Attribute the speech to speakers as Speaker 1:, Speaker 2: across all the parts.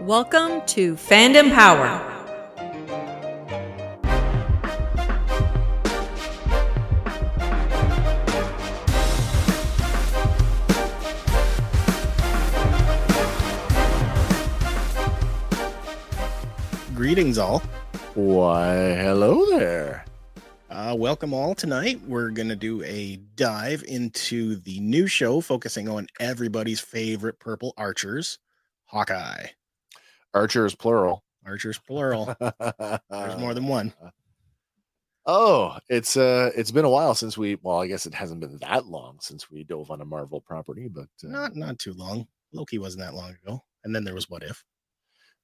Speaker 1: Welcome to Fandom Power.
Speaker 2: Greetings, all.
Speaker 3: Why, hello there.
Speaker 2: Uh, welcome, all. Tonight, we're going to do a dive into the new show focusing on everybody's favorite purple archers, Hawkeye.
Speaker 3: Archer is plural.
Speaker 2: Archers, plural. There's more than one.
Speaker 3: Oh, it's uh, it's been a while since we. Well, I guess it hasn't been that long since we dove on a Marvel property, but uh,
Speaker 2: Not not too long. Loki wasn't that long ago. And then there was What If.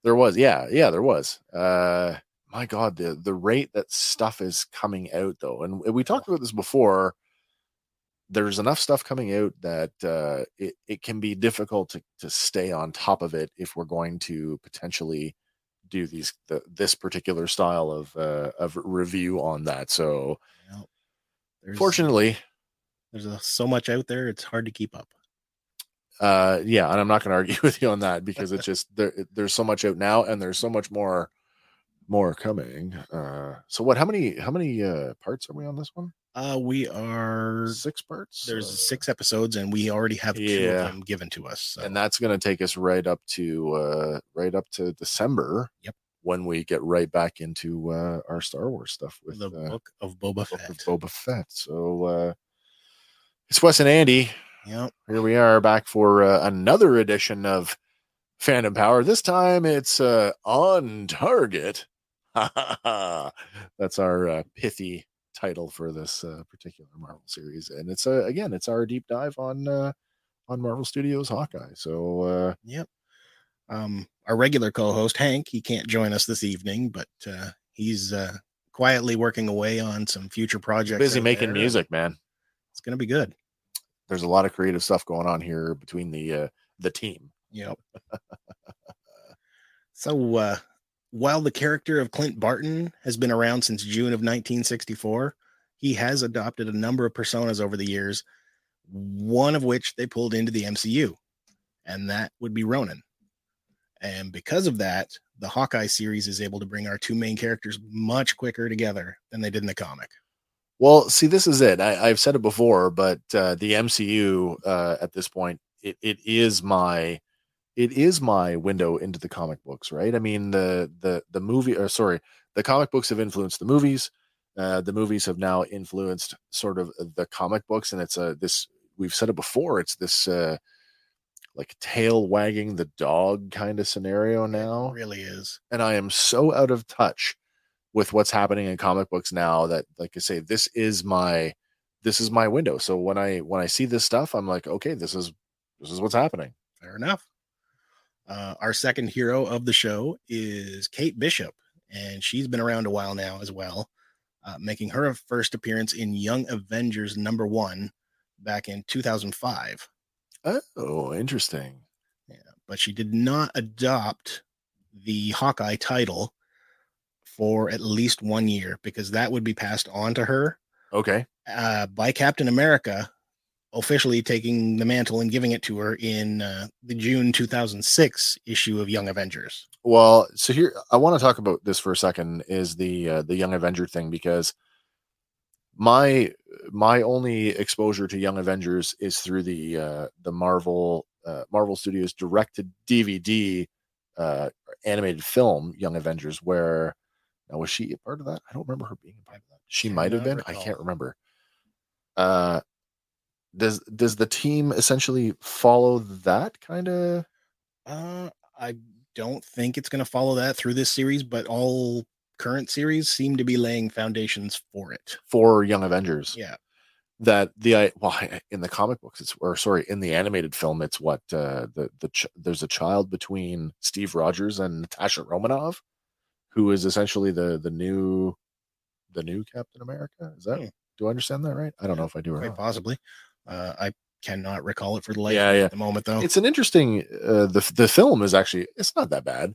Speaker 3: there was, yeah, yeah, there was. Uh, my God, the the rate that stuff is coming out though, and we talked about this before. There's enough stuff coming out that uh, it it can be difficult to to stay on top of it if we're going to potentially do these the, this particular style of uh, of review on that. So
Speaker 2: Well, there's,
Speaker 3: fortunately,
Speaker 2: there's uh so much out there, it's hard to keep up.
Speaker 3: uh yeah and i'm not going to argue with you on that because it's just there there's so much out now and there's so much more more coming uh so what how many how many uh parts are we on this one
Speaker 2: Uh, we are,
Speaker 3: six parts
Speaker 2: there's
Speaker 3: Uh,
Speaker 2: six episodes, and we already have two
Speaker 3: Yeah.
Speaker 2: of them given to us. So.
Speaker 3: and that's going to take us right up to uh right up to december
Speaker 2: Yep.
Speaker 3: when we get right back into uh our star wars stuff with
Speaker 2: the
Speaker 3: uh,
Speaker 2: book of Boba
Speaker 3: book of
Speaker 2: Fett.
Speaker 3: boba fett so uh it's wes and andy
Speaker 2: Yep.
Speaker 3: here we are back for uh, another edition of Phantom Power. This time it's uh, on target. That's our uh, pithy title for this uh, particular Marvel series, and it's uh, again it's our deep dive on uh, on Marvel Studios Hawkeye. So uh,
Speaker 2: Yep. Um, our regular co-host Hank, he can't join us this evening, but uh, he's uh, quietly working away on some future projects.
Speaker 3: busy
Speaker 2: out
Speaker 3: making
Speaker 2: there.
Speaker 3: music, man.
Speaker 2: It's gonna be good.
Speaker 3: There's a lot of creative stuff going on here between the uh, the team.
Speaker 2: Yep. so, uh, while the character of Clint Barton has been around since June of 1964, he has adopted a number of personas over the years, one of which they pulled into the MCU, and that would be Ronan. And because of that, the Hawkeye series is able to bring our two main characters much quicker together than they did in the comic.
Speaker 3: Well, see, this is it. I, I've said it before, but uh, the MCU uh, at this point, it, it is my it is my window into the comic books, right? I mean, the the the movie, or sorry, the comic books have influenced the movies. Uh, the movies have now influenced sort of the comic books, and it's a this we've said it before. It's this uh, like tail wagging the dog kind of scenario now
Speaker 2: It really is.
Speaker 3: and I am so out of touch with what's happening in comic books now that like I say this is my this is my window. So when I when I see this stuff I'm like okay this is this is what's happening.
Speaker 2: Fair enough. Uh, our second hero of the show is Kate Bishop, and she's been around a while now as well, uh, making her first appearance in Young Avengers number one back in 2005.
Speaker 3: Oh, interesting.
Speaker 2: But she did not adopt the Hawkeye title for at least one year because that would be passed on to her
Speaker 3: Okay.
Speaker 2: uh, by Captain America, officially taking the mantle and giving it to her in uh, the June 2006 issue of Young Avengers.
Speaker 3: Well, so here I want to talk about this for a second is the uh, the Young Avenger thing because my my only exposure to Young Avengers is through the uh, the Marvel uh, Marvel Studios directed DVD uh, animated film Young Avengers where Now, was she a part of that? I don't remember her being a part of that. She
Speaker 2: Cannot
Speaker 3: might have been. I
Speaker 2: recall.
Speaker 3: can't remember. Uh, does does the team essentially follow that kind of?
Speaker 2: Uh, I don't think it's going to follow that through this series, but all current series seem to be laying foundations for it.
Speaker 3: for Young Avengers.
Speaker 2: Yeah.
Speaker 3: That the I well I- in the comic books it's or sorry in the animated film it's what uh, the the ch- there's a child between Steve Rogers and Natasha Romanoff, who is essentially the the new the new Captain America. Is that
Speaker 2: Hmm.
Speaker 3: do I understand that right? I don't know if I do or
Speaker 2: Quite
Speaker 3: not.
Speaker 2: possibly. Uh, I cannot recall it for the life
Speaker 3: Yeah, yeah.
Speaker 2: at the moment, though.
Speaker 3: It's an interesting uh, the the film is actually it's not that bad.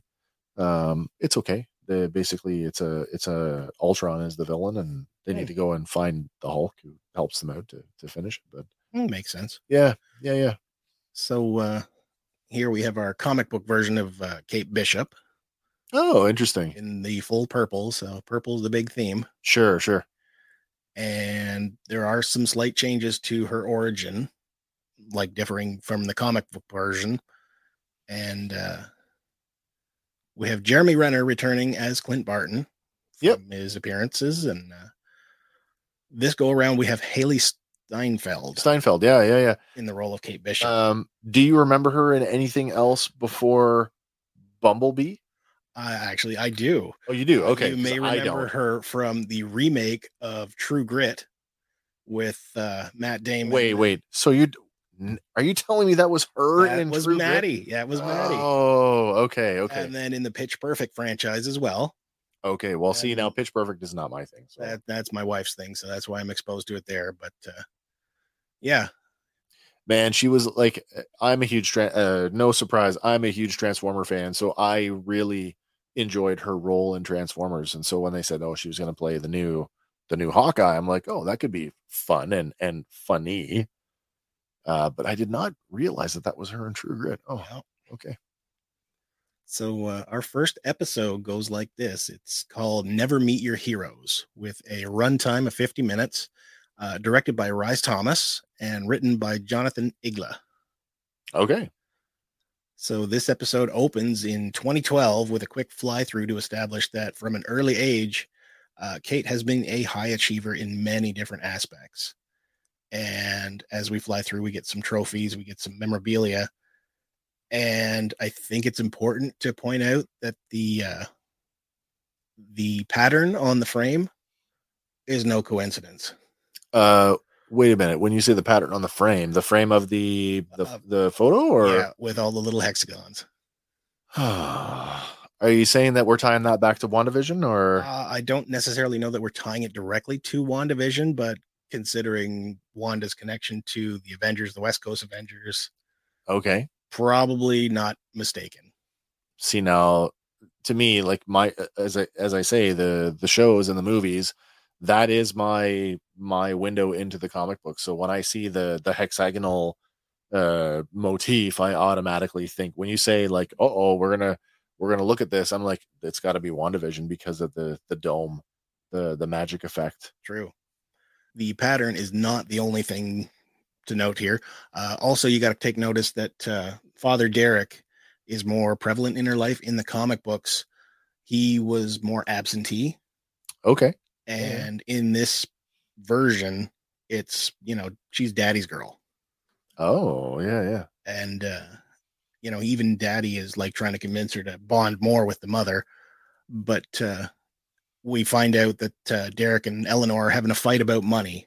Speaker 3: Um, it's okay. The, basically, it's a it's a Ultron is the villain, and they
Speaker 2: Hmm.
Speaker 3: need to go and find the Hulk who helps them out to to finish it. But
Speaker 2: Mm, makes sense.
Speaker 3: Yeah, yeah, yeah.
Speaker 2: So uh, here we have our comic book version of uh, Kate Bishop
Speaker 3: Oh, interesting.
Speaker 2: in the full purple. So purple's the big theme.
Speaker 3: Sure, sure.
Speaker 2: and there are some slight changes to her origin, like differing from the comic book version. And uh, we have Jeremy Renner returning as Clint Barton
Speaker 3: Yep.
Speaker 2: from his appearances, and uh, this go around we have Haley Steinfeld
Speaker 3: Steinfeld. Yeah, yeah,
Speaker 2: in the role of Kate
Speaker 3: yeah.
Speaker 2: Bishop.
Speaker 3: Um, do you remember her in anything else before Bumblebee?
Speaker 2: I actually I do.
Speaker 3: Oh, you do. Okay,
Speaker 2: you may
Speaker 3: 'cause I
Speaker 2: remember
Speaker 3: don't.
Speaker 2: her from the remake of True Grit with uh, Matt Damon.
Speaker 3: Wait, wait. So you n- are you telling me that was her
Speaker 2: That
Speaker 3: in
Speaker 2: was
Speaker 3: True Grit?
Speaker 2: Maddie. Yeah, it was Maddie.
Speaker 3: Oh, okay, okay,
Speaker 2: and then in the Pitch Perfect franchise as well.
Speaker 3: okay. Well, see now,
Speaker 2: and-
Speaker 3: Pitch Perfect is not my thing. So.
Speaker 2: That that's my wife's thing, so that's why I'm exposed to it there. But uh, yeah,
Speaker 3: man she was like i'm a huge tran uh, no surprise i'm a huge transformer fan so i really enjoyed her role in transformers and so when they said oh she was going to play the new the new hawkeye i'm like oh that could be fun and and funny uh but i did not realize that that was her in true grit oh
Speaker 2: well,
Speaker 3: okay
Speaker 2: so uh, our first episode goes like this. It's called "Never Meet Your Heroes" with a runtime of 50 minutes, uh, directed by Rise Thomas and written by Jonathan Igla.
Speaker 3: okay
Speaker 2: So this episode opens in 2012 with a quick fly through to establish that from an early age, uh, Kate has been a high achiever in many different aspects. And as we fly through, we get some trophies, we get some memorabilia, and I think it's important to point out that the uh, the pattern on the frame is no coincidence.
Speaker 3: uh wait a minute when you say the pattern on the frame the frame of the the,
Speaker 2: Uh,
Speaker 3: the photo or
Speaker 2: yeah, with all the little hexagons.
Speaker 3: are you saying that we're tying that back to wandavision or
Speaker 2: Uh, I don't necessarily know that we're tying it directly to WandaVision, but considering Wanda's connection to the Avengers, the West Coast Avengers,
Speaker 3: okay
Speaker 2: probably not mistaken.
Speaker 3: see now to me like my as i as i say the the shows and the movies that is my my window into the comic book so when i see the the hexagonal uh motif i automatically think when you say like oh we're gonna we're gonna look at this i'm like it's got to be wandavision because of the the dome the the magic effect
Speaker 2: True. The pattern is not the only thing to note here. Uh, also, you got to take notice that uh, Father Derek is more prevalent in her life in the comic books. He was more absentee
Speaker 3: okay
Speaker 2: and in this version it's you know she's daddy's girl
Speaker 3: oh yeah yeah
Speaker 2: and uh you know even daddy is like trying to convince her to bond more with the mother but uh we find out that uh, derek and eleanor are having a fight about money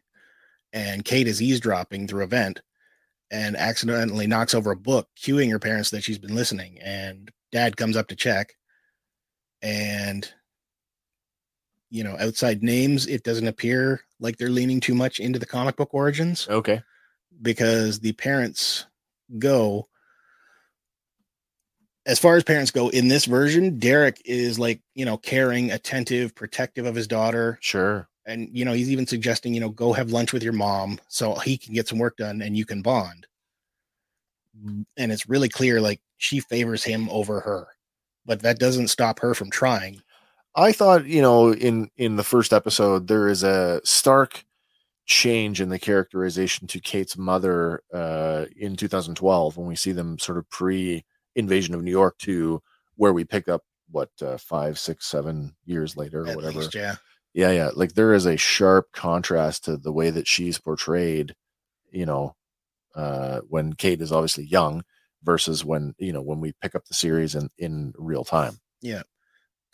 Speaker 2: and kate is eavesdropping through a vent and accidentally knocks over a book cueing her parents that she's been listening and dad comes up to check and you know outside names it doesn't appear like they're leaning too much into the comic book origins
Speaker 3: okay
Speaker 2: because the parents go as far as parents go in this version derek is like you know caring attentive protective of his daughter
Speaker 3: sure
Speaker 2: and you know he's even suggesting you know go have lunch with your mom so he can get some work done and you can bond and it's really clear like she favors him over her but that doesn't stop her from trying
Speaker 3: I thought, you know, in in the first episode, there is a stark change in the characterization to Kate's mother uh, in 2012 when we see them sort of pre invasion of New York to where we pick up what uh, five, six, seven years later or
Speaker 2: At
Speaker 3: whatever.
Speaker 2: least, yeah.
Speaker 3: yeah, yeah. Like there is a sharp contrast to the way that she's portrayed. You know, uh, when Kate is obviously young versus when you know when we pick up the series in in real time.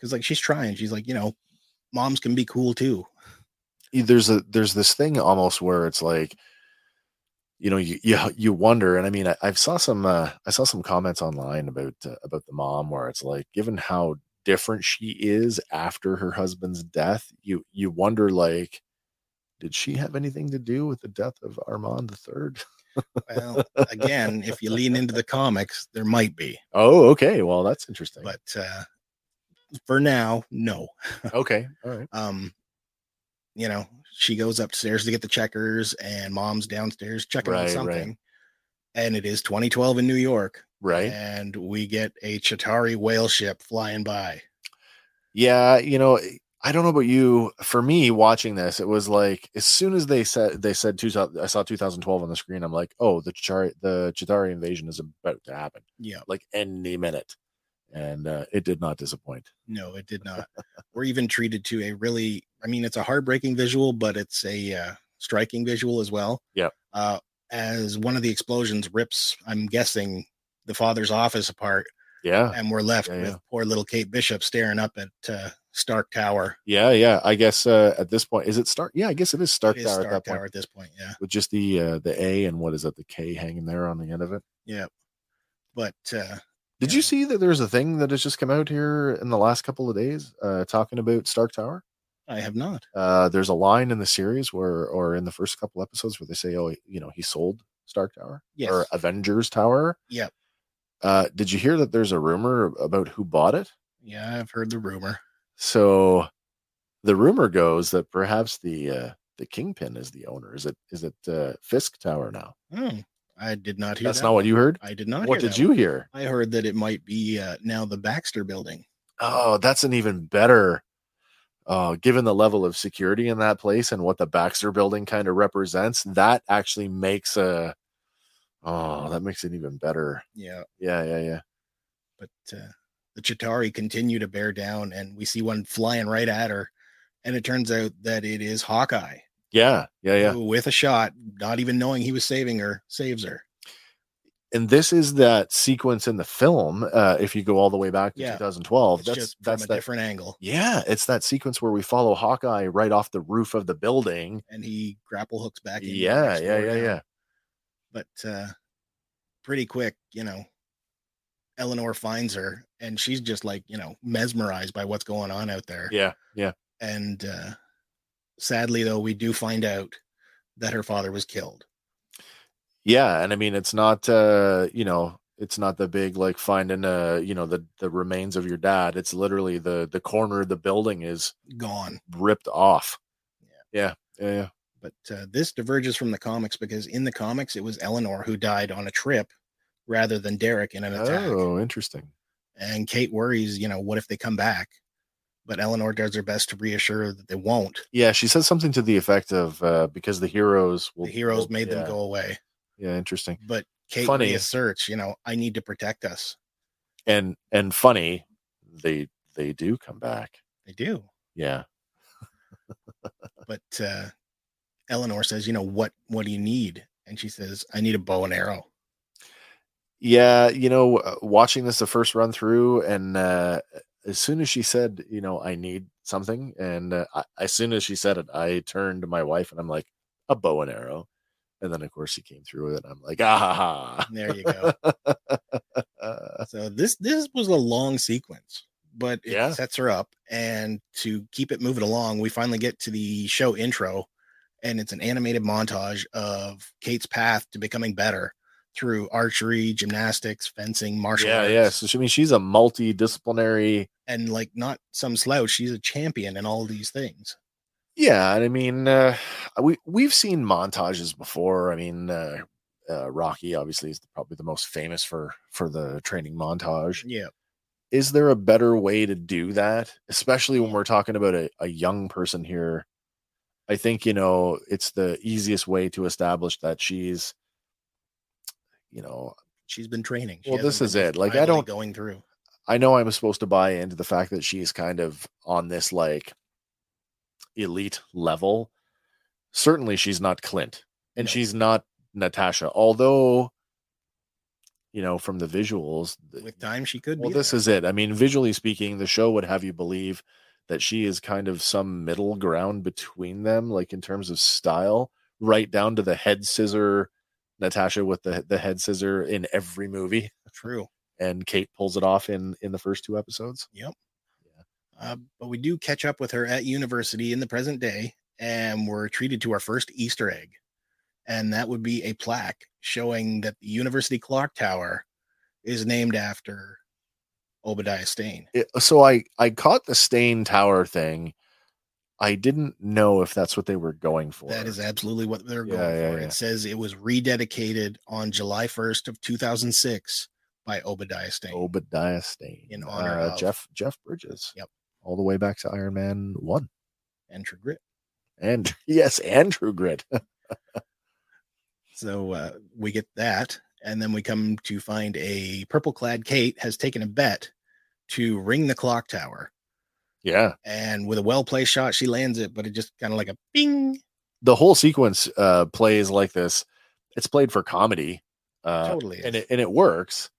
Speaker 2: Because like she's trying. She's like, you know, moms can be cool too.
Speaker 3: there's a there's this thing almost where it's like you know you you, you wonder and i mean I, i saw some uh, i saw some comments online about uh, about the mom where it's like given how different she is after her husband's death you you wonder like did she have anything to do with the death of armand the third
Speaker 2: Well, again, if you lean into the comics, there might be.
Speaker 3: oh okay well that's interesting
Speaker 2: But uh for now, no.
Speaker 3: okay all right
Speaker 2: Um, you know, she goes upstairs to get the checkers and mom's downstairs checking
Speaker 3: Right,
Speaker 2: on
Speaker 3: right.
Speaker 2: something. And it is 2012 in New York.
Speaker 3: right
Speaker 2: And we get a Chitari whale ship flying by.
Speaker 3: Yeah, you know, eh, I don't know about you. For me, watching this, it was like as soon as they said they said two, I saw 2012 on the screen. I'm like, oh, the Chitari, the Chitari invasion is about to happen,
Speaker 2: Yeah,
Speaker 3: like any minute, and uh, it did not disappoint.
Speaker 2: no, it did not. We're even treated to a really, I mean, it's a heartbreaking visual, but it's a uh, striking visual as well.
Speaker 3: Yep.
Speaker 2: Uh, as one of the explosions rips, I'm guessing, the father's office apart,
Speaker 3: Yeah,
Speaker 2: and we're left
Speaker 3: Yeah,
Speaker 2: with
Speaker 3: yeah.
Speaker 2: poor little Kate Bishop staring up at uh, Stark Tower.
Speaker 3: yeah, yeah. I guess uh, at this point, is it Stark? Yeah, I guess it is Stark
Speaker 2: It is
Speaker 3: Tower
Speaker 2: Stark
Speaker 3: at that
Speaker 2: Tower
Speaker 3: point,
Speaker 2: at this point. Yeah,
Speaker 3: with just the uh, the A and what is that, the K hanging there on the end of it.
Speaker 2: but uh,
Speaker 3: Did
Speaker 2: Yeah.
Speaker 3: you see that there's a thing that has just come out here in the last couple of days uh, talking about Stark Tower?
Speaker 2: I have not.
Speaker 3: Uh, there's a line in the series where, or in the first couple episodes, where they say, "Oh, you know, he sold Stark Tower
Speaker 2: Yes.
Speaker 3: or uh, Avengers Tower."
Speaker 2: Yep.
Speaker 3: Uh, did you hear that there's a rumor about who bought it?
Speaker 2: Yeah, I've heard the rumor.
Speaker 3: So, the rumor goes that perhaps the uh, the Kingpin is the owner. Is it is it uh, Fisk Tower now?
Speaker 2: Oh, I did not hear.
Speaker 3: That's
Speaker 2: that
Speaker 3: not what you heard.
Speaker 2: I did not.
Speaker 3: what
Speaker 2: hear
Speaker 3: did
Speaker 2: that
Speaker 3: you
Speaker 2: one.
Speaker 3: hear?
Speaker 2: I heard that it might be uh, now the Baxter Building.
Speaker 3: Oh, that's an even better. Uh, given the level of security in that place and what the Baxter Building kind of represents, that actually makes a oh, that makes it even better.
Speaker 2: Yeah,
Speaker 3: Yeah, yeah, yeah.
Speaker 2: but uh, the Chitari continue to bear down, and we see one flying right at her, and it turns out that it is Hawkeye
Speaker 3: Yeah, yeah, yeah.
Speaker 2: who, with a shot, not even knowing he was saving her, saves her.
Speaker 3: And this is that sequence in the film. Uh, if you go all the way back to
Speaker 2: Yeah.
Speaker 3: 2012,
Speaker 2: It's
Speaker 3: that's
Speaker 2: just
Speaker 3: that's
Speaker 2: from a
Speaker 3: that.
Speaker 2: different angle,
Speaker 3: Yeah, it's that sequence where we follow Hawkeye right off the roof of the building.
Speaker 2: and he grapple hooks back. in and
Speaker 3: Yeah,
Speaker 2: knocks
Speaker 3: yeah,
Speaker 2: Thor
Speaker 3: yeah,
Speaker 2: down.
Speaker 3: yeah.
Speaker 2: but uh pretty quick you know eleanor finds her and she's just like you know mesmerized by what's going on out there
Speaker 3: Yeah, yeah.
Speaker 2: and uh sadly though we do find out that her father was killed
Speaker 3: yeah and i mean it's not uh you know it's not the big like finding uh you know the the remains of your dad it's literally the the corner of the building is
Speaker 2: gone
Speaker 3: ripped off yeah yeah yeah
Speaker 2: but uh, this diverges from the comics because in the comics it was eleanor who died on a trip rather than derek in an attack
Speaker 3: oh interesting
Speaker 2: and kate worries you know what if they come back but eleanor does her best to reassure her that they won't
Speaker 3: yeah she says something to the effect of uh because the heroes will
Speaker 2: the heroes
Speaker 3: will-
Speaker 2: made them
Speaker 3: yeah,
Speaker 2: go away
Speaker 3: yeah interesting
Speaker 2: but kate
Speaker 3: Funny.
Speaker 2: reasserts you know i need to protect us
Speaker 3: and and funny they they do come back
Speaker 2: They do.
Speaker 3: yeah
Speaker 2: But uh, Eleanor says, you know, what what do you need? And she says, I need a bow and arrow.
Speaker 3: yeah you know uh, watching this the first run through and uh as soon as she said you know i need something and uh, I, as soon as she said it i turned to my wife and i'm like a bow and arrow and then of course she came through with it i'm like ah ha,
Speaker 2: And there you go.
Speaker 3: ha.
Speaker 2: so this this was a long sequence, but it
Speaker 3: Yeah.
Speaker 2: sets her up. And to keep it moving along, we finally get to the show intro, and it's an animated montage of Kate's path to becoming better through archery, gymnastics, fencing, martial
Speaker 3: yeah
Speaker 2: arts.
Speaker 3: yeah so she, i mean she's a multidisciplinary
Speaker 2: And like not some slouch, she's a champion in all these things.
Speaker 3: Yeah, and I mean, uh, we we've seen montages before. I mean, uh, uh, Rocky obviously is probably the most famous for for the training montage.
Speaker 2: Yeah.
Speaker 3: Is there a better way to do that, especially when we're talking about a, a young person here? I think you know it's the easiest way to establish that she's, you know,
Speaker 2: She's been training.
Speaker 3: Well,
Speaker 2: hasn't
Speaker 3: this is
Speaker 2: been
Speaker 3: it. Like, I
Speaker 2: idly
Speaker 3: don't-
Speaker 2: going through.
Speaker 3: I know I'm supposed to buy into the fact that she's kind of on this like elite level. Certainly, she's not Clint and
Speaker 2: No.
Speaker 3: she's not Natasha, although, you know, from the visuals, th-
Speaker 2: With time, she could
Speaker 3: well,
Speaker 2: be.
Speaker 3: this
Speaker 2: there.
Speaker 3: is it. I mean, visually speaking, the show would have you believe that she is kind of some middle ground between them, like in terms of style, right down to the head scissor, Natasha with the the head scissor in every movie,
Speaker 2: true.
Speaker 3: and Kate pulls it off in in the first two episodes.
Speaker 2: Uh, but we do catch up with her at university in the present day, and we're treated to our first Easter egg. And that would be a plaque showing that the university clock tower is named after Obadiah Stane.
Speaker 3: It- so I I caught the stain tower thing. I didn't know if that's what they were going for.
Speaker 2: That is absolutely what they're going
Speaker 3: Yeah, yeah,
Speaker 2: for.
Speaker 3: yeah.
Speaker 2: It says it was rededicated on July 1st of 2006 by Obadiah Stane.
Speaker 3: Obadiah Stain uh,
Speaker 2: In honor of-
Speaker 3: Jeff Jeff Bridges.
Speaker 2: Yep.
Speaker 3: all the way back to Iron Man one.
Speaker 2: and True Grit.
Speaker 3: and yes, and True Grit.
Speaker 2: So uh, we get that, and then we come to find a purple-clad Kate has taken a bet to ring the clock tower,
Speaker 3: yeah,
Speaker 2: and with a well-placed shot, she lands it, but it just kind of like a bing.
Speaker 3: the whole sequence uh, plays like this. It's played for comedy, uh,
Speaker 2: Totally
Speaker 3: and
Speaker 2: is.
Speaker 3: it and it works.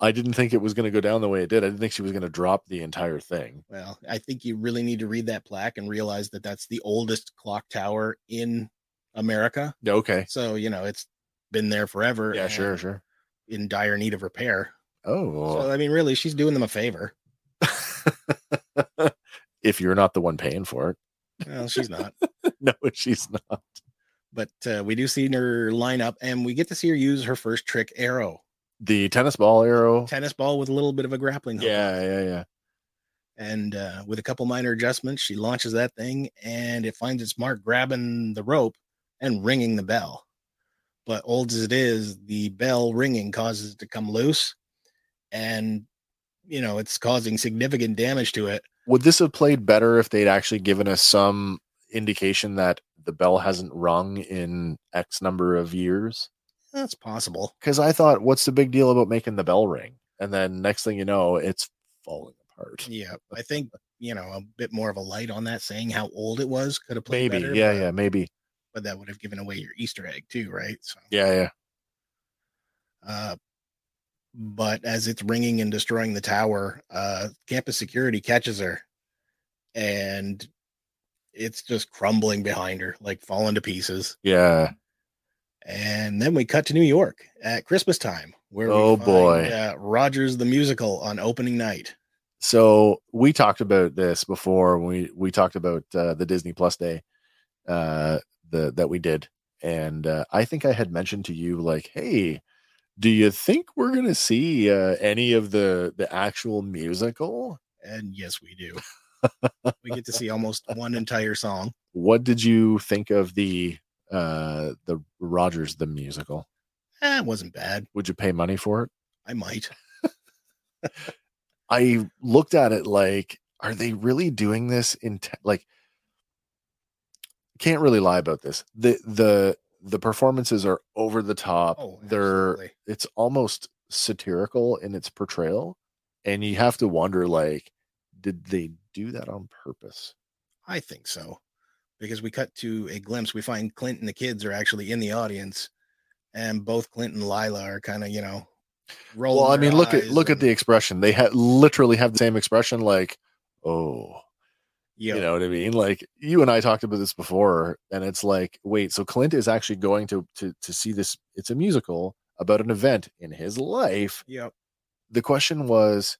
Speaker 3: I didn't think it was going to go down the way it did. I didn't think she was going to drop the entire thing.
Speaker 2: Well, I think you really need to read that plaque and realize that that's the oldest clock tower in America.
Speaker 3: Okay,
Speaker 2: So you know it's been there forever.
Speaker 3: yeah, sure,
Speaker 2: and
Speaker 3: sure.
Speaker 2: In dire need of repair. So
Speaker 3: Oh,
Speaker 2: I mean, really, she's doing them a favor.
Speaker 3: if you're not the one paying for it,
Speaker 2: Well, she's not.
Speaker 3: no, she's not.
Speaker 2: but uh, we do see her line up and we get to see her use her first trick arrow
Speaker 3: The tennis ball arrow.
Speaker 2: tennis ball with a little bit of a grappling hook
Speaker 3: Oh. Yeah, yeah, yeah.
Speaker 2: and uh, with a couple minor adjustments she launches that thing and it finds its mark grabbing the rope and ringing the bell but old as it is the bell ringing causes it to come loose and you know it's causing significant damage to it
Speaker 3: Would this have played better if they'd actually given us some indication that the bell hasn't rung in X number of years?
Speaker 2: that's possible
Speaker 3: Because I thought, what's the big deal about making the bell ring? And then next thing you know, it's falling apart.
Speaker 2: yeah i think you know a bit more of a light on that saying how old it was could have played
Speaker 3: Maybe.
Speaker 2: better,
Speaker 3: yeah,
Speaker 2: but-
Speaker 3: yeah, maybe.
Speaker 2: but that would have given away your Easter egg too, right? So,
Speaker 3: Yeah, yeah.
Speaker 2: uh, but as it's ringing and destroying the tower, uh, campus security catches her, and it's just crumbling behind her, like falling to pieces.
Speaker 3: Yeah.
Speaker 2: And then we cut to New York at Christmas time, where we
Speaker 3: Oh, boy.
Speaker 2: uh, Rogers the musical on opening night.
Speaker 3: so we talked about this before when we we talked about uh, the Disney Plus day uh the that we did and uh, I think I had mentioned to you like hey do you think we're going to see uh, any of the the actual musical
Speaker 2: And yes, we do. we get to see almost one entire song.
Speaker 3: what did you think of the uh the Rogers the musical
Speaker 2: Eh, it wasn't bad.
Speaker 3: would you pay money for it
Speaker 2: I might.
Speaker 3: I looked at it like, are they really doing this in te- like? Can't really lie about this. the the The performances are over the top.
Speaker 2: Oh,
Speaker 3: They're
Speaker 2: absolutely.
Speaker 3: it's almost satirical in its portrayal, and you have to wonder like, did they do that on purpose?
Speaker 2: I think so. Because we cut to a glimpse, we find Clint and the kids are actually in the audience, and both Clint and Lila are kind of, you know, rolling.
Speaker 3: Well, I
Speaker 2: their
Speaker 3: mean, look at
Speaker 2: eyes
Speaker 3: look at
Speaker 2: and,
Speaker 3: the expression. They ha- literally have the same expression, like, oh,
Speaker 2: yeah,
Speaker 3: You know what I mean? Like you and I talked about this before, and it's like, wait, so Clint is actually going to to to see this. It's a musical about an event in his life.
Speaker 2: yep.
Speaker 3: The question was,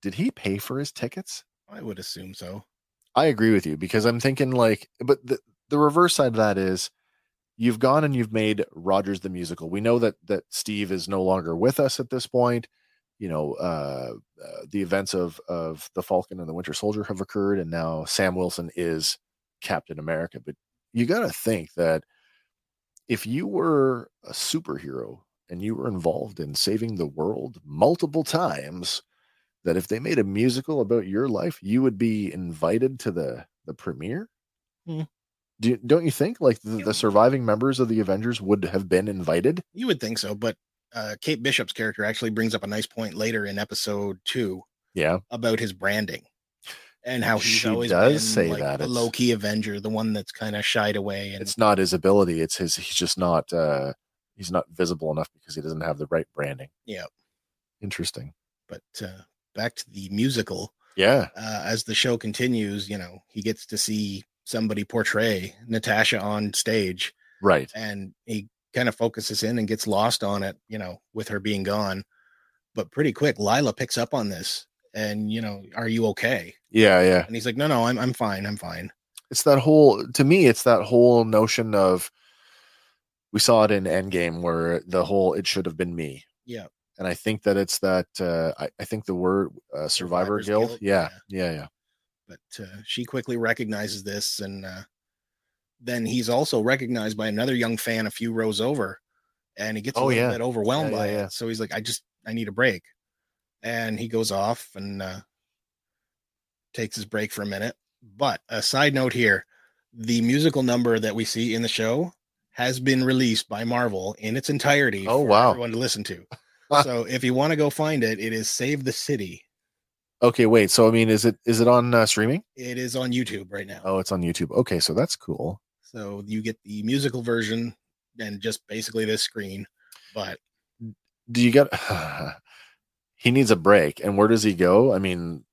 Speaker 3: did he pay for his tickets?
Speaker 2: I would assume so.
Speaker 3: I agree with you because I'm thinking like, but the the reverse side of that is, you've gone and you've made Rogers the musical. We know that that Steve is no longer with us at this point. You know, uh, uh, the events of of the Falcon and the Winter Soldier have occurred, and now Sam Wilson is Captain America. But you got to think that if you were a superhero and you were involved in saving the world multiple times, that if they made a musical about your life, you would be invited to the the premiere.
Speaker 2: Hmm.
Speaker 3: Do, don't you think like the, the surviving members of the Avengers would have been invited?
Speaker 2: You would think so, but uh, Kate Bishop's character actually brings up a nice point later in episode two
Speaker 3: Yeah.
Speaker 2: about his branding and how he's
Speaker 3: She
Speaker 2: always
Speaker 3: does
Speaker 2: been,
Speaker 3: say
Speaker 2: like,
Speaker 3: that.
Speaker 2: the
Speaker 3: It's-
Speaker 2: low key Avenger, the one that's kind of shied away and
Speaker 3: It's not his ability. It's his. He's just not. uh He's not visible enough because he doesn't have the right branding.
Speaker 2: Yeah.
Speaker 3: Interesting.
Speaker 2: but uh, back to the musical
Speaker 3: Yeah.
Speaker 2: uh, as the show continues, you know, he gets to see somebody portray Natasha on stage
Speaker 3: Right.
Speaker 2: and he kind of focuses in and gets lost on it, you know, with her being gone. But pretty quick, Lila picks up on this and, you know, are you okay?
Speaker 3: Yeah. Yeah.
Speaker 2: And he's like, no, no, I'm, I'm fine. I'm fine.
Speaker 3: it's that whole to me it's that whole notion of we saw it in endgame where the whole it should have been me
Speaker 2: Yeah.
Speaker 3: and i think that it's that uh i, I think the word uh, survivor
Speaker 2: Survivor's
Speaker 3: guilt,
Speaker 2: guilt,
Speaker 3: Yeah, yeah yeah
Speaker 2: But uh, she quickly recognizes this. And uh, then he's also recognized by another young fan a few rows over and he gets a
Speaker 3: Oh,
Speaker 2: little
Speaker 3: yeah.
Speaker 2: bit overwhelmed
Speaker 3: Yeah,
Speaker 2: by
Speaker 3: yeah, yeah.
Speaker 2: it. So he's like, I just, I need a break. And he goes off and uh, takes his break for a minute. But a side note here the musical number that we see in the show has been released by Marvel in its entirety
Speaker 3: Oh, wow.
Speaker 2: everyone to listen to. so if you want to go find it, it is Save the City.
Speaker 3: okay wait so i mean is it is it on uh, streaming
Speaker 2: It is on YouTube right now.
Speaker 3: oh it's on youtube okay so that's cool
Speaker 2: So you get the musical version and just basically this screen. But
Speaker 3: do you get he needs a break and where does he go i mean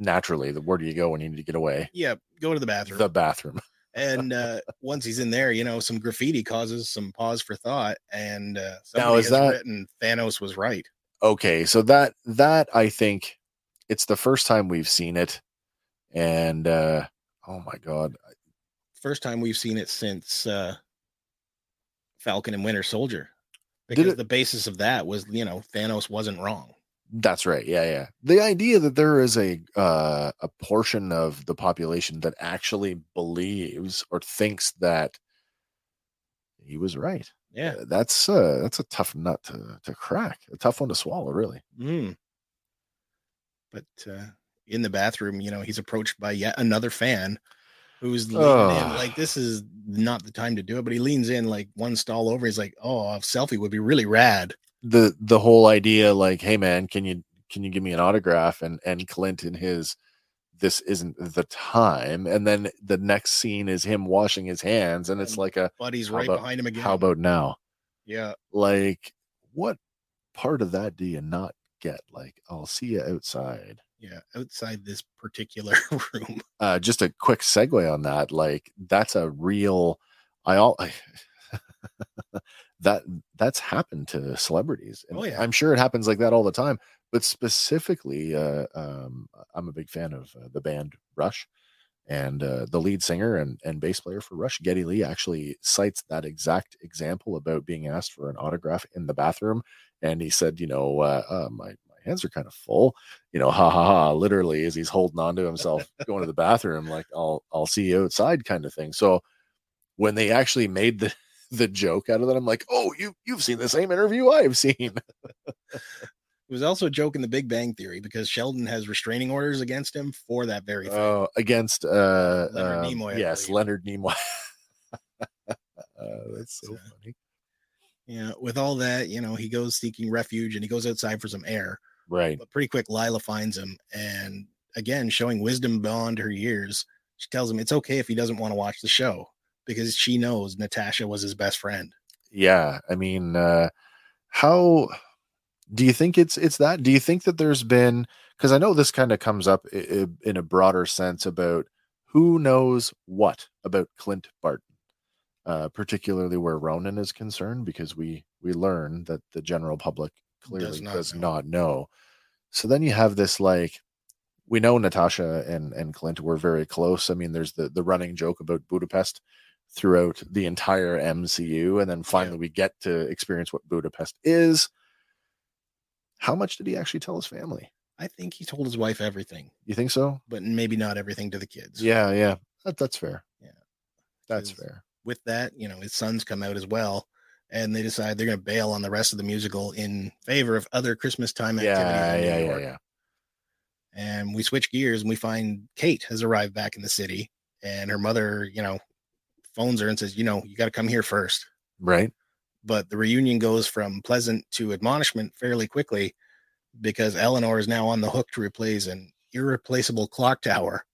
Speaker 3: naturally the where do you go when you need to get away
Speaker 2: yeah, go to the bathroom.
Speaker 3: the bathroom
Speaker 2: and uh, once he's in there, you know, some graffiti causes some pause for thought. And uh, somebody
Speaker 3: Now, is
Speaker 2: has
Speaker 3: that-
Speaker 2: written Thanos was right?
Speaker 3: okay so that that i think it's the first time we've seen it and uh oh my god
Speaker 2: First time we've seen it since uh, Falcon and Winter Soldier,
Speaker 3: Did
Speaker 2: because
Speaker 3: it-
Speaker 2: the basis of that was you know Thanos wasn't wrong.
Speaker 3: that's right yeah yeah the idea that there is a uh a portion of the population that actually believes or thinks that he was right
Speaker 2: Yeah.
Speaker 3: that's uh that's a tough nut to, to crack a tough one to swallow really
Speaker 2: Mm. But uh, in the bathroom, you know, he's approached by yet another fan who's leaning in
Speaker 3: Ugh.
Speaker 2: like this is not the time to do it. But he leans in like one stall over. He's like, "Oh, a selfie would be really rad."
Speaker 3: the the whole idea like hey man can you can you give me an autograph and and clint in his this isn't the time and then the next scene is him washing his hands and it's
Speaker 2: And
Speaker 3: like a
Speaker 2: But he's
Speaker 3: How
Speaker 2: right
Speaker 3: about-
Speaker 2: behind him again.
Speaker 3: how about now
Speaker 2: yeah,
Speaker 3: like what part of that do you not get like i'll see you outside
Speaker 2: yeah, outside this particular room.
Speaker 3: uh just a quick segue on that like that's a real i all that that's happened to celebrities and
Speaker 2: Oh, yeah.
Speaker 3: i'm sure it happens like that all the time but specifically uh um i'm a big fan of uh, the band rush and uh, the lead singer and, and bass player for rush getty lee actually cites that exact example about being asked for an autograph in the bathroom and he said you know uh, uh my my hands are kind of full you know ha ha ha literally as he's holding on to himself going to the bathroom like i'll i'll see you outside kind of thing so when they actually made the the joke out of that i'm like oh you you've seen the same interview i've seen
Speaker 2: It was also a joke in The Big Bang Theory because Sheldon has restraining orders against him for that very thing.
Speaker 3: Oh, against uh,
Speaker 2: Leonard
Speaker 3: um,
Speaker 2: Nimoy, I
Speaker 3: yes,
Speaker 2: believe.
Speaker 3: Leonard Nimoy. uh, that's so
Speaker 2: Uh,
Speaker 3: funny.
Speaker 2: yeah, with all that, you know, he goes seeking refuge and he goes outside for some air.
Speaker 3: Right.
Speaker 2: But pretty quick, Lila finds him, and again, showing wisdom beyond her years, she tells him it's okay if he doesn't want to watch the show because she knows Natasha was his best friend.
Speaker 3: Yeah. I mean, uh, how do you think it's it's that? Do you think that there's been because I know this kind of comes up i- i- in a broader sense about who knows what about Clint Barton, uh, particularly where Ronan is concerned, because we we learn that the general public clearly
Speaker 2: not
Speaker 3: does not,
Speaker 2: know.
Speaker 3: know. So then you have this like we know Natasha and and Clint were very close. I mean, there's the the running joke about Budapest throughout the entire MCU, and then finally we get to experience what Budapest is. How much did he actually tell his family?
Speaker 2: I think he told his wife everything,
Speaker 3: You think so?
Speaker 2: but maybe not everything to the kids.
Speaker 3: Yeah, yeah. That, that's fair.
Speaker 2: Yeah.
Speaker 3: That's
Speaker 2: 'Cause-
Speaker 3: fair.
Speaker 2: With that, you know, his sons come out as well, and they decide they're going to bail on the rest of the musical in favor of other Christmas time activities.
Speaker 3: Yeah,
Speaker 2: in New
Speaker 3: yeah, yeah,
Speaker 2: York.
Speaker 3: yeah.
Speaker 2: and we switch gears and we find Kate has arrived back in the city and her mother, you know, phones her and says, you know, you got to come here first.
Speaker 3: Right?
Speaker 2: but the reunion goes from pleasant to admonishment fairly quickly because Eleanor is now on the hook to replace an irreplaceable clock tower.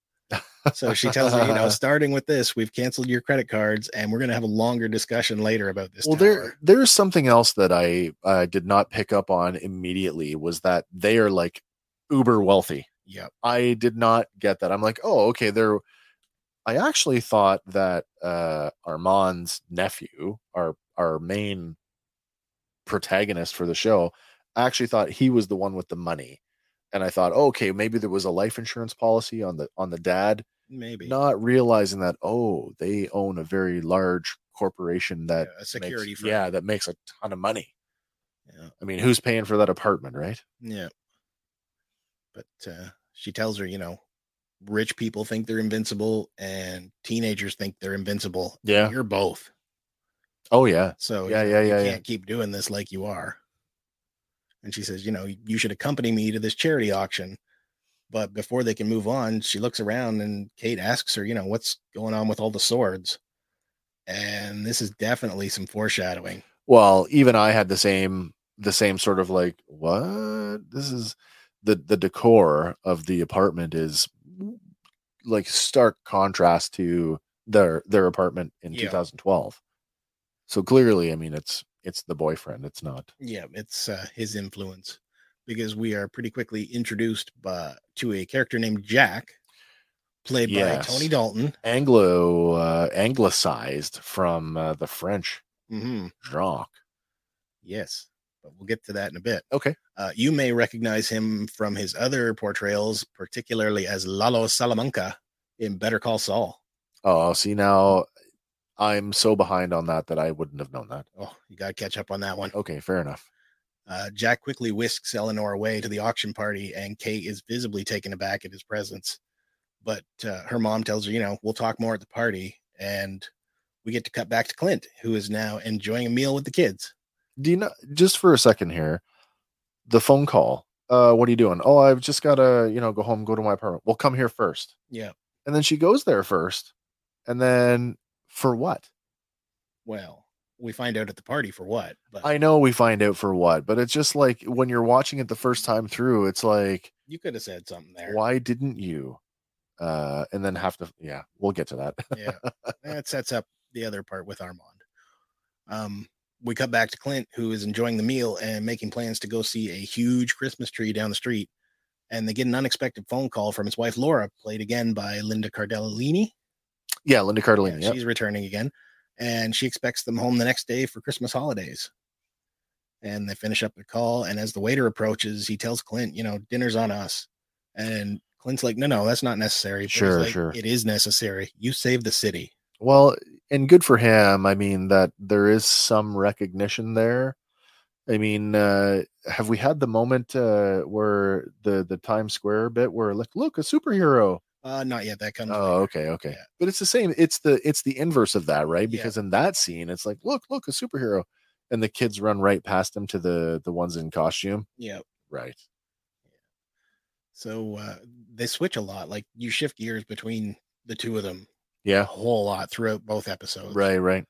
Speaker 2: So she tells her, you know, starting with this, we've canceled your credit cards, and we're going to have a longer discussion later about this.
Speaker 3: well there
Speaker 2: tower."
Speaker 3: there's something else that i uh, did not pick up on immediately was that they are like uber wealthy
Speaker 2: Yep.
Speaker 3: i did not get that i'm like oh okay they're i actually thought that uh armand's nephew our our main protagonist for the show i actually thought he was the one with the money and i thought oh, okay maybe there was a life insurance policy on the on the dad
Speaker 2: Maybe
Speaker 3: not realizing that oh they own a very large corporation that
Speaker 2: Yeah, a security
Speaker 3: makes,
Speaker 2: firm.
Speaker 3: yeah that makes a ton of money
Speaker 2: Yeah.
Speaker 3: i mean who's paying for that apartment right
Speaker 2: Yeah. But uh, she tells her, you know, rich people think they're invincible and teenagers think they're invincible.
Speaker 3: yeah
Speaker 2: You're both.
Speaker 3: oh yeah
Speaker 2: So
Speaker 3: Yeah,
Speaker 2: you,
Speaker 3: yeah,
Speaker 2: you
Speaker 3: yeah, yeah.
Speaker 2: can't keep doing this like you are. And she says, you know, you should accompany me to this charity auction. But before they can move on, she looks around and Kate asks her, you know, what's going on with all the swords? And this is definitely some foreshadowing.
Speaker 3: well even i had the same the same sort of like what this is the the decor of the apartment is like stark contrast to their their apartment in
Speaker 2: Yeah.
Speaker 3: 2012 so clearly i mean it's it's the boyfriend it's not
Speaker 2: yeah it's uh, his influence because we are pretty quickly introduced by to a character named jack played
Speaker 3: Yes.
Speaker 2: by tony dalton
Speaker 3: Anglo uh, anglicized from uh, the French
Speaker 2: hmm
Speaker 3: Jacques.
Speaker 2: yes but we'll get to that in a bit
Speaker 3: Okay.
Speaker 2: uh, you may recognize him from his other portrayals particularly as lalo salamanca in better call saul
Speaker 3: Oh, see now I'm so behind on that that I wouldn't have known that.
Speaker 2: oh you gotta catch up on that one
Speaker 3: Okay, fair enough.
Speaker 2: uh, jack quickly whisks eleanor away to the auction party and kate is visibly taken aback at his presence but uh, her mom tells her, you know, we'll talk more at the party. And we get to cut back to Clint, who is now enjoying a meal with the kids.
Speaker 3: Do you know just for a second here, the phone call. Uh what are you doing? Oh, I've just gotta, you know, go home, go to my apartment. Well, come here first.
Speaker 2: Yeah.
Speaker 3: And then she goes there first. And then for what?
Speaker 2: Well, we find out at the party for what, but
Speaker 3: I know we find out for what, but it's just like when you're watching it the first time through, it's like
Speaker 2: you could have said something there.
Speaker 3: why didn't you uh and then have to yeah we'll get to that
Speaker 2: yeah. That sets up the other part with Armand. Um, we cut back to Clint, who is enjoying the meal and making plans to go see a huge Christmas tree down the street. And they get an unexpected phone call from his wife, Laura, played again by Linda Cardellini.
Speaker 3: yeah linda
Speaker 2: Yeah,
Speaker 3: cardellini yeah,
Speaker 2: she's returning again, and she expects them home the next day for Christmas holidays. And they finish up the call, and as the waiter approaches, he tells Clint, "You know, dinner's on us." And Clint's like, "No, no, that's not necessary." But he's
Speaker 3: Sure,
Speaker 2: like,
Speaker 3: sure.
Speaker 2: It is necessary. You saved the city.
Speaker 3: well and good for him i mean that there is some recognition there i mean uh have we had the moment uh where the the times square bit where like look a superhero
Speaker 2: Uh, not yet. That comes.
Speaker 3: oh okay okay
Speaker 2: Yeah.
Speaker 3: but it's the same it's the it's the inverse of that right
Speaker 2: Yeah.
Speaker 3: because in that scene it's like look look a superhero and the kids run right past him to the the ones in costume
Speaker 2: Yeah.
Speaker 3: right
Speaker 2: So uh, they switch a lot. Like you shift gears between the two of them a
Speaker 3: yeah
Speaker 2: whole lot throughout both episodes.
Speaker 3: right right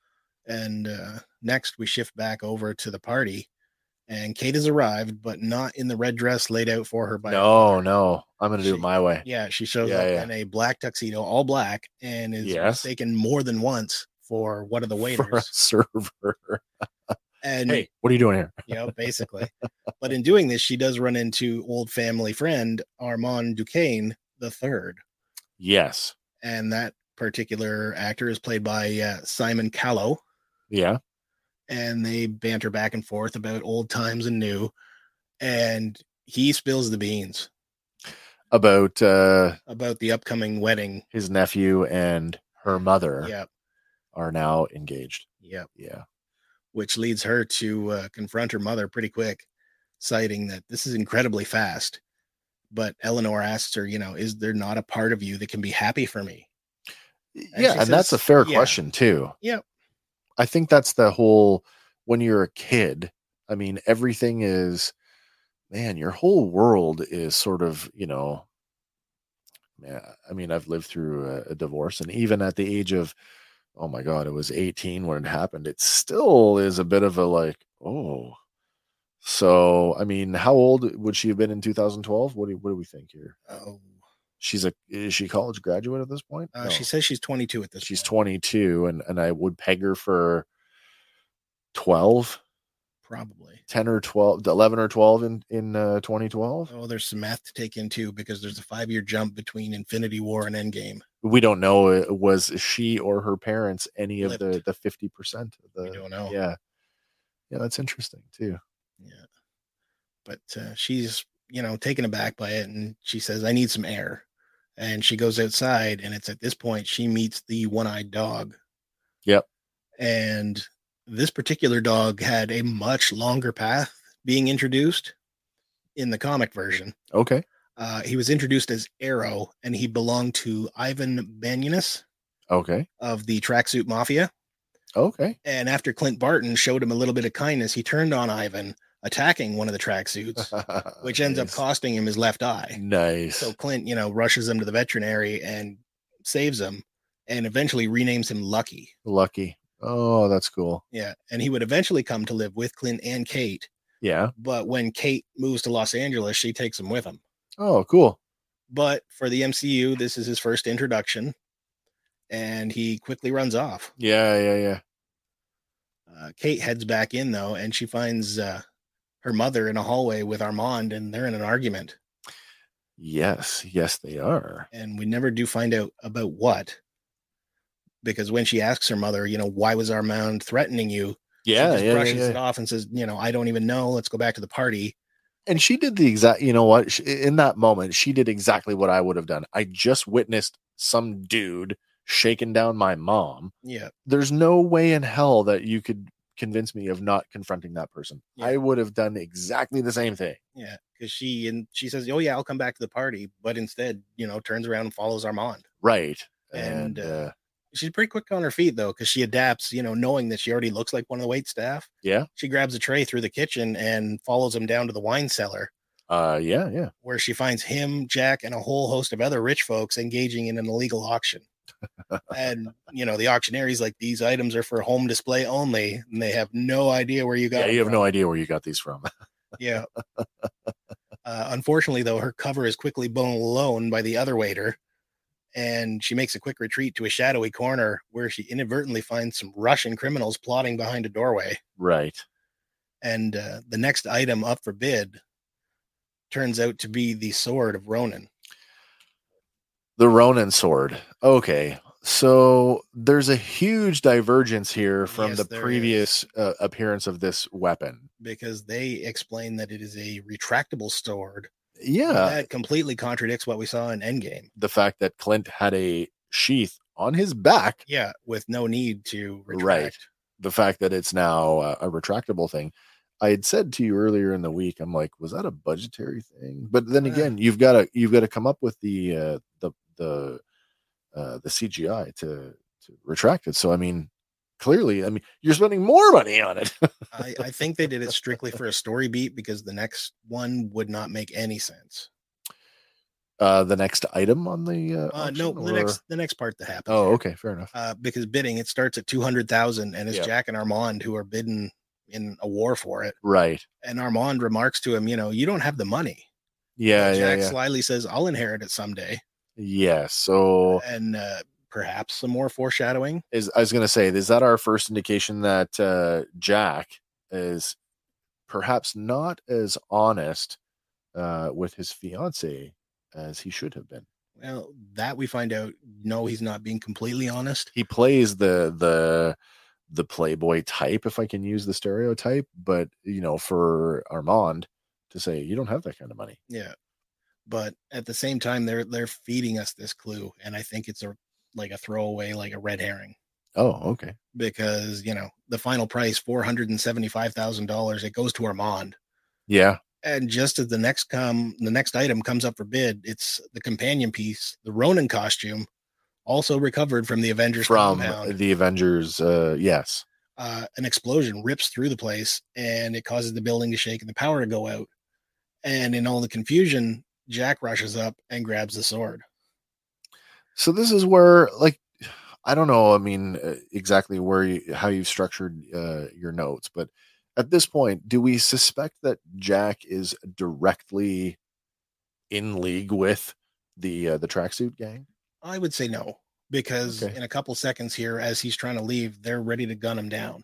Speaker 2: and uh, next we shift back over to the party and kate has arrived but not in the red dress laid out for her by her
Speaker 3: No,
Speaker 2: mother.
Speaker 3: no. I'm gonna do
Speaker 2: She-
Speaker 3: it my way.
Speaker 2: yeah she shows
Speaker 3: Yeah,
Speaker 2: up
Speaker 3: yeah.
Speaker 2: in a black tuxedo all black and is
Speaker 3: Yes.
Speaker 2: mistaken more than once for one of the waiters
Speaker 3: For a server.
Speaker 2: and
Speaker 3: Hey, what are you doing here?
Speaker 2: you know basically but in doing this she does run into old family friend armand duquesne the third
Speaker 3: Yes.
Speaker 2: and that particular actor is played by uh, simon callow
Speaker 3: Yeah.
Speaker 2: and they banter back and forth about old times and new. And he spills the beans
Speaker 3: About uh
Speaker 2: about the upcoming wedding.
Speaker 3: his nephew and her mother
Speaker 2: Yep.
Speaker 3: are now engaged.
Speaker 2: Yep.
Speaker 3: Yeah.
Speaker 2: Which leads her to uh, confront her mother pretty quick, citing that this is incredibly fast. But Eleanor asks her, you know, is there not a part of you that can be happy for me?
Speaker 3: yeah,
Speaker 2: she
Speaker 3: and that's a
Speaker 2: says-
Speaker 3: fair
Speaker 2: yeah.
Speaker 3: question too.
Speaker 2: Yep.
Speaker 3: I think that's the whole when you're a kid, I mean, everything is man, your whole world is sort of, you know, man, I mean, I've lived through a, a divorce and even at the age of oh my god, it was 18 when it happened. It still is a bit of a like, oh. So I mean, how old would she have been in 2012? What do what do we think here?
Speaker 2: Oh,
Speaker 3: She's a is she a college graduate at this point?
Speaker 2: uh,
Speaker 3: No.
Speaker 2: she says she's 22 at this.
Speaker 3: Oh. she's
Speaker 2: point.
Speaker 3: 22 and and I would peg her for 12,
Speaker 2: probably.
Speaker 3: 10 or 12, 11 or 12 in in uh, 2012.
Speaker 2: Oh, there's some math to take in too because there's a five year jump between Infinity War and Endgame.
Speaker 3: We don't know uh, was she or her parents any of the
Speaker 2: Flipped.
Speaker 3: the 50% of
Speaker 2: We
Speaker 3: the
Speaker 2: don't know.
Speaker 3: Uh, yeah. Yeah, that's interesting too.
Speaker 2: Yeah. But uh, she's, you know, taken aback by it. And she says, I need some air. And she goes outside. And it's at this point she meets the one eyed dog.
Speaker 3: Yep.
Speaker 2: And this particular dog had a much longer path being introduced in the comic version.
Speaker 3: Okay.
Speaker 2: Uh, he was introduced as Arrow and he belonged to Ivan Banyanis
Speaker 3: Okay.
Speaker 2: of the Tracksuit Mafia.
Speaker 3: Okay.
Speaker 2: And after Clint Barton showed him a little bit of kindness, he turned on Ivan, attacking one of the tracksuits. which ends up
Speaker 3: Nice. Mm.
Speaker 2: costing him his left eye.
Speaker 3: Nice.
Speaker 2: So Clint, you know, rushes him to the veterinary and saves him and eventually renames him Lucky.
Speaker 3: Lucky. Oh, that's cool.
Speaker 2: Yeah. And he would eventually come to live with Clint and Kate.
Speaker 3: Yeah.
Speaker 2: But when Kate moves to Los Angeles, she takes him with him.
Speaker 3: Oh, cool.
Speaker 2: But for the MCU, this is his first introduction and he quickly runs off.
Speaker 3: Yeah, yeah, yeah.
Speaker 2: Uh, Kate heads back in though and she finds uh, her mother in a hallway with Armand and they're in an argument.
Speaker 3: Yes, yes, they are.
Speaker 2: and we never do find out about what because when she asks her mother you know why was armand threatening you she
Speaker 3: Yeah,
Speaker 2: just
Speaker 3: yeah, yeah,
Speaker 2: brushes
Speaker 3: yeah.
Speaker 2: it off and says you know i don't even know let's go back to the party
Speaker 3: And she did the exact. You know what? She, in that moment, she did exactly what I would have done. I just witnessed some dude shaking down my mom.
Speaker 2: yeah
Speaker 3: There's no way in hell that you could convince me of not confronting that person.
Speaker 2: Yeah.
Speaker 3: I would have done exactly the same thing.
Speaker 2: yeah because she and she says oh yeah i'll come back to the party but instead you know turns around and follows armand
Speaker 3: Right.
Speaker 2: And,
Speaker 3: And,
Speaker 2: uh,
Speaker 3: uh,
Speaker 2: she's pretty quick on her feet though because she adapts you know knowing that she already looks like one of the wait staff
Speaker 3: yeah,
Speaker 2: she grabs a tray through the kitchen and follows him down to the wine cellar
Speaker 3: uh, yeah, yeah.
Speaker 2: where she finds him, Jack, and a whole host of other rich folks engaging in an illegal auction. and you know, the auctioneer is like, "These items are for home display only," and they have no idea where you got.
Speaker 3: Yeah,
Speaker 2: them
Speaker 3: you have
Speaker 2: from.
Speaker 3: no idea where you got these from.
Speaker 2: Yeah. Uh, unfortunately, though, her cover is quickly blown by the other waiter, and she makes a quick retreat to a shadowy corner where she inadvertently finds some Russian criminals plotting behind a doorway.
Speaker 3: right.
Speaker 2: And uh, the next item up for bid turns out to be the sword of Ronin.
Speaker 3: The Ronin sword. Okay. So there's a huge divergence here from
Speaker 2: Yes,
Speaker 3: the
Speaker 2: there
Speaker 3: previous uh, appearance of this weapon.
Speaker 2: because they explain that it is a retractable sword.
Speaker 3: Yeah.
Speaker 2: That completely contradicts what we saw in Endgame.
Speaker 3: The fact that Clint had a sheath on his back,
Speaker 2: Yeah, with no need to
Speaker 3: Right.
Speaker 2: retract.
Speaker 3: the fact that it's now uh, a retractable thing. I had said to you earlier in the week, I'm like, was that a budgetary thing? But then
Speaker 2: Yeah.
Speaker 3: again, you've got to you've got to come up with the uh, the the uh, the CGI to to retract it. So I mean, clearly, I mean, you're spending more money on it.
Speaker 2: I, I think they did it strictly for a story beat because the next one would not make any sense.
Speaker 3: uh the next item on the uh,
Speaker 2: Uh, no,
Speaker 3: auction,
Speaker 2: the
Speaker 3: or-
Speaker 2: next the next part that happens.
Speaker 3: oh
Speaker 2: here.
Speaker 3: okay fair enough
Speaker 2: Uh, because bidding it starts at two hundred thousand, and it's
Speaker 3: Yeah.
Speaker 2: Jack and Armand who are bidding in a war for it.
Speaker 3: right
Speaker 2: And Armand remarks to him, "You know, you don't have the money."
Speaker 3: yeah yeah
Speaker 2: Jack
Speaker 3: yeah
Speaker 2: slyly says, "I'll inherit it someday,"
Speaker 3: yeah so
Speaker 2: and uh, perhaps some more foreshadowing.
Speaker 3: is i was gonna say is that our first indication that uh jack is perhaps not as honest uh with his fiance as he should have been
Speaker 2: Well, that we find out. No, he's not being completely honest.
Speaker 3: he plays the the the playboy type if i can use the stereotype but you know for armand to say you don't have that kind of money
Speaker 2: Yeah, but at the same time, they're they're feeding us this clue, and I think it's a like a throwaway, like a red herring,
Speaker 3: oh okay
Speaker 2: because you know the final price four hundred and seventy five thousand dollars. It goes to Armand,
Speaker 3: yeah
Speaker 2: and just as the next come the next item comes up for bid, it's the companion piece, the Ronin costume, also recovered from the Avengers
Speaker 3: from
Speaker 2: compound.
Speaker 3: the avengers uh yes
Speaker 2: uh, an explosion rips through the place and it causes the building to shake and the power to go out. And in all the confusion, Jack rushes up and grabs the sword.
Speaker 3: So this is where like I don't know. I mean, uh, exactly where you, how you've structured uh, your notes, but at this point, do we suspect that Jack is directly in league with the uh, the tracksuit gang?
Speaker 2: I would say no, because
Speaker 3: Okay.
Speaker 2: in a couple seconds here, as he's trying to leave, they're ready to gun him down.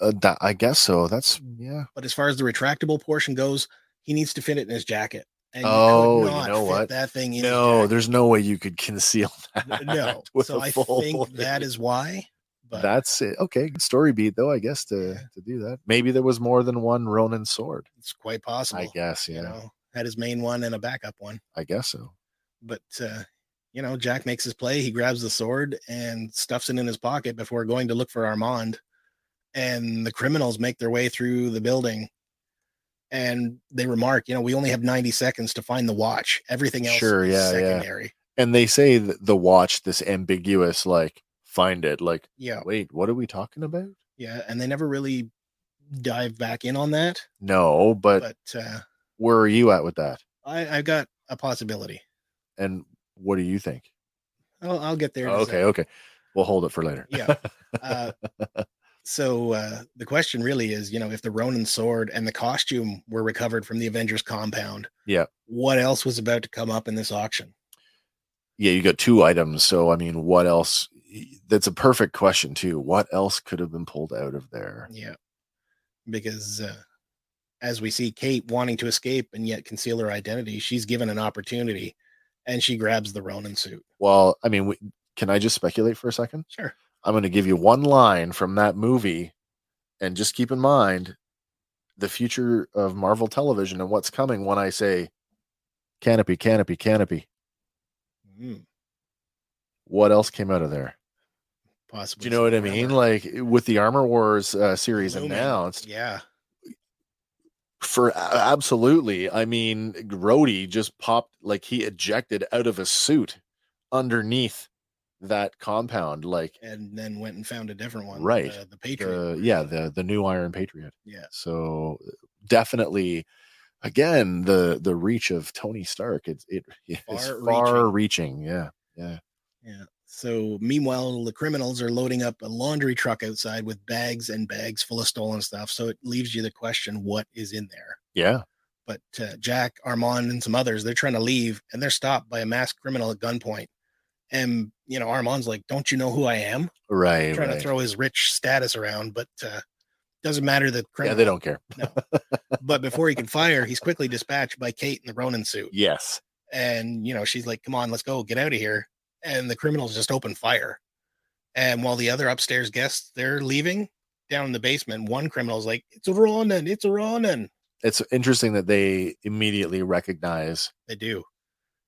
Speaker 3: Uh, that, I guess so. That's yeah.
Speaker 2: But as far as the retractable portion goes, he needs to fit it in his jacket. And could
Speaker 3: Oh, you
Speaker 2: not
Speaker 3: know
Speaker 2: fit
Speaker 3: what?
Speaker 2: That thing in his
Speaker 3: No,
Speaker 2: jacket.
Speaker 3: there's no way you could conceal that.
Speaker 2: no.
Speaker 3: with
Speaker 2: So
Speaker 3: a
Speaker 2: I
Speaker 3: full
Speaker 2: think that is why. But
Speaker 3: That's it. Okay, good story beat though. I guess to
Speaker 2: Yeah.
Speaker 3: to do that. Maybe there was more than one Ronin sword.
Speaker 2: it's quite possible.
Speaker 3: I guess. Yeah,
Speaker 2: You know, had his main one and a backup one.
Speaker 3: I guess so.
Speaker 2: But uh, you know, Jack makes his play. He grabs the sword and stuffs it in his pocket before going to look for Armand. And the criminals make their way through the building. And they remark, you know, we only have 90 seconds to find the watch. Everything else
Speaker 3: Sure,
Speaker 2: is
Speaker 3: yeah, yeah.
Speaker 2: secondary.
Speaker 3: And they say th- the watch this ambiguous like find it like
Speaker 2: Yeah.
Speaker 3: wait what are we talking about?
Speaker 2: Yeah, and they never really dive back in on that.
Speaker 3: No, but,
Speaker 2: But uh,
Speaker 3: where are you at with that?
Speaker 2: I, I've got a possibility.
Speaker 3: And what do you think?
Speaker 2: I'll, I'll get there. in a
Speaker 3: Okay,
Speaker 2: sec.
Speaker 3: okay. We'll hold it for later.
Speaker 2: Yeah. Uh, so uh, the question really is, you know, if the Ronin sword and the costume were recovered from the Avengers compound,
Speaker 3: Yeah.
Speaker 2: what else was about to come up in this auction?
Speaker 3: yeah, you got two items. So I mean, what else? That's a perfect question too. What else could have been pulled out of there?
Speaker 2: Yeah, because uh, as we see Kate wanting to escape and yet conceal her identity, she's given an opportunity, and she grabs the Ronin suit.
Speaker 3: Well, I mean, we, can I just speculate for a second?
Speaker 2: Sure.
Speaker 3: I'm going to give you one line from that movie, and just keep in mind the future of Marvel television and what's coming when I say canopy, canopy, canopy.
Speaker 2: Mm,
Speaker 3: What else came out of there?
Speaker 2: possibly.
Speaker 3: Do you know what I
Speaker 2: some
Speaker 3: mean?
Speaker 2: armor.
Speaker 3: Like with the Armor Wars uh, series
Speaker 2: Looming.
Speaker 3: announced,
Speaker 2: Yeah.
Speaker 3: for a- absolutely i mean grody just popped like he ejected out of a suit underneath that compound like
Speaker 2: and then went and found a different one. Uh,
Speaker 3: Right.
Speaker 2: The, the Patriot.
Speaker 3: the yeah the the new iron patriot
Speaker 2: yeah.
Speaker 3: so definitely again the the reach of tony stark it's it is
Speaker 2: Far-reaching.
Speaker 3: far reaching yeah
Speaker 2: Yeah. So meanwhile, the criminals are loading up a laundry truck outside with bags and bags full of stolen stuff. So it leaves you the question, what is in there?
Speaker 3: yeah
Speaker 2: But uh, Jack, Armand, and some others, they're trying to leave and they're stopped by a masked criminal at gunpoint. And, you know, Armand's like, don't you know who I am?
Speaker 3: right,
Speaker 2: trying to
Speaker 3: right.
Speaker 2: throw his rich status around, but uh, doesn't matter the
Speaker 3: yeah
Speaker 2: criminal.
Speaker 3: they don't care
Speaker 2: But before he can fire, he's quickly dispatched by Kate in the Ronin suit.
Speaker 3: yes
Speaker 2: and you know she's like come on let's go get out of here and the criminals just open fire and while the other upstairs guests they're leaving down in the basement one criminal's like it's a ronin it's a ronin
Speaker 3: it's interesting that they immediately recognize
Speaker 2: they do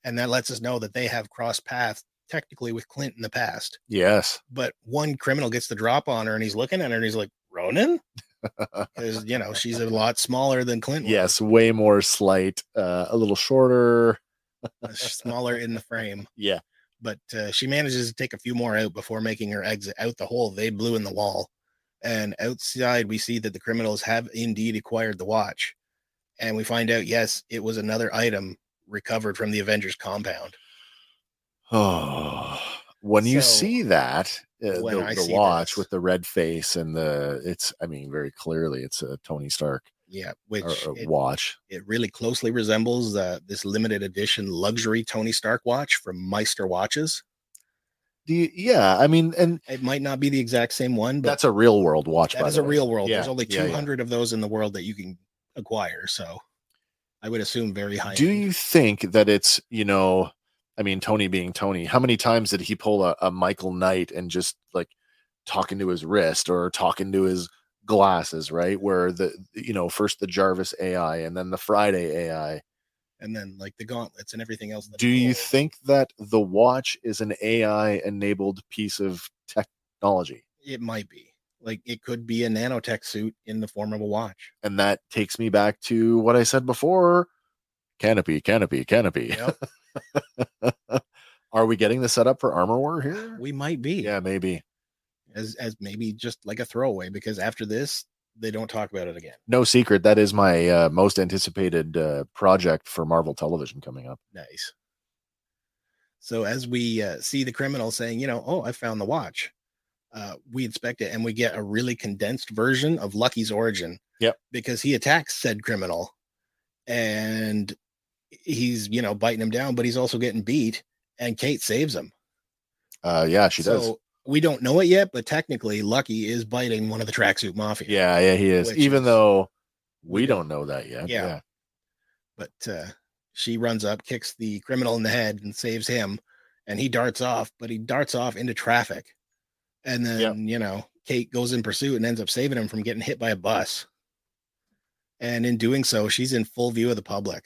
Speaker 2: and that lets us know that they have crossed paths technically with clint in the past
Speaker 3: yes
Speaker 2: but one criminal gets the drop on her and he's looking at her and he's like ronin because you know she's a lot smaller than clint was,
Speaker 3: yes way more slight uh a little shorter
Speaker 2: smaller in the frame
Speaker 3: yeah
Speaker 2: but uh, she manages to take a few more out before making her exit out the hole they blew in the wall. And outside, we see that the criminals have indeed acquired the watch. And we find out, yes, it was another item recovered from the Avengers compound.
Speaker 3: Oh, when you
Speaker 2: So,
Speaker 3: see that, uh,
Speaker 2: when
Speaker 3: the,
Speaker 2: I
Speaker 3: the
Speaker 2: see
Speaker 3: watch
Speaker 2: this-
Speaker 3: with the red face and the it's, I mean, very clearly it's a Tony Stark
Speaker 2: Yeah, which
Speaker 3: or, or
Speaker 2: it,
Speaker 3: watch.
Speaker 2: it really closely resembles uh, this limited edition luxury Tony Stark watch from Meister Watches.
Speaker 3: Do you, yeah, I mean, and
Speaker 2: It might not be the exact same one, but
Speaker 3: that's a real world watch.
Speaker 2: that
Speaker 3: by
Speaker 2: is
Speaker 3: the
Speaker 2: a
Speaker 3: way.
Speaker 2: real world.
Speaker 3: Yeah,
Speaker 2: There's only
Speaker 3: yeah, yeah.
Speaker 2: 200 of those in the world that you can acquire. So I would assume very high.
Speaker 3: Do
Speaker 2: end.
Speaker 3: you think that it's you know, I mean, Tony being Tony, how many times did he pull a, a Michael Knight and just like talking to his wrist or talking to his glasses, right? Where the you know first the Jarvis AI and then the Friday AI.
Speaker 2: and then like the gauntlets and everything else. that
Speaker 3: Do you
Speaker 2: evolve.
Speaker 3: think that the watch is an AI enabled piece of technology?
Speaker 2: it might be like it could be a nanotech suit in the form of a watch?
Speaker 3: And that takes me back to what I said before canopy, canopy, canopy.
Speaker 2: Yep.
Speaker 3: Are we getting the setup for Armor War here?
Speaker 2: we might be
Speaker 3: yeah, maybe.
Speaker 2: as as maybe just like a throwaway because after this they don't talk about it again.
Speaker 3: No secret. That is my uh, most anticipated uh, project for Marvel television coming up.
Speaker 2: Nice. So as we uh, see the criminal saying, you know, oh, I found the watch, uh, we inspect it and we get a really condensed version of Lucky's origin.
Speaker 3: Yep.
Speaker 2: Because he attacks said criminal and he's, you know, biting him down, but he's also getting beat and Kate saves him.
Speaker 3: Uh, yeah, she does.
Speaker 2: we don't know it yet, but technically Lucky is biting one of the tracksuit mafia.
Speaker 3: Yeah, yeah, he is.
Speaker 2: Which
Speaker 3: Even
Speaker 2: is-
Speaker 3: though we don't know that yet.
Speaker 2: Yeah. but uh, she runs up, kicks the criminal in the head, and saves him. And he darts off, but he darts off into traffic. And then,
Speaker 3: Yep.
Speaker 2: you know, Kate goes in pursuit and ends up saving him from getting hit by a bus. And in doing so, she's in full view of the public.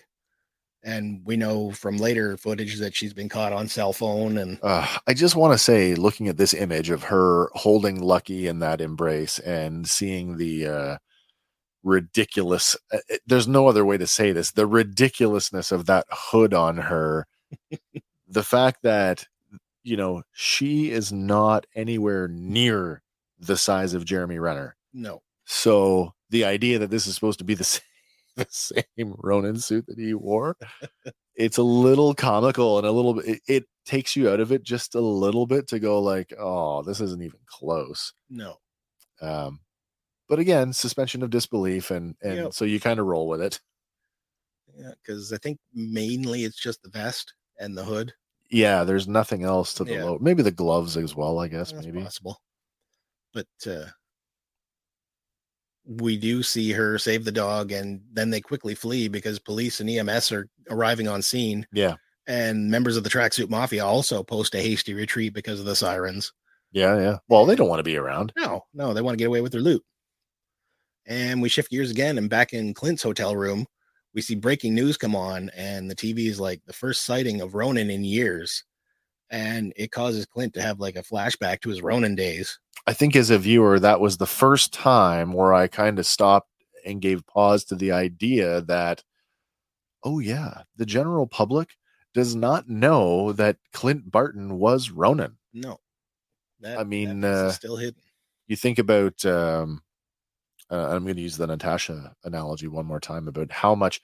Speaker 2: And we know from later footage that she's been caught on cell phone and
Speaker 3: Uh, I just want to say, looking at this image of her holding Lucky in that embrace and seeing the uh, ridiculous, uh, uh, there's no other way to say this, the ridiculousness of that hood on her. the fact that, you know, she is not anywhere near the size of Jeremy Renner.
Speaker 2: no,
Speaker 3: So the idea that this is supposed to be the same, the same Ronin suit that he wore, it's a little comical and a little bit. It, it takes you out of it just a little bit to go like, oh, this isn't even close.
Speaker 2: no.
Speaker 3: Um, but again, suspension of disbelief, and and
Speaker 2: Yep.
Speaker 3: so you kind of roll with it.
Speaker 2: Yeah, because I think mainly it's just the vest and the hood.
Speaker 3: Yeah, there's nothing else to the
Speaker 2: Yeah.
Speaker 3: low. Maybe the gloves as well. I guess
Speaker 2: That's
Speaker 3: maybe.
Speaker 2: possible. But uh, we do see her save the dog, and then they quickly flee because police and EMS are arriving on scene,
Speaker 3: Yeah,
Speaker 2: and members of the tracksuit mafia also post a hasty retreat because of the sirens.
Speaker 3: yeah, yeah. Well, they don't want to be around.
Speaker 2: No, no, they want to get away with their loot. And we shift gears again, and back in Clint's hotel room, we see breaking news come on, and the TV is like the first sighting of Ronan in years. And it causes Clint to have like a flashback to his Ronan days.
Speaker 3: I think as a viewer, that was the first time where I kind of stopped and gave pause to the idea that, oh, yeah, the general public does not know that Clint Barton was Ronan.
Speaker 2: No. That,
Speaker 3: I mean,
Speaker 2: piece is
Speaker 3: uh,
Speaker 2: still hidden.
Speaker 3: You think about, um, uh, I'm going to use the Natasha analogy one more time about how much,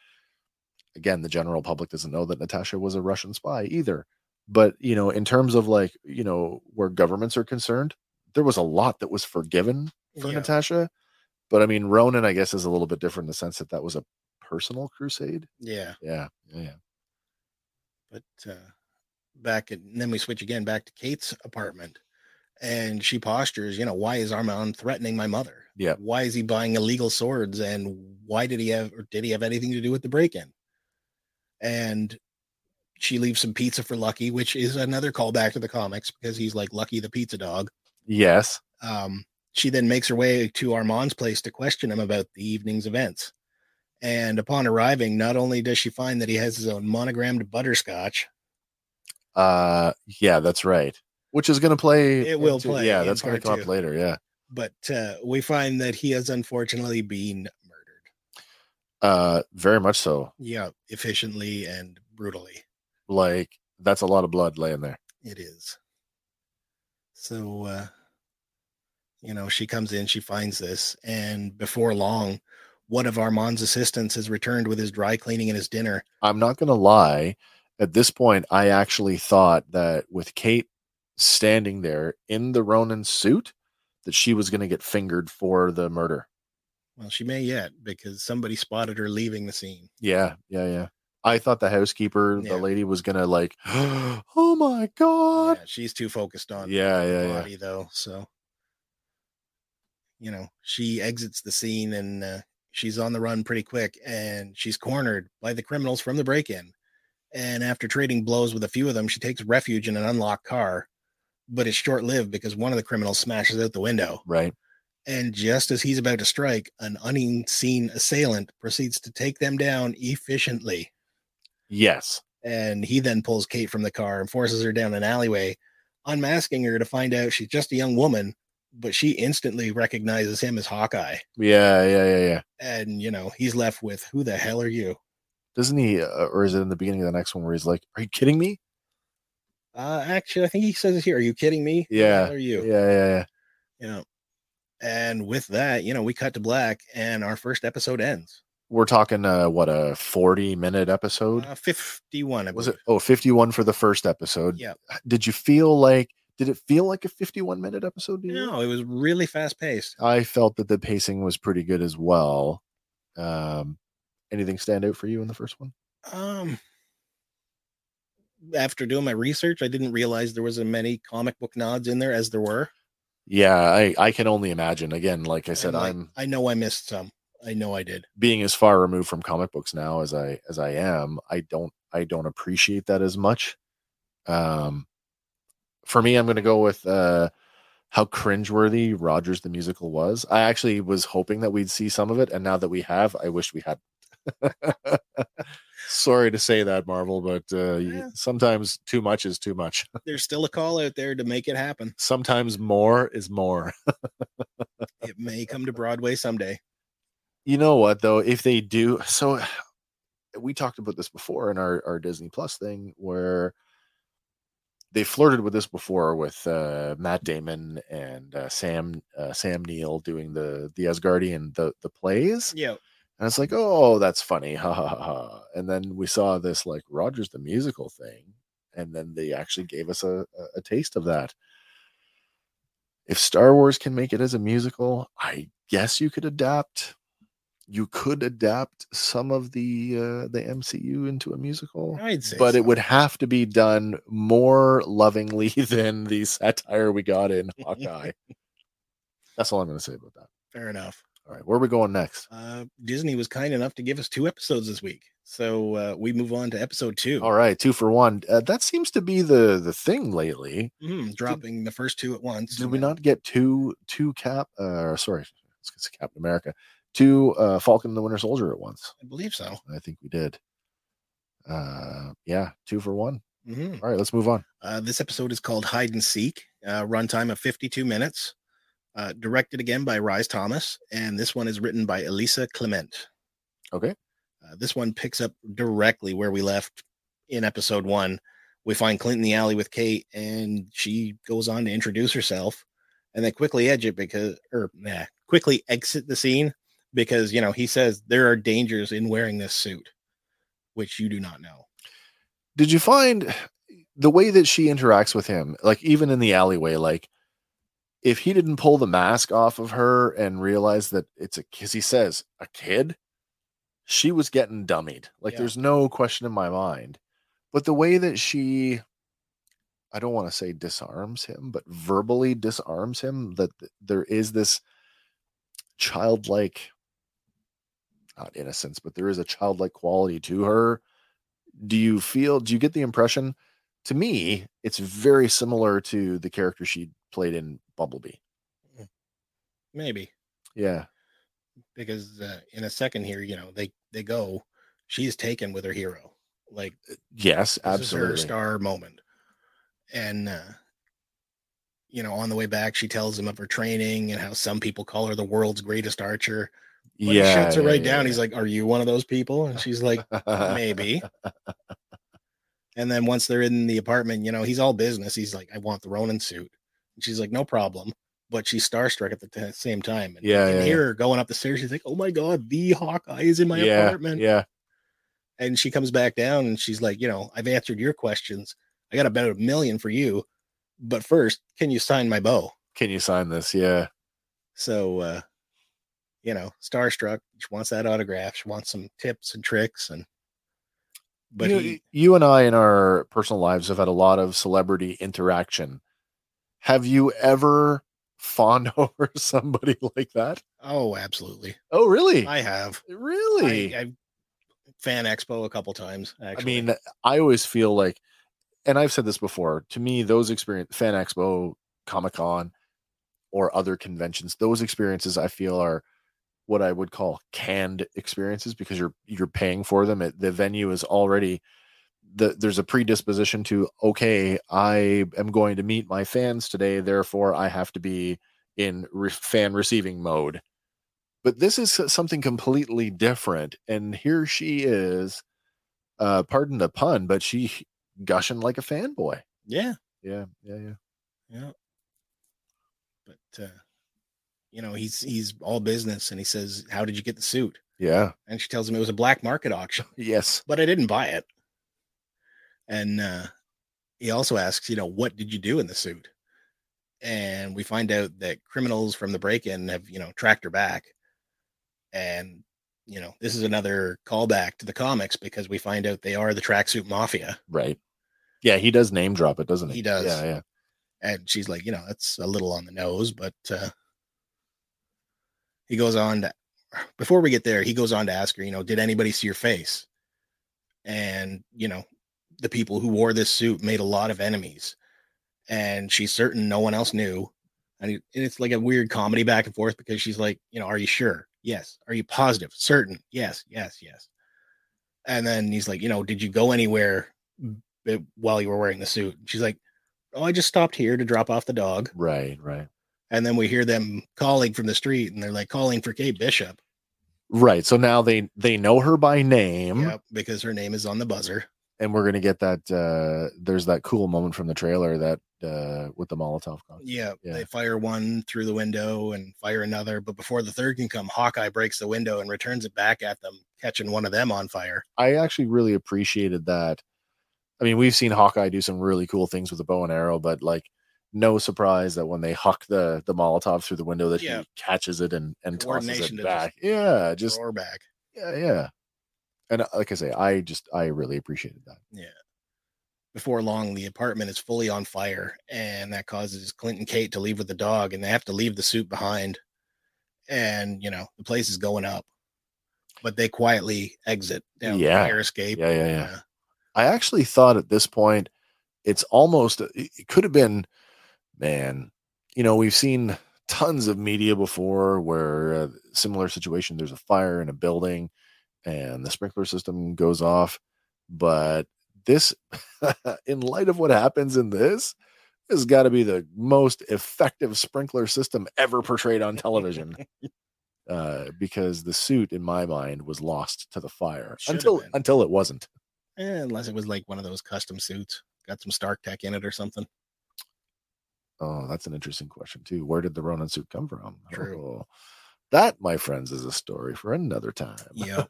Speaker 3: again, the general public doesn't know that Natasha was a Russian spy either. But, you know, in terms of like, you know, where governments are concerned, there was a lot that was forgiven for
Speaker 2: Yeah.
Speaker 3: Natasha. But I mean, Ronan, I guess, is a little bit different in the sense that that was a personal crusade.
Speaker 2: yeah,
Speaker 3: Yeah, yeah, yeah.
Speaker 2: but uh, back at, and then we switch again back to Kate's apartment, and she postures. You know, why is Armand threatening my mother?
Speaker 3: Yeah.
Speaker 2: Why is he buying illegal swords? And why did he have or did he have anything to do with the break-in? And she leaves some pizza for Lucky, which is another callback to the comics because he's like Lucky the pizza dog.
Speaker 3: Yes.
Speaker 2: um, she then makes her way to Armand's place to question him about the evening's events. And upon arriving, not only does she find that he has his own monogrammed butterscotch,
Speaker 3: Uh, yeah, that's right. Which is going to play.
Speaker 2: It will play
Speaker 3: Yeah,
Speaker 2: in
Speaker 3: that's going to
Speaker 2: part
Speaker 3: come up
Speaker 2: two.
Speaker 3: later. Yeah.
Speaker 2: but uh, we find that he has unfortunately been murdered.
Speaker 3: Uh, very much so.
Speaker 2: Yeah, efficiently and brutally.
Speaker 3: Like that's a lot of blood laying there.
Speaker 2: It is. So, uh, you know, she comes in, she finds this, and before long, one of Armand's assistants has returned with his dry cleaning and his dinner.
Speaker 3: I'm not going to lie. At this point, I actually thought that with Kate standing there in the Ronan suit, that she was going to get fingered for the murder.
Speaker 2: Well, she may yet because somebody spotted her leaving the scene.
Speaker 3: Yeah, yeah, yeah. I thought the housekeeper,
Speaker 2: Yeah.
Speaker 3: the lady, was gonna like, oh my god.
Speaker 2: Yeah, she's too focused on
Speaker 3: Yeah, yeah,
Speaker 2: the
Speaker 3: yeah.
Speaker 2: body though. So you know, she exits the scene and uh, she's on the run pretty quick and she's cornered by the criminals from the break-in. And after trading blows with a few of them, she takes refuge in an unlocked car, but it's short-lived because one of the criminals smashes out the window.
Speaker 3: Right.
Speaker 2: And just as he's about to strike, an unseen assailant proceeds to take them down efficiently
Speaker 3: Yes.
Speaker 2: and he then pulls Kate from the car and forces her down an alleyway, unmasking her to find out she's just a young woman, but she instantly recognizes him as Hawkeye.
Speaker 3: Yeah, yeah, yeah, yeah.
Speaker 2: And you know, he's left with who the hell are you?
Speaker 3: Doesn't he, uh, or is it in the beginning of the next one where he's like, "Are you kidding me?"
Speaker 2: Uh actually I think he says it here. Are you kidding me? Who the
Speaker 3: Yeah.
Speaker 2: hell are you?
Speaker 3: Yeah, yeah, yeah.
Speaker 2: You know. And with that, you know, we cut to black and our first episode ends.
Speaker 3: we're talking uh what a 40 minute episode
Speaker 2: Uh, 51. I
Speaker 3: was it
Speaker 2: believe.
Speaker 3: oh 51 for the first episode
Speaker 2: Yeah.
Speaker 3: did you feel like did it feel like a 51 minute episode to you?
Speaker 2: No, it was really fast paced.
Speaker 3: i felt that the pacing was pretty good as well um anything stand out for you in the first one
Speaker 2: Um, after doing my research, I didn't realize there was as many comic book nods in there as there were.
Speaker 3: yeah i i can only imagine again like i said
Speaker 2: And, like,
Speaker 3: i'm
Speaker 2: I know I missed some. I know I did.
Speaker 3: being as far removed from comic books now as I as I am, I don't I don't appreciate that as much. Um, for me, I'm going to go with uh, how cringeworthy Rogers the musical was. I actually was hoping that we'd see some of it, and now that we have, I wish we had. Sorry to say that, Marvel, but uh, you-
Speaker 2: Yeah.
Speaker 3: sometimes too much is too much.
Speaker 2: There's still a call out there to make it happen.
Speaker 3: Sometimes more is more.
Speaker 2: It may come to Broadway someday.
Speaker 3: you know what though if they do so uh, we talked about this before in our, our disney plus thing where they flirted with this before with uh, matt damon and uh, sam uh, sam neill doing the the asgardian the the plays
Speaker 2: Yeah.
Speaker 3: and it's like oh that's funny ha ha ha, ha and then we saw this like rogers the musical thing and then they actually gave us a, a, a taste of that if star wars can make it as a musical i guess you could adapt you could adapt some of the uh, the mcu into a musical
Speaker 2: I'd say
Speaker 3: but
Speaker 2: so.
Speaker 3: it would have to be done more lovingly than the satire we got in hawkeye that's all i'm going to say about that
Speaker 2: fair enough.
Speaker 3: all right where are we going next
Speaker 2: Uh, Disney was kind enough to give us two episodes this week. So uh, we move on to episode two.
Speaker 3: All right, two for one. Uh, that seems to be the the thing lately.
Speaker 2: Mm, dropping the first two at once.
Speaker 3: Did
Speaker 2: and
Speaker 3: we
Speaker 2: then-
Speaker 3: not get two two cap? Uh, sorry, it's Captain America. Two uh, Falcon and the Winter Soldier at once.
Speaker 2: I believe so.
Speaker 3: I think we did. Uh, yeah, two for one.
Speaker 2: hmm
Speaker 3: All right, let's move on.
Speaker 2: Uh, this episode is called Hide and Seek, uh, runtime of 52 minutes, uh, directed again by Rise Thomas, and this one is written by Elisa Clement.
Speaker 3: Okay.
Speaker 2: Uh, this one picks up directly where we left in episode one. We find Clint in the alley with Kate, and she goes on to introduce herself, and they quickly edge it because, or nah, quickly exit the scene because you know he says there are dangers in wearing this suit, which you do not know.
Speaker 3: Did you find the way that she interacts with him, like even in the alleyway, like if he didn't pull the mask off of her and realize that it's a because he says a kid, she was getting dummied. Like
Speaker 2: Yeah.
Speaker 3: there's no question in my mind. But the way that she I don't want to say disarms him, but verbally disarms him that th- there is this childlike not innocence, but there is a childlike quality to her. Do you feel do you get the impression to me it's very similar to the character she played in Bumblebee?
Speaker 2: Maybe.
Speaker 3: Yeah.
Speaker 2: because uh, in a second here, you know, they they go, she's taken with her hero, like
Speaker 3: Yes,
Speaker 2: this is her
Speaker 3: absolutely.
Speaker 2: star moment, and uh, you know, on the way back, she tells him of her training and how some people call her the world's greatest archer. But he shuts her right down. He's like, "Are you one of those people?" And she's like, "Maybe." and then once they're in the apartment, you know, he's all business. He's like, "I want the Ronin suit," and she's like, "No problem." But she's starstruck at the t- same time. And
Speaker 3: Yeah,
Speaker 2: can
Speaker 3: yeah, yeah.
Speaker 2: hear her going up the stairs. She's like, "Oh my god, the Hawkeye is in my
Speaker 3: yeah,
Speaker 2: apartment."
Speaker 3: Yeah.
Speaker 2: And she comes back down and she's like, "You know, I've answered your questions. I got about a million for you, but first, can you sign my bow?"
Speaker 3: Can you sign this? Yeah.
Speaker 2: So, uh, you know, starstruck. She wants that autograph. She wants some tips and tricks. And but
Speaker 3: you,
Speaker 2: he,
Speaker 3: you and I in our personal lives have had a lot of celebrity interaction. Have you ever fawned over somebody like that?
Speaker 2: oh, absolutely,
Speaker 3: Oh, really?
Speaker 2: I have.
Speaker 3: really?
Speaker 2: I, I fan expo a couple times.
Speaker 3: I
Speaker 2: Actually,
Speaker 3: mean, I always feel like, and I've said this before, to me, those experience Fan Expo, Comic Con, or other conventions, those experiences I feel are what I would call canned experiences because you're you're paying for them. It, the venue is already the, there's a predisposition to okay, I am going to meet my fans today, therefore I have to be in re- fan receiving mode. But this is something completely different, and here she is uh pardon the pun but she gushing like a fanboy
Speaker 2: yeah,
Speaker 3: yeah yeah yeah
Speaker 2: yeah. But uh, you know, he's he's all business, and he says, "How did you get the suit?"
Speaker 3: Yeah.
Speaker 2: and she tells him it was a black market auction,
Speaker 3: Yes.
Speaker 2: but I didn't buy it. And uh, he also asks, you know, what did you do in the suit? And we find out that criminals from the break-in have, you know, tracked her back. And you know, this is another callback to the comics because we find out they are the tracksuit mafia.
Speaker 3: Right. Yeah, he does name drop it, doesn't he?
Speaker 2: He does.
Speaker 3: Yeah, yeah.
Speaker 2: And she's like, you know, that's a little on the nose, but uh, he goes on to, before we get there, he goes on to ask her, you know, did anybody see your face? And, you know, the people who wore this suit made a lot of enemies. And she's certain no one else knew. And, it- and it's like a weird comedy back and forth because she's like, you know, are you sure? Yes. Are you positive? Certain. Yes. Yes. Yes. And then he's like, you know, did you go anywhere b- while you were wearing the suit? And she's like, oh, I just stopped here to drop off the dog.
Speaker 3: Right, right.
Speaker 2: And then we hear them calling from the street and they're like calling for Kay Bishop
Speaker 3: Right. So now they they know her by name
Speaker 2: yep, because her name is on the buzzer.
Speaker 3: and we're going to get that uh there's that cool moment from the trailer that uh with the Molotov cocktail.
Speaker 2: Yeah,
Speaker 3: Yeah.
Speaker 2: They fire one through the window and fire another. But before the third can come, Hawkeye breaks the window and returns it back at them, catching one of them on fire.
Speaker 3: I actually really appreciated that. I mean, we've seen Hawkeye do some really cool things with a bow and arrow, but like no surprise that when they huck the the Molotov through the window that
Speaker 2: Yeah.
Speaker 3: he catches it and and tosses
Speaker 2: Coordination to
Speaker 3: it back. yeah, just
Speaker 2: Roar back.
Speaker 3: yeah, yeah. And uh, like I say, I just I really appreciated that.
Speaker 2: Before long, the apartment is fully on fire, and that causes Clint and Kate to leave with the dog, and they have to leave the suit behind. And you know the place is going up, but they quietly exit down
Speaker 3: Yeah.
Speaker 2: the fire escape.
Speaker 3: Yeah, yeah, yeah.
Speaker 2: Uh,
Speaker 3: I actually thought at this point, it's almost, it it could have been, man, you know, we've seen tons of media before where uh, similar situation, there's a fire in a building and the sprinkler system goes off. But this, in light of what happens in this, has got to be the most effective sprinkler system ever portrayed on television. uh, because the suit, in my mind, was lost to the fire
Speaker 2: Should have
Speaker 3: until
Speaker 2: been.
Speaker 3: until it wasn't.
Speaker 2: Eh, unless it was like one of those custom suits, got some Stark Tech in it or something.
Speaker 3: Oh, that's an interesting question too. Where did the Ronin suit come from?
Speaker 2: True.
Speaker 3: Oh, that, my friends, is a story for another time.
Speaker 2: Yeah.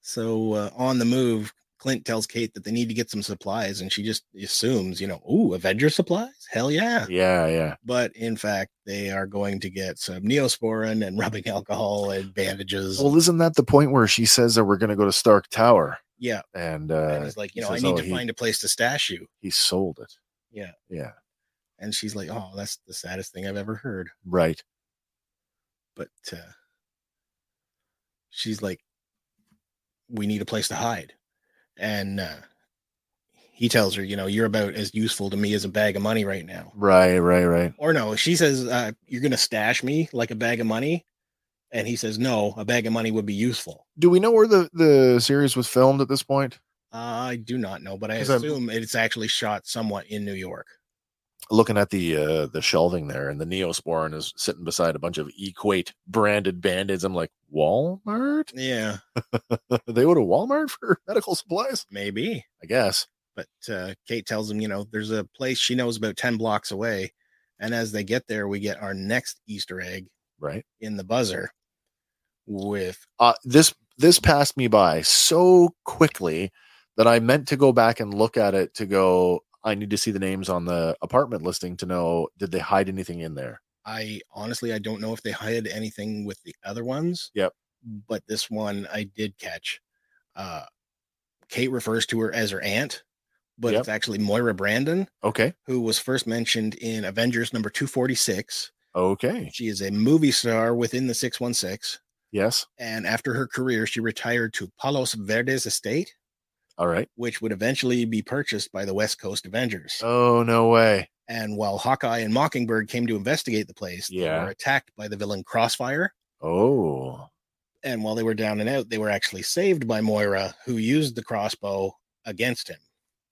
Speaker 2: so uh, on the move, Clint tells Kate that they need to get some supplies, and she just assumes, you know, ooh, Avenger supplies? Hell yeah.
Speaker 3: yeah, yeah.
Speaker 2: But in fact, they are going to get some neosporin and rubbing alcohol and bandages.
Speaker 3: Well, isn't that the point where she says that we're going to go to Stark Tower?
Speaker 2: yeah.
Speaker 3: And, uh,
Speaker 2: And he's like, you
Speaker 3: he
Speaker 2: know, I
Speaker 3: says,
Speaker 2: need
Speaker 3: "Oh,
Speaker 2: to
Speaker 3: he-
Speaker 2: find a place to stash you.
Speaker 3: he sold it.
Speaker 2: Yeah.
Speaker 3: Yeah,
Speaker 2: And she's like, oh, that's the saddest thing I've ever heard.
Speaker 3: right.
Speaker 2: But uh, she's like, we need a place to hide. And uh, he tells her, you know, you're about as useful to me as a bag of money right now.
Speaker 3: Right, right, right.
Speaker 2: Or no, she says, uh, you're going to stash me like a bag of money. And he says, no, a bag of money would be useful.
Speaker 3: Do we know where the, the series was filmed at this point?
Speaker 2: I do not know, but I
Speaker 3: 'Cause I'm-
Speaker 2: assume it's actually shot somewhat in New York.
Speaker 3: Looking at the uh, the shelving there, and the Neosporin is sitting beside a bunch of Equate branded band-aids. I'm like, Walmart?
Speaker 2: Yeah,
Speaker 3: they go to Walmart for medical supplies?
Speaker 2: maybe.
Speaker 3: I guess.
Speaker 2: but uh, Kate tells him, you know, there's a place she knows about 10 blocks away. And as they get there, we get our next Easter egg
Speaker 3: Right.
Speaker 2: in the buzzer with
Speaker 3: Uh, this this passed me by so quickly that I meant to go back and look at it to go. I need to see the names on the apartment listing to know did they hide anything in there.
Speaker 2: I honestly I don't know if they hid anything with the other ones.
Speaker 3: Yep.
Speaker 2: But this one I did catch. Uh Kate refers to her as her aunt, but
Speaker 3: Yep.
Speaker 2: it's actually Moira Brandon,
Speaker 3: Okay.
Speaker 2: who was first mentioned in Avengers number 246.
Speaker 3: Okay.
Speaker 2: She is a movie star within the 616.
Speaker 3: Yes.
Speaker 2: and after her career, she retired to Palos Verdes estate,
Speaker 3: All right.
Speaker 2: which would eventually be purchased by the West Coast Avengers.
Speaker 3: Oh no way.
Speaker 2: And while Hawkeye and Mockingbird came to investigate the place, they
Speaker 3: Yeah.
Speaker 2: were attacked by the villain Crossfire.
Speaker 3: Oh.
Speaker 2: And while they were down and out, they were actually saved by Moira, who used the crossbow against him.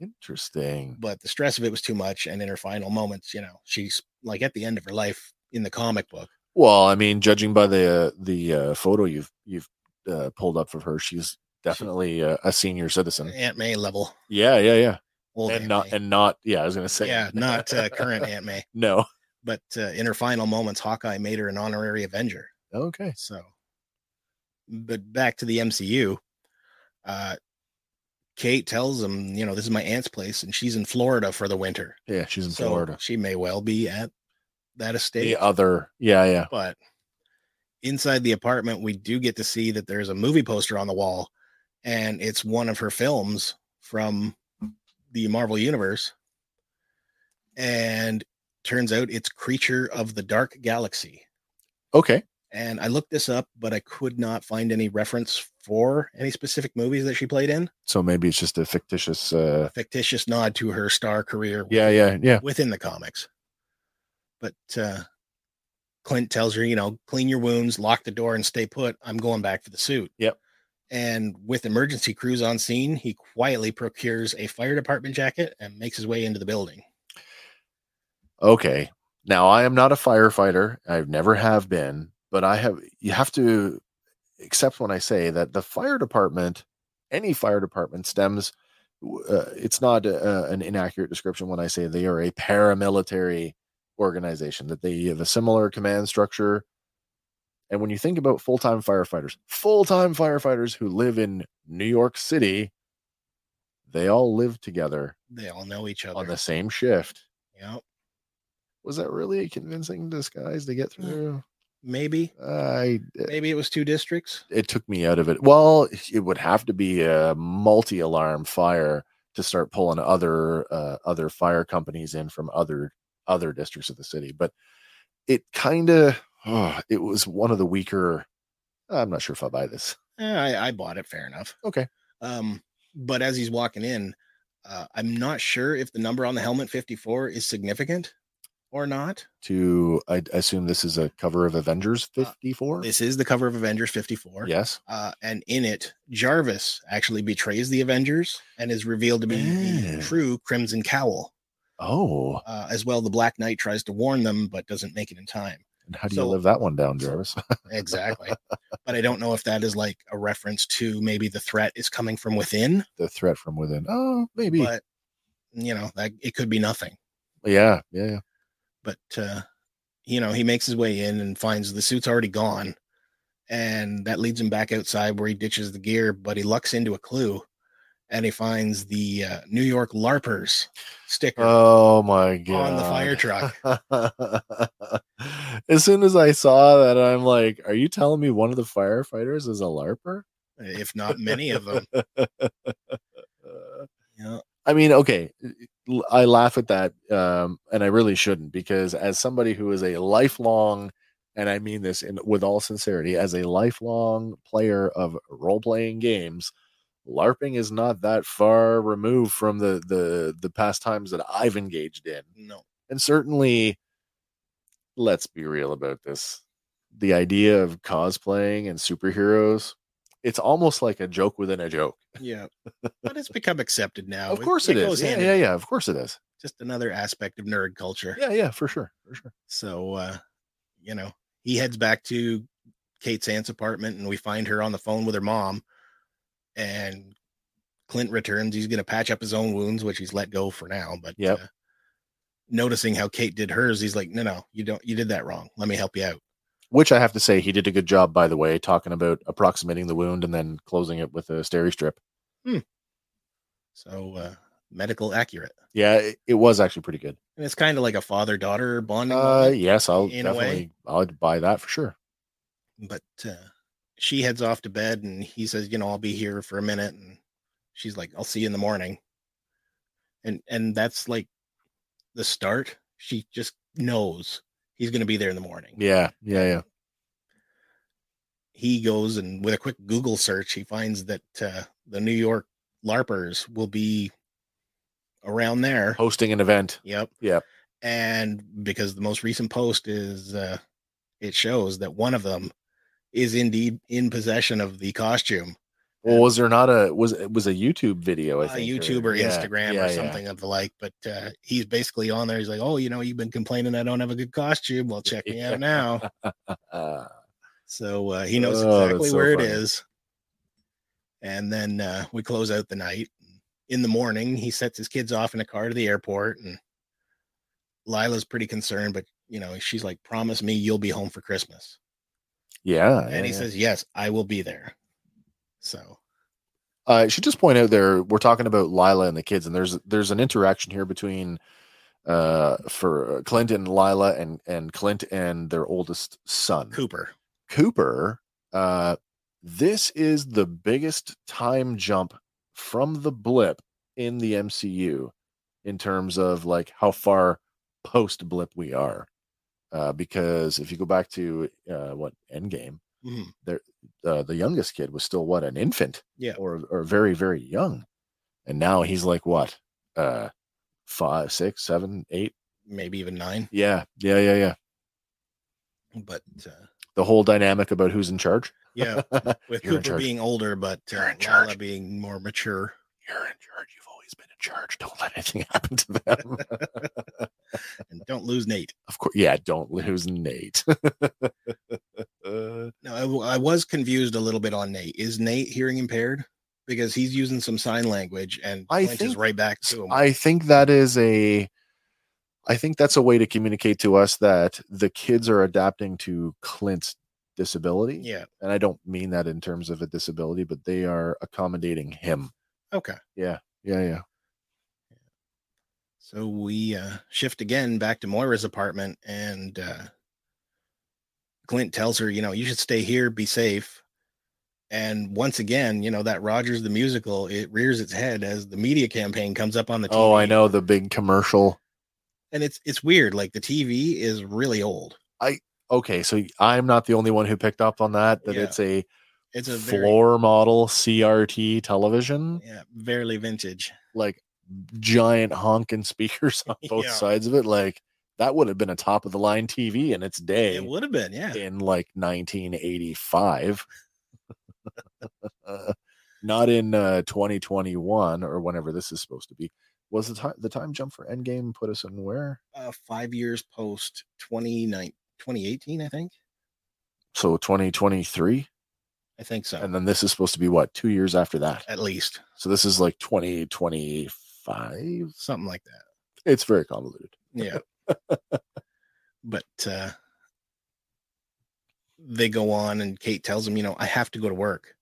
Speaker 3: Interesting.
Speaker 2: But the stress of it was too much. And in her final moments, you know, she's like at the end of her life in the comic book.
Speaker 3: Well, I mean, judging by the uh, the uh, photo you've you've uh, pulled up of her, she's definitely uh, a senior citizen.
Speaker 2: Aunt May level.
Speaker 3: Yeah. Yeah. Yeah.
Speaker 2: Old
Speaker 3: and
Speaker 2: Aunt
Speaker 3: not
Speaker 2: May.
Speaker 3: and not. Yeah. I was gonna say.
Speaker 2: yeah, not uh, current Aunt May.
Speaker 3: no.
Speaker 2: But uh, in her final moments, Hawkeye made her an honorary Avenger.
Speaker 3: Okay.
Speaker 2: So But back to the MCU, uh, Kate tells him, you know, this is my aunt's place, and she's in Florida for the winter.
Speaker 3: Yeah, she's in
Speaker 2: So
Speaker 3: Florida.
Speaker 2: She may well be at that estate.
Speaker 3: The other, yeah, yeah.
Speaker 2: But inside the apartment, we do get to see that there's a movie poster on the wall, and it's one of her films from the Marvel Universe. And turns out it's Creature of the Dark Galaxy.
Speaker 3: Okay,
Speaker 2: And I looked this up, but I could not find any reference for any specific movies that she played in.
Speaker 3: so maybe it's just a fictitious. uh
Speaker 2: A fictitious nod to her star career
Speaker 3: Yeah, yeah, yeah.
Speaker 2: within the comics. But uh, Clint tells her, you know, clean your wounds, lock the door, and stay put. I'm going back for the suit.
Speaker 3: Yep.
Speaker 2: And with emergency crews on scene, he quietly procures a fire department jacket and makes his way into the building.
Speaker 3: Okay, now I am not a firefighter. I've never have been, but I have. You have to accept when I say that the fire department, any fire department, stems. Uh, it's not uh an inaccurate description when I say they are a paramilitary organization. That they have a similar command structure. And when you think about full time firefighters, full time firefighters who live in New York City, they all live together
Speaker 2: They all know each other.
Speaker 3: on the same shift
Speaker 2: Yep.
Speaker 3: was that really a convincing disguise to get
Speaker 2: Mm.
Speaker 3: through?
Speaker 2: Maybe,
Speaker 3: Uh, I eh,
Speaker 2: maybe it was two districts.
Speaker 3: it took me out of it. Well, it would have to be a multi-alarm fire to start pulling other uh, other fire companies in from other other districts of the city, but it kind of it was one of the weaker. I'm not sure if I buy this.
Speaker 2: Eh, I, I bought it. Fair enough.
Speaker 3: Okay.
Speaker 2: Um, but as he's walking in, uh, I'm not sure if the number on the helmet 54 is significant or not.
Speaker 3: To I I assume this is a cover of Avengers
Speaker 2: Uh,
Speaker 3: 54.
Speaker 2: This is the cover of Avengers 54.
Speaker 3: yes.
Speaker 2: Uh, and in it, Jarvis actually betrays the Avengers and is revealed to be the
Speaker 3: Mm.
Speaker 2: true Crimson Cowl.
Speaker 3: Oh,
Speaker 2: Uh, as well, the Black Knight tries to warn them, but doesn't make it in time.
Speaker 3: and how do
Speaker 2: So-
Speaker 3: you live that one down, Jarvis?
Speaker 2: Exactly. but I don't know if that is like a reference to maybe the threat is coming from within,
Speaker 3: the threat from within. Oh, maybe.
Speaker 2: but you know, that it could be nothing.
Speaker 3: yeah, yeah, yeah.
Speaker 2: but uh, you know he makes his way in and finds the suit's already gone and that leads him back outside where he ditches the gear but he lucks into a clue and he finds the uh, new york larpers sticker
Speaker 3: Oh my god!
Speaker 2: On the fire
Speaker 3: as soon as I saw that, I'm like, "Are you telling me one of the firefighters is a larper?"
Speaker 2: if not many of them yeah
Speaker 3: Uh, I mean, okay, l- I laugh at that, um, and I really shouldn't because as somebody who is a lifelong, and I mean this in with all sincerity, as a lifelong player of role playing games, LARPing is not that far removed from the the the pastimes that I've engaged in.
Speaker 2: no
Speaker 3: And certainly, let's be real about this. The idea of cosplaying and superheroes, it's almost like a joke within a joke.
Speaker 2: yeah but it's become accepted now
Speaker 3: of course it is.
Speaker 2: Oh, goes
Speaker 3: Yeah,
Speaker 2: hand
Speaker 3: yeah,
Speaker 2: in-
Speaker 3: yeah. Of course it is.
Speaker 2: just another aspect of nerd culture
Speaker 3: Yeah, yeah, for sure. For sure.
Speaker 2: So, uh, you know, he heads back to Kate's aunt's apartment and we find her on the phone with her mom. And Clint returns. He's going to patch up his own wounds, which he's let go for now. But
Speaker 3: Yep.
Speaker 2: uh, noticing how Kate did hers, he's like, no, no, you don't, you did that wrong. Let me help you out.
Speaker 3: Which I have to say, he did a good job, by the way, talking about approximating the wound and then closing it with a steri strip.
Speaker 2: So, uh, medical accurate.
Speaker 3: Yeah, it, it was actually pretty good.
Speaker 2: And it's kind of like a father daughter bonding.
Speaker 3: Uh,
Speaker 2: moment.
Speaker 3: yes, I'll
Speaker 2: In a way.
Speaker 3: definitely I'll buy that for sure.
Speaker 2: but uh, she heads off to bed and he says you know i'll be here for a minute and she's like i'll see you in the morning and and that's like the start she just knows he's going to be there in the morning
Speaker 3: Yeah, yeah, yeah.
Speaker 2: he goes and with a quick google search he finds that uh, the new york larpers will be around there
Speaker 3: Hosting an event.
Speaker 2: Yep.
Speaker 3: Yep.
Speaker 2: And because the most recent post is uh it shows that one of them is indeed in possession of the costume.
Speaker 3: Well, was there not a was it was a YouTube video? I
Speaker 2: Uh,
Speaker 3: think
Speaker 2: YouTube or
Speaker 3: yeah,
Speaker 2: Instagram
Speaker 3: yeah,
Speaker 2: or
Speaker 3: yeah.
Speaker 2: something of the like, but uh he's basically on there. He's like, Oh, you know, you've been complaining I don't have a good costume. Well, check me
Speaker 3: Yeah.
Speaker 2: out now.
Speaker 3: Uh,
Speaker 2: So uh he knows
Speaker 3: Oh, that's
Speaker 2: exactly
Speaker 3: so
Speaker 2: where
Speaker 3: funny.
Speaker 2: it is. And then uh we close out the night. In the morning, he sets his kids off in a car to the airport and Lila's pretty concerned, but you know, she's like, promise me you'll be home for Christmas.
Speaker 3: Yeah. yeah,
Speaker 2: and he
Speaker 3: Oh, yeah.
Speaker 2: says, "Yes, I will be there." So
Speaker 3: Uh, I should just point out there we're talking about Lila and the kids, and there's there's an interaction here between uh for Clint and Lila and and Clint and their oldest son
Speaker 2: Cooper,
Speaker 3: Cooper. Uh, this is the biggest time jump from the blip in the MCU in terms of like how far post blip we are. Uh, because if you go back to uh, what Endgame,
Speaker 2: Mhm.
Speaker 3: uh, the youngest kid was still what an infant
Speaker 2: Yeah.
Speaker 3: or or very very young and now he's like what uh five six seven eight
Speaker 2: maybe even nine,
Speaker 3: yeah yeah yeah yeah
Speaker 2: but uh,
Speaker 3: the whole dynamic about who's in charge
Speaker 2: yeah, with
Speaker 3: You're in
Speaker 2: Cooper
Speaker 3: charge.
Speaker 2: being older, but
Speaker 3: You're
Speaker 2: uh,
Speaker 3: in charge.
Speaker 2: Lila being more mature.
Speaker 3: you're in charge you've always been in charge don't let anything happen to them
Speaker 2: And don't lose Nate.
Speaker 3: of course yeah don't lose nate Uh,
Speaker 2: No, I w- I, was confused a little bit on Nate. Is Nate hearing impaired? Because he's using some sign language, and
Speaker 3: I
Speaker 2: Clint is
Speaker 3: think-
Speaker 2: right back to him.
Speaker 3: I think that is a I think that's a way to communicate to us that the kids are adapting to Clint's disability.
Speaker 2: yeah.
Speaker 3: And I don't mean that in terms of a disability, but they are accommodating him.
Speaker 2: Okay.
Speaker 3: Yeah, yeah.
Speaker 2: So we uh, shift again back to Moira's apartment, and uh, Clint tells her, you know, you should stay here, be safe. And once again, you know, that Rogers the musical, it rears its head as the media campaign comes up on the TV.
Speaker 3: Oh, I know the big commercial.
Speaker 2: And it's it's weird. Like the TV is really old.
Speaker 3: Okay, so I'm not the only one who picked up on that that
Speaker 2: Yeah.
Speaker 3: it's a,
Speaker 2: It's a very,
Speaker 3: floor model CRT television,
Speaker 2: yeah, very vintage.
Speaker 3: like giant honking speakers on both
Speaker 2: Yeah.
Speaker 3: sides of it like that would have been a top of the line TV in its day.
Speaker 2: It would have been, yeah.
Speaker 3: in like 1985 Uh, not in uh, 2021 or whenever this is supposed to be was the time the time jump for endgame put us in where
Speaker 2: Uh, five years post 29 2018, I think.
Speaker 3: so 2023
Speaker 2: I think so.
Speaker 3: and then this is supposed to be what two years after that
Speaker 2: At least
Speaker 3: so this is like 2025
Speaker 2: something like that.
Speaker 3: it's very convoluted
Speaker 2: Yeah. but uh they go on and Kate tells him, you know, I have to go to work.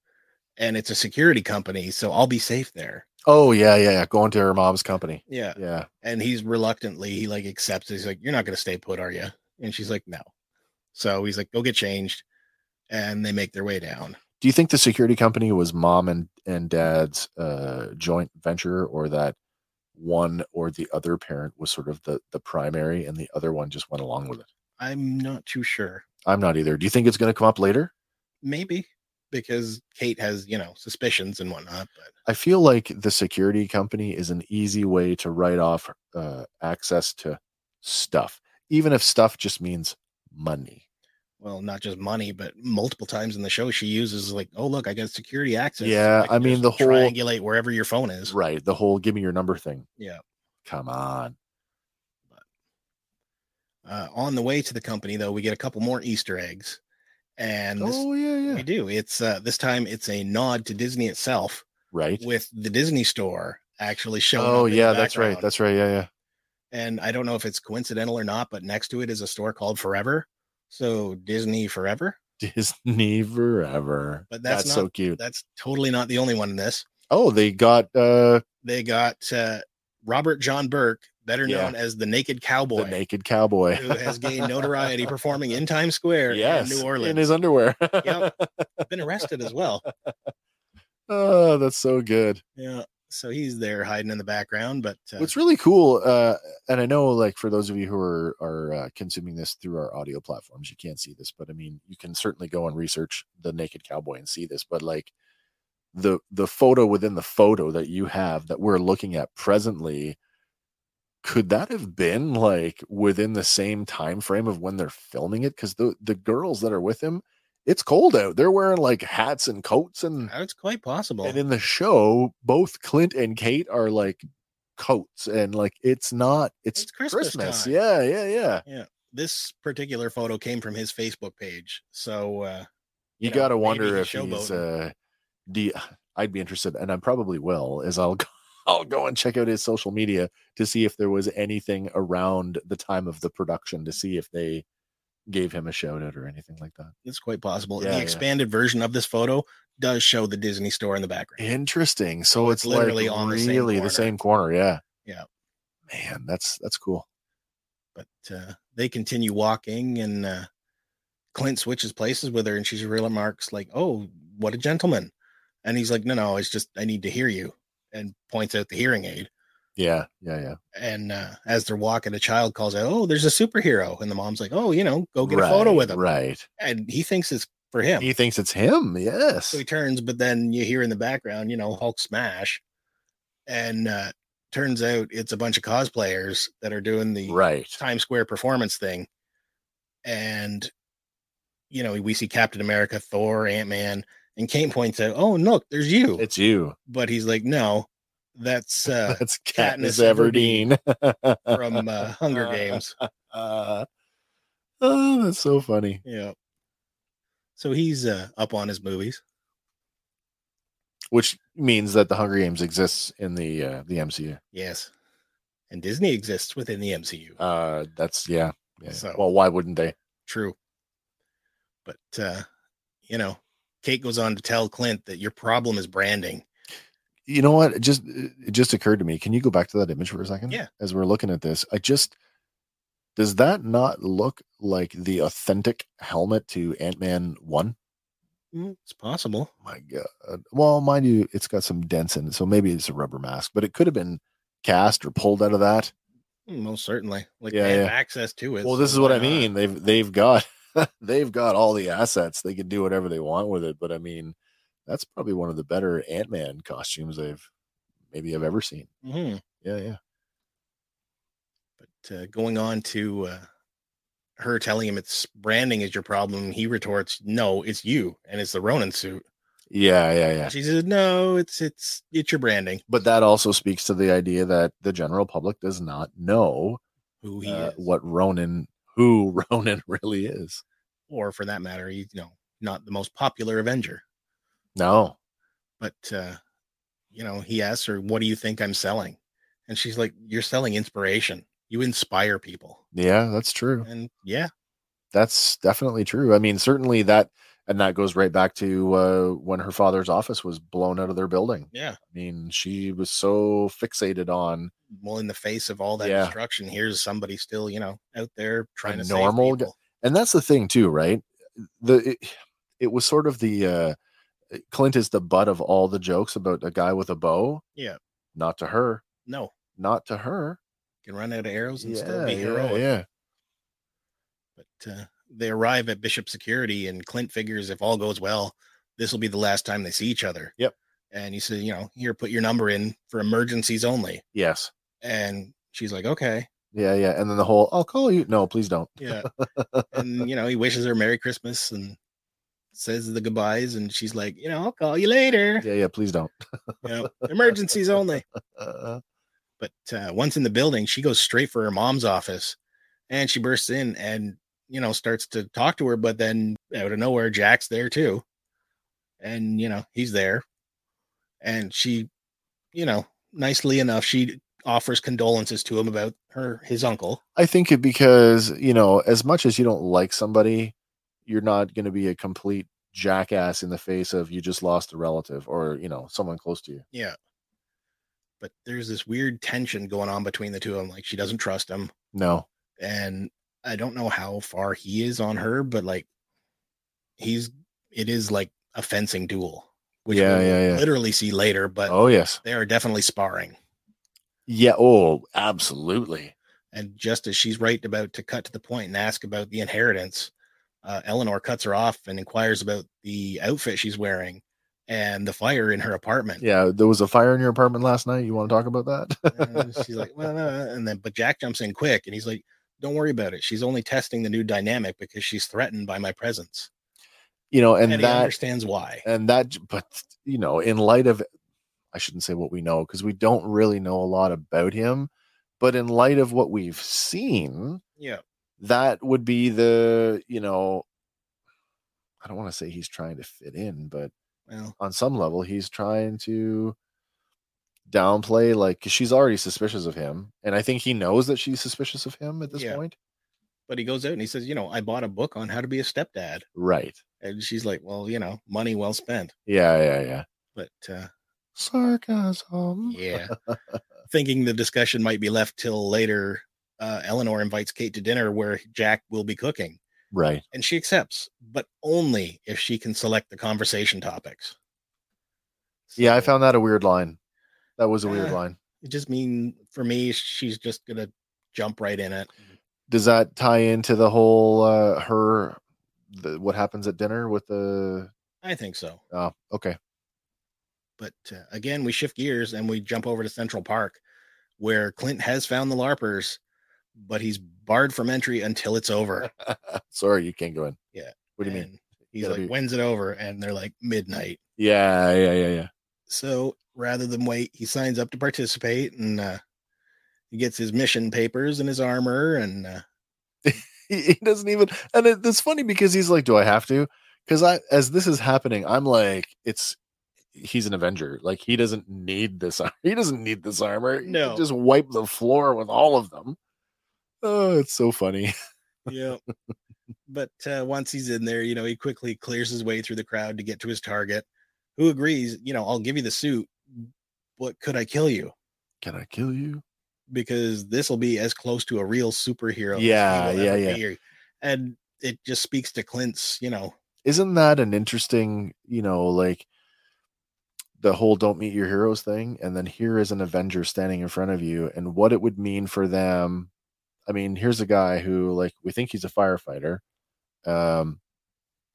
Speaker 2: And it's a security company, so I'll be safe there.
Speaker 3: oh yeah yeah, yeah. going to her mom's company
Speaker 2: Yeah.
Speaker 3: yeah
Speaker 2: And he's reluctantly, he like accepts it. He's like, You're not gonna stay put, are you? And she's like, No. So he's like, Go get changed. And they make their way down.
Speaker 3: do you think the security company was mom and and dad's uh joint venture or that one or the other parent was sort of the the primary and the other one just went along with it
Speaker 2: I'm not too sure.
Speaker 3: i'm not either do you think it's going to come up later
Speaker 2: Maybe because Kate has, you know, suspicions and whatnot, but
Speaker 3: i feel like the security company is an easy way to write off uh access to stuff even if stuff just means money
Speaker 2: well, not just money, but multiple times in the show, she uses like, "Oh, look, I got security access."
Speaker 3: Yeah,
Speaker 2: can
Speaker 3: I
Speaker 2: just
Speaker 3: mean, the whole-
Speaker 2: triangulate wherever your phone is.
Speaker 3: right the whole give me your number thing
Speaker 2: Yeah.
Speaker 3: come on
Speaker 2: Uh, on the way to the company, though, we get a couple more Easter eggs, and this,
Speaker 3: oh yeah yeah
Speaker 2: we do. It's uh, this time it's a nod to Disney itself
Speaker 3: right
Speaker 2: with the Disney Store actually showing.
Speaker 3: oh
Speaker 2: up in the
Speaker 3: yeah that's right
Speaker 2: background.
Speaker 3: that's right yeah yeah
Speaker 2: and I don't know if it's coincidental or not, but next to it is a store called Forever. So Disney Forever.
Speaker 3: Disney Forever.
Speaker 2: But that's
Speaker 3: so
Speaker 2: not-
Speaker 3: cute.
Speaker 2: That's totally not the only one in this.
Speaker 3: oh, they got uh
Speaker 2: They got uh, Robert John Burke, better
Speaker 3: Yeah.
Speaker 2: known as the Naked Cowboy.
Speaker 3: the naked cowboy
Speaker 2: who has gained notoriety performing in Times Square
Speaker 3: yes,
Speaker 2: in New Orleans.
Speaker 3: in his underwear.
Speaker 2: Yep. been arrested as well.
Speaker 3: oh, that's so good.
Speaker 2: Yeah. So he's there hiding in the background, but uh,
Speaker 3: What's really cool, uh, and I know, like for those of you who are are uh, consuming this through our audio platforms, you can't see this, but I mean, you can certainly go and research the naked cowboy and see this. But like the the photo within the photo that you have that we're looking at presently, could that have been like within the same time frame of when they're filming it? Because the the girls that are with him, it's cold out. They're wearing like hats and coats and
Speaker 2: it's quite possible.
Speaker 3: and in the show, both Clint and Kate are like coats, and like it's not it's,
Speaker 2: It's Christmas
Speaker 3: Christmas.
Speaker 2: time.
Speaker 3: Yeah, yeah, yeah.
Speaker 2: this particular photo came from his Facebook page. So uh,
Speaker 3: You,
Speaker 2: You know,
Speaker 3: gotta
Speaker 2: maybe
Speaker 3: wonder if
Speaker 2: he's
Speaker 3: he's
Speaker 2: showboating.
Speaker 3: uh do you- I'd be interested, and I probably will, is I'll go I'll go and check out his social media to see if there was anything around the time of the production to see if they gave him a shout out or anything like that.
Speaker 2: It's quite possible.
Speaker 3: Yeah,
Speaker 2: the
Speaker 3: yeah.
Speaker 2: expanded version of this photo does show the Disney store in the background.
Speaker 3: Interesting. So it's,
Speaker 2: it's literally
Speaker 3: like
Speaker 2: on the same
Speaker 3: really
Speaker 2: corner.
Speaker 3: the same corner. Yeah.
Speaker 2: Yeah.
Speaker 3: Man, that's that's cool.
Speaker 2: But uh, they continue walking, and uh, Clint switches places with her, and she remarks like, "Oh, what a gentleman!" And he's like, "No, no, it's just I need to hear you," and points out the hearing aid.
Speaker 3: Yeah. Yeah. Yeah.
Speaker 2: And uh, as they're walking, a child calls out, "Oh, there's a superhero!" And the mom's like, "Oh, you know, go get a photo
Speaker 3: Right,
Speaker 2: with him."
Speaker 3: Right.
Speaker 2: And he thinks it's for him.
Speaker 3: He thinks it's him. Yes.
Speaker 2: So he turns, but then you hear in the background, you know, Hulk smash. And uh turns out it's a bunch of cosplayers that are doing the
Speaker 3: Right.
Speaker 2: Times Square performance thing. And you know, we see Captain America, Thor, Ant-Man, and Kane points out, "Oh, look, there's you."
Speaker 3: It's you.
Speaker 2: but he's like, "No, that's uh
Speaker 3: That's
Speaker 2: Katniss
Speaker 3: Katniss, Everdeen
Speaker 2: from uh, Hunger Games."
Speaker 3: Uh, oh, that's so funny.
Speaker 2: Yeah. So he's uh, up on his movies.
Speaker 3: Which means that the Hunger Games exists in the uh, the MCU.
Speaker 2: Yes. And Disney exists within the MCU.
Speaker 3: Uh, that's yeah. yeah.
Speaker 2: So-
Speaker 3: Well, why wouldn't they?
Speaker 2: True. But uh, you know, Kate goes on to tell Clint that your problem is branding.
Speaker 3: you know what it just it just occurred to me can you go back to that image for a second
Speaker 2: Yeah.
Speaker 3: as we're looking at this i just does that not look like the authentic helmet to ant-man 1
Speaker 2: Mm, It's possible.
Speaker 3: my god well mind you it's got some dents in it so maybe it's a rubber mask but it could have been cast or pulled out of that
Speaker 2: Mm, Most certainly. Like
Speaker 3: Yeah,
Speaker 2: they have
Speaker 3: yeah.
Speaker 2: access to it.
Speaker 3: well this
Speaker 2: so
Speaker 3: is what
Speaker 2: why
Speaker 3: i
Speaker 2: not?
Speaker 3: mean they've they've got they've got all the assets they can do whatever they want with it but i mean that's probably one of the better ant-man costumes they've maybe i've ever seen
Speaker 2: Mhm.
Speaker 3: yeah yeah
Speaker 2: But uh, going on to uh, her telling him it's branding is your problem, he retorts, "No, it's you, and it's the Ronin suit."
Speaker 3: yeah yeah yeah
Speaker 2: She says, "No, it's it's it's your branding."
Speaker 3: but that also speaks to the idea that the general public does not know
Speaker 2: Who he
Speaker 3: uh,
Speaker 2: is,
Speaker 3: what Ronan, who Ronan really is.
Speaker 2: or for that matter, he's you know not the most popular Avenger.
Speaker 3: No,
Speaker 2: but uh, you know, he asks her, "What do you think I'm selling?" And she's like, "You're selling inspiration. You inspire people."
Speaker 3: yeah, that's true.
Speaker 2: And yeah,
Speaker 3: That's definitely true. I mean, certainly that, and that goes right back to uh, when her father's office was blown out of their building.
Speaker 2: yeah.
Speaker 3: I mean, she was so fixated on
Speaker 2: Well, in the face of all that
Speaker 3: Yeah.
Speaker 2: destruction, here's somebody still, you know, out there trying to
Speaker 3: normal
Speaker 2: normal.
Speaker 3: guy. and that's the thing too right the it, it was sort of the uh clint is the butt of all the jokes about a guy with a bow
Speaker 2: Yeah.
Speaker 3: not to her
Speaker 2: No,
Speaker 3: not to her
Speaker 2: can run out of arrows and still be
Speaker 3: yeah,
Speaker 2: heroic.
Speaker 3: yeah
Speaker 2: But uh, they arrive at Bishop Security, and Clint figures if all goes well, this will be the last time they see each other.
Speaker 3: Yep.
Speaker 2: And he says, you know, here, put your number in for emergencies only.
Speaker 3: yes
Speaker 2: And she's like, okay.
Speaker 3: yeah yeah and then the whole i'll call you no please don't
Speaker 2: Yeah. and you know, he wishes her Merry Christmas and says the goodbyes, and she's like, you know, I'll call you later.
Speaker 3: yeah yeah please don't
Speaker 2: You know, emergencies only.
Speaker 3: uh,
Speaker 2: But uh, once in the building, she goes straight for her mom's office and she bursts in and you know starts to talk to her, but then out of nowhere, Jack's there too. And you know, he's there. And she, you know, nicely enough, she offers condolences to him about her his uncle.
Speaker 3: i think it because you know as much as you don't like somebody you're not going to be a complete jackass in the face of you just lost a relative or you know someone close to you
Speaker 2: Yeah. But there's this weird tension going on between the two of them. Like she doesn't trust him.
Speaker 3: no
Speaker 2: And I don't know how far he is on her, but like he's it is like a fencing duel, which
Speaker 3: Yeah,
Speaker 2: we'll
Speaker 3: yeah, yeah.
Speaker 2: literally see later, but
Speaker 3: oh yes
Speaker 2: they are definitely sparring.
Speaker 3: Yeah. Oh, absolutely.
Speaker 2: And just as she's right about to cut to the point and ask about the inheritance, uh, Eleanor cuts her off and inquires about the outfit she's wearing and the fire in her apartment.
Speaker 3: Yeah. There was a fire in your apartment last night. You want to talk about
Speaker 2: And
Speaker 3: that?
Speaker 2: she's like, well, no. and then but Jack jumps in quick and he's like, don't worry about it. She's only testing the new dynamic because she's threatened by my presence,
Speaker 3: you know,
Speaker 2: and,
Speaker 3: and,
Speaker 2: he
Speaker 3: that,
Speaker 2: understands why.
Speaker 3: and that, j- but, you know, in light of, I shouldn't say what we know because we don't really know a lot about him, but in light of what we've seen,
Speaker 2: Yeah,
Speaker 3: that would be the, you know, I don't want to say he's trying to fit in, but
Speaker 2: well,
Speaker 3: on some level he's trying to downplay like 'cause she's already suspicious of him and i think he knows that she's suspicious of him at this
Speaker 2: Yeah.
Speaker 3: point
Speaker 2: But he goes out and he says, you know, I bought a book on how to be a stepdad.
Speaker 3: Right.
Speaker 2: And she's like, well, you know, money well spent.
Speaker 3: Yeah, yeah, yeah.
Speaker 2: But uh,
Speaker 3: Sarcasm.
Speaker 2: yeah, thinking the discussion might be left till later, uh, Eleanor invites Kate to dinner where Jack will be cooking.
Speaker 3: Right.
Speaker 2: And she accepts, but only if she can select the conversation topics.
Speaker 3: Yeah, I
Speaker 2: So-
Speaker 3: found that a weird line. That was a weird
Speaker 2: Yeah.
Speaker 3: line.
Speaker 2: it just mean for me she's just gonna jump right in it
Speaker 3: Does that tie into the whole uh her the, what happens at dinner with the
Speaker 2: i think so
Speaker 3: oh okay.
Speaker 2: but uh, again we shift gears and we jump over to central park where clint has found the larpers but he's barred from entry until it's over
Speaker 3: Sorry, you can't go in.
Speaker 2: Yeah.
Speaker 3: What do you mean?
Speaker 2: And he's
Speaker 3: Gotta
Speaker 2: like
Speaker 3: be-
Speaker 2: when's it over and they're like midnight
Speaker 3: Yeah, yeah, yeah, yeah.
Speaker 2: so rather than wait he signs up to participate and uh he gets his mission papers and his armor and uh,
Speaker 3: he, he doesn't even and it, it's funny because he's like do i have to because i as this is happening i'm like it's he's an avenger like he doesn't need this ar- he doesn't need this armor He could
Speaker 2: No.
Speaker 3: just wipe the floor with all of them oh it's so funny
Speaker 2: yeah but uh, once he's in there you know he quickly clears his way through the crowd to get to his target who agrees you know i'll give you the suit but could i kill you
Speaker 3: can i kill you
Speaker 2: because this will be as close to a real superhero as he
Speaker 3: Yeah,
Speaker 2: will
Speaker 3: yeah,
Speaker 2: ever
Speaker 3: yeah.
Speaker 2: be." and it just speaks to clint's you know
Speaker 3: isn't that an interesting you know like the whole don't meet your heroes thing and then here is an avenger standing in front of you and what it would mean for them i mean here's a guy who like we think he's a firefighter um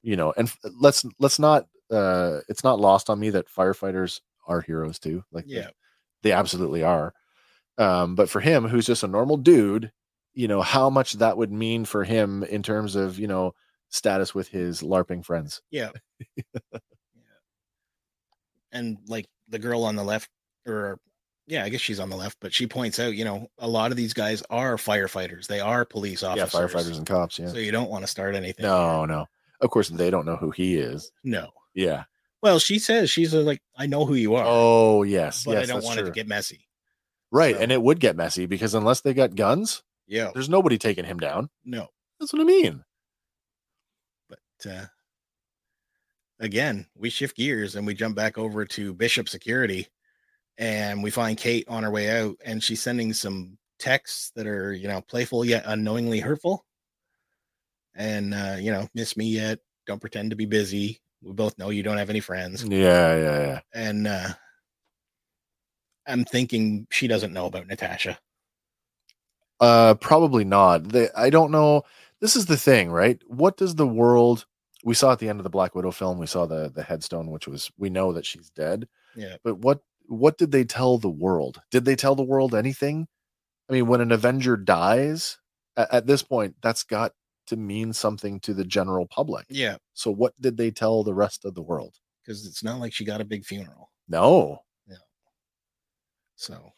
Speaker 3: you know and f- let's let's not uh it's not lost on me that firefighters are heroes too like they-
Speaker 2: yeah
Speaker 3: they absolutely are um but for him who's just a normal dude you know how much that would mean for him in terms of you know status with his larping friends
Speaker 2: yeah and like the girl on the left or yeah i guess she's on the left but she points out you know a lot of these guys are firefighters they are police officers
Speaker 3: Yeah, firefighters and cops. Yeah.
Speaker 2: so you don't want to start anything
Speaker 3: no, no. Of course, they don't know who he is.
Speaker 2: no
Speaker 3: Yeah.
Speaker 2: Well, she says she's uh, like, I know who you are,
Speaker 3: Oh, yes.
Speaker 2: but
Speaker 3: yes,
Speaker 2: I don't
Speaker 3: that's
Speaker 2: want it
Speaker 3: true.
Speaker 2: to get messy.
Speaker 3: right.
Speaker 2: so-
Speaker 3: And it would get messy because unless they got guns,
Speaker 2: Yeah,
Speaker 3: there's nobody taking him down.
Speaker 2: no,
Speaker 3: That's what I mean.
Speaker 2: but uh, again, we shift gears and we jump back over to Bishop Security, and we find Kate on her way out, and she's sending some texts that are you know playful yet unknowingly hurtful, and uh, you know, miss me yet? Don't pretend to be busy. We both know you don't have any friends,
Speaker 3: Yeah, yeah, yeah.
Speaker 2: and uh, I'm thinking she doesn't know about Natasha.
Speaker 3: Uh, probably not. They, I don't know. This is the thing, right? What does the world? We saw at the end of the Black Widow film, we saw the the headstone, which was we know that she's dead.
Speaker 2: Yeah.
Speaker 3: But what what did they tell the world? Did they tell the world anything? I mean, when an Avenger dies, at, at this point, that's got to mean something to the general public.
Speaker 2: Yeah,
Speaker 3: So what did they tell the rest of the world?
Speaker 2: because it's not like she got a big funeral.
Speaker 3: No.
Speaker 2: So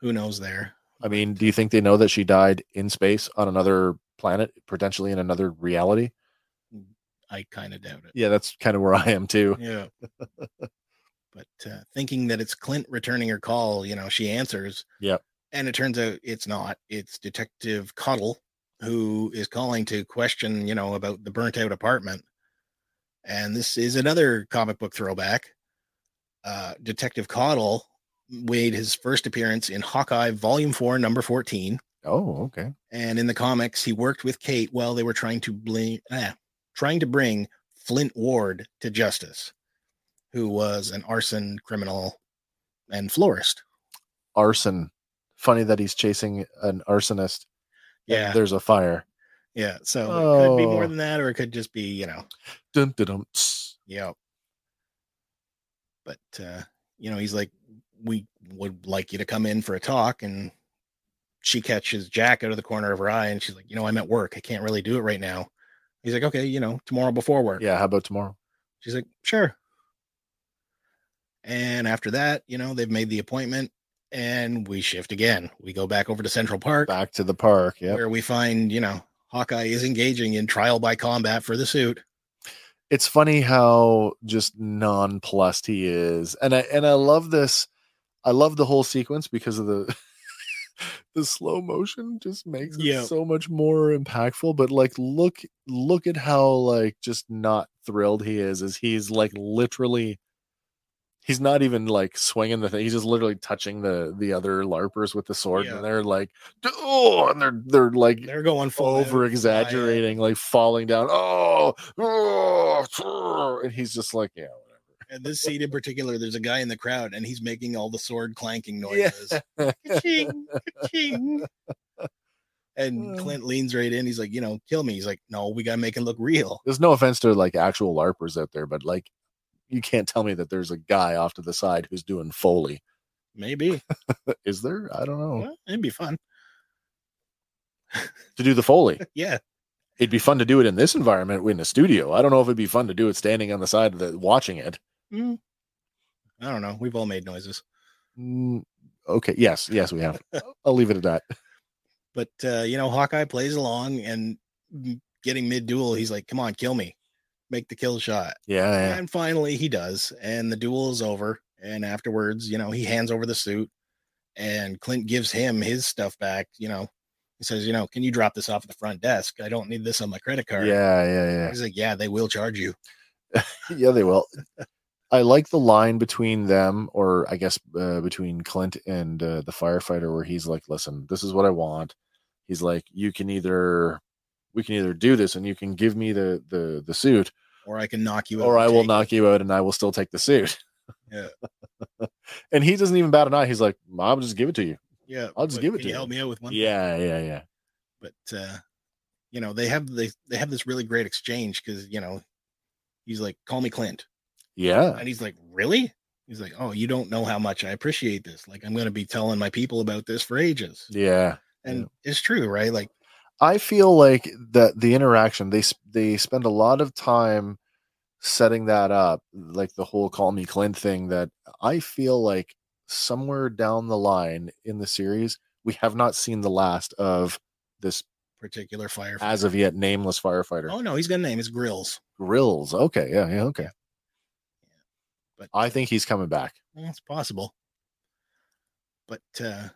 Speaker 2: who knows there?
Speaker 3: I mean, do you think they know that she died in space on another planet, potentially in another reality?
Speaker 2: I kind of doubt it.
Speaker 3: Yeah, that's kind of where I am too.
Speaker 2: Yeah. but uh, thinking that it's Clint returning her call, you know, she answers.
Speaker 3: Yep.
Speaker 2: And it turns out it's not. It's Detective Cuddle who is calling to question, you know, about the burnt out apartment. And this is another comic book throwback. Uh, Detective Coddle made his first appearance in Hawkeye Volume 4, number 14.
Speaker 3: Oh, okay.
Speaker 2: and in the comics he worked with kate while they were trying to bring eh, trying to bring flint ward to justice who was an arson criminal and florist
Speaker 3: Arson. Funny that he's chasing an arsonist. and
Speaker 2: yeah
Speaker 3: There's a fire.
Speaker 2: yeah so it could be more
Speaker 3: Oh.
Speaker 2: than that or it could just be you know
Speaker 3: Dun, dun, dun, tss.
Speaker 2: yeah but uh you know he's like we would like you to come in for a talk and she catches jack out of the corner of her eye and she's like you know i'm at work i can't really do it right now he's like okay you know tomorrow before work
Speaker 3: Yeah. How about tomorrow?
Speaker 2: She's like, sure. And after that, you know, they've made the appointment and we shift again. We go back over to Central Park
Speaker 3: Back to the park. Yeah.
Speaker 2: where we find, you know, Hawkeye is engaging in trial by combat for the suit.
Speaker 3: It's funny how just nonplussed he is, and I and I love this. I love the whole sequence because of the the slow motion just makes it
Speaker 2: Yeah.
Speaker 3: so much more impactful but like look look at how like just not thrilled he is as he's like literally he's not even like swinging the thing he's just literally touching the the other larpers with the sword
Speaker 2: Yeah.
Speaker 3: and they're like oh and they're they're like
Speaker 2: They're going full uh, out,
Speaker 3: over exaggerating like falling down oh, oh and he's just like yeah whatever
Speaker 2: fly out. At this scene in particular, there's a guy in the crowd and he's making all the sword clanking noises. Ka-ching, ka-ching. And
Speaker 3: Uh.
Speaker 2: Clint leans right in. He's like, you know, kill me. He's like, no, we gotta make it look real.
Speaker 3: there's no offense to like actual larpers out there but like you can't tell me that there's a guy off to the side who's doing foley Uh,
Speaker 2: Maybe
Speaker 3: is there i don't know
Speaker 2: Well, it'd be fun.
Speaker 3: to do the foley
Speaker 2: Yeah,
Speaker 3: it'd be fun to do it in this environment in a studio i don't know if it'd be fun to do it standing on the side of the watching it
Speaker 2: Mm. I don't know. We've all made noises,
Speaker 3: Mm, okay yes yes we have i'll leave it at that
Speaker 2: but uh, you know, Hawkeye plays along and m- getting mid duel, he's like, come on, kill me, make the kill shot.
Speaker 3: yeah, yeah.
Speaker 2: And finally, he does, and the duel is over. And afterwards, you know, he hands over the suit, and Clint gives him his stuff back. You know, he says, "You know, can you drop this off at the front desk? I don't need this on my credit
Speaker 3: yeah
Speaker 2: card."
Speaker 3: yeah
Speaker 2: he's like, "Yeah, they will charge you."
Speaker 3: yeah yeah they will i like the line between them or i guess uh, between clint and uh, the firefighter where he's like listen this is what i want he's like you can either we can either do this and you can give me the the the suit
Speaker 2: Or I can knock you out.
Speaker 3: or
Speaker 2: and
Speaker 3: I will
Speaker 2: take-
Speaker 3: knock you out and I will still take the suit.
Speaker 2: Yeah.
Speaker 3: and he doesn't even bat an eye. He's like, I'll just give it to you.
Speaker 2: Yeah,
Speaker 3: I'll just
Speaker 2: but
Speaker 3: give it
Speaker 2: can
Speaker 3: to
Speaker 2: you.
Speaker 3: you.
Speaker 2: Help me out with one.
Speaker 3: Yeah, yeah, yeah.
Speaker 2: but uh you know they have they they have this really great exchange because you know he's like call me clint
Speaker 3: Yeah.
Speaker 2: and he's like really he's like oh you don't know how much i appreciate this like i'm going to be telling my people about this for ages
Speaker 3: Yeah.
Speaker 2: and it's true right like
Speaker 3: I feel like that the interaction they sp- they spend a lot of time setting that up, like the whole call me Clint thing that I feel like somewhere down the line in the series, we have not seen the last of this
Speaker 2: particular firefighter
Speaker 3: as of yet nameless firefighter.
Speaker 2: oh no he's got a name it's grills
Speaker 3: Grills. Okay. Yeah. Yeah. Okay.
Speaker 2: but
Speaker 3: I think he's coming back.
Speaker 2: well, it's possible but uh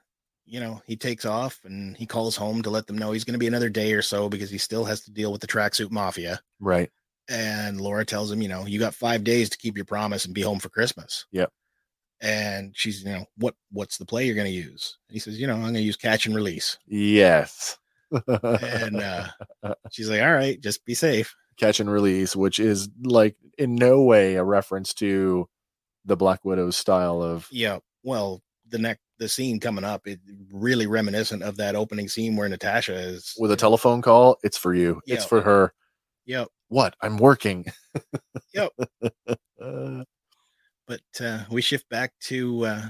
Speaker 2: you know he takes off and he calls home to let them know he's going to be another day or so because he still has to deal with the tracksuit mafia
Speaker 3: Right.
Speaker 2: and Laura tells him, you know, you got five days to keep your promise and be home for Christmas.
Speaker 3: Yep.
Speaker 2: And she's, you know, what what's the play you're gonna use? And he says, you know, I'm gonna use catch and release.
Speaker 3: Yes.
Speaker 2: And uh she's like, All right, just be safe.
Speaker 3: Catch and release, which is like in no way a reference to the Black Widow's style of
Speaker 2: Yeah. Well, the next the scene coming up, it really reminiscent of that opening scene where Natasha is
Speaker 3: with a telephone call. It's for you. It's
Speaker 2: Yeah.
Speaker 3: for her.
Speaker 2: Yep.
Speaker 3: What? I'm working.
Speaker 2: Yep.
Speaker 3: Uh,
Speaker 2: But uh we shift back to uh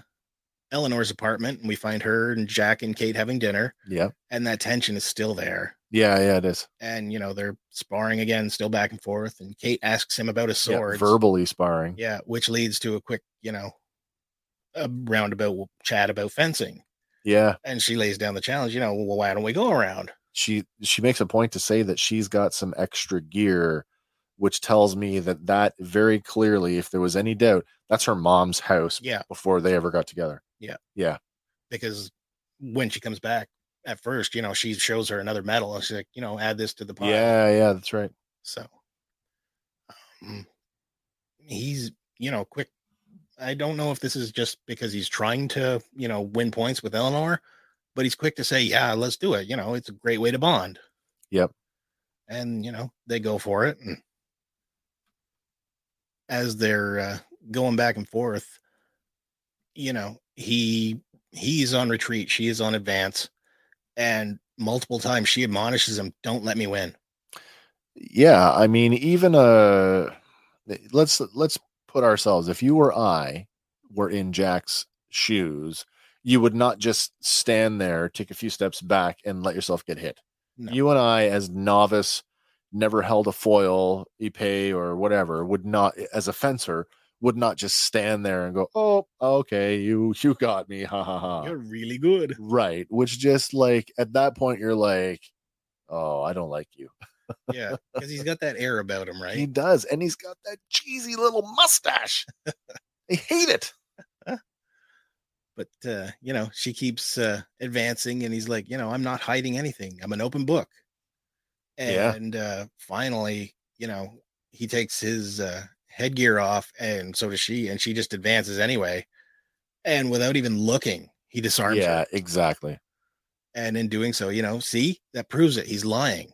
Speaker 2: Eleanor's apartment and we find her and Jack and Kate having dinner,
Speaker 3: yeah.
Speaker 2: and that tension is still there.
Speaker 3: Yeah. Yeah. It is.
Speaker 2: and you know they're sparring again, still back and forth. And Kate asks him about his
Speaker 3: Yeah,
Speaker 2: swords.
Speaker 3: verbally sparring.
Speaker 2: Yeah, which leads to a quick, you know, a roundabout chat about fencing.
Speaker 3: Yeah.
Speaker 2: And she lays down the challenge. You know, well, why don't we go around?
Speaker 3: She she makes a point to say that she's got some extra gear, which tells me that that very clearly, if there was any doubt, that's her mom's house
Speaker 2: Yeah,
Speaker 3: before they ever got together.
Speaker 2: because when she comes back, at first, you know, she shows her another medal, and she's like, you know, add this to the pile.
Speaker 3: Yeah, yeah, that's right.
Speaker 2: So um, he's, you know, quick. I don't know if this is just because he's trying to, you know, win points with Eleanor, but he's quick to say, yeah, let's do it. You know, it's a great way to bond.
Speaker 3: Yep.
Speaker 2: And, you know, they go for it. And as they're uh, going back and forth, you know, he he's on retreat, she is on advance, and multiple times she admonishes him, "Don't let me win."
Speaker 3: Yeah, I mean, even uh let's let's put ourselves if you or I were in Jack's shoes, you would not just stand there, take a few steps back, and let yourself get hit.
Speaker 2: No.
Speaker 3: You and I, as novice, never held a foil, epee, or whatever, would not as a fencer would not just stand there and go, "Oh, okay, you you got me, ha ha ha."
Speaker 2: You're really good.
Speaker 3: Right. Which just like at that point, you're like, oh, I don't like you.
Speaker 2: Yeah, because he's got that air about him,
Speaker 3: He
Speaker 2: right?
Speaker 3: does. And he's got that cheesy little mustache. I hate it.
Speaker 2: but uh, you know she keeps uh, advancing and he's like you know i'm not hiding anything i'm an open book
Speaker 3: Yeah.
Speaker 2: and uh, finally you know he takes his uh, headgear off and so does she and she just advances anyway and without even looking he disarms her
Speaker 3: yeah, exactly.
Speaker 2: and in doing so you know see that proves it he's lying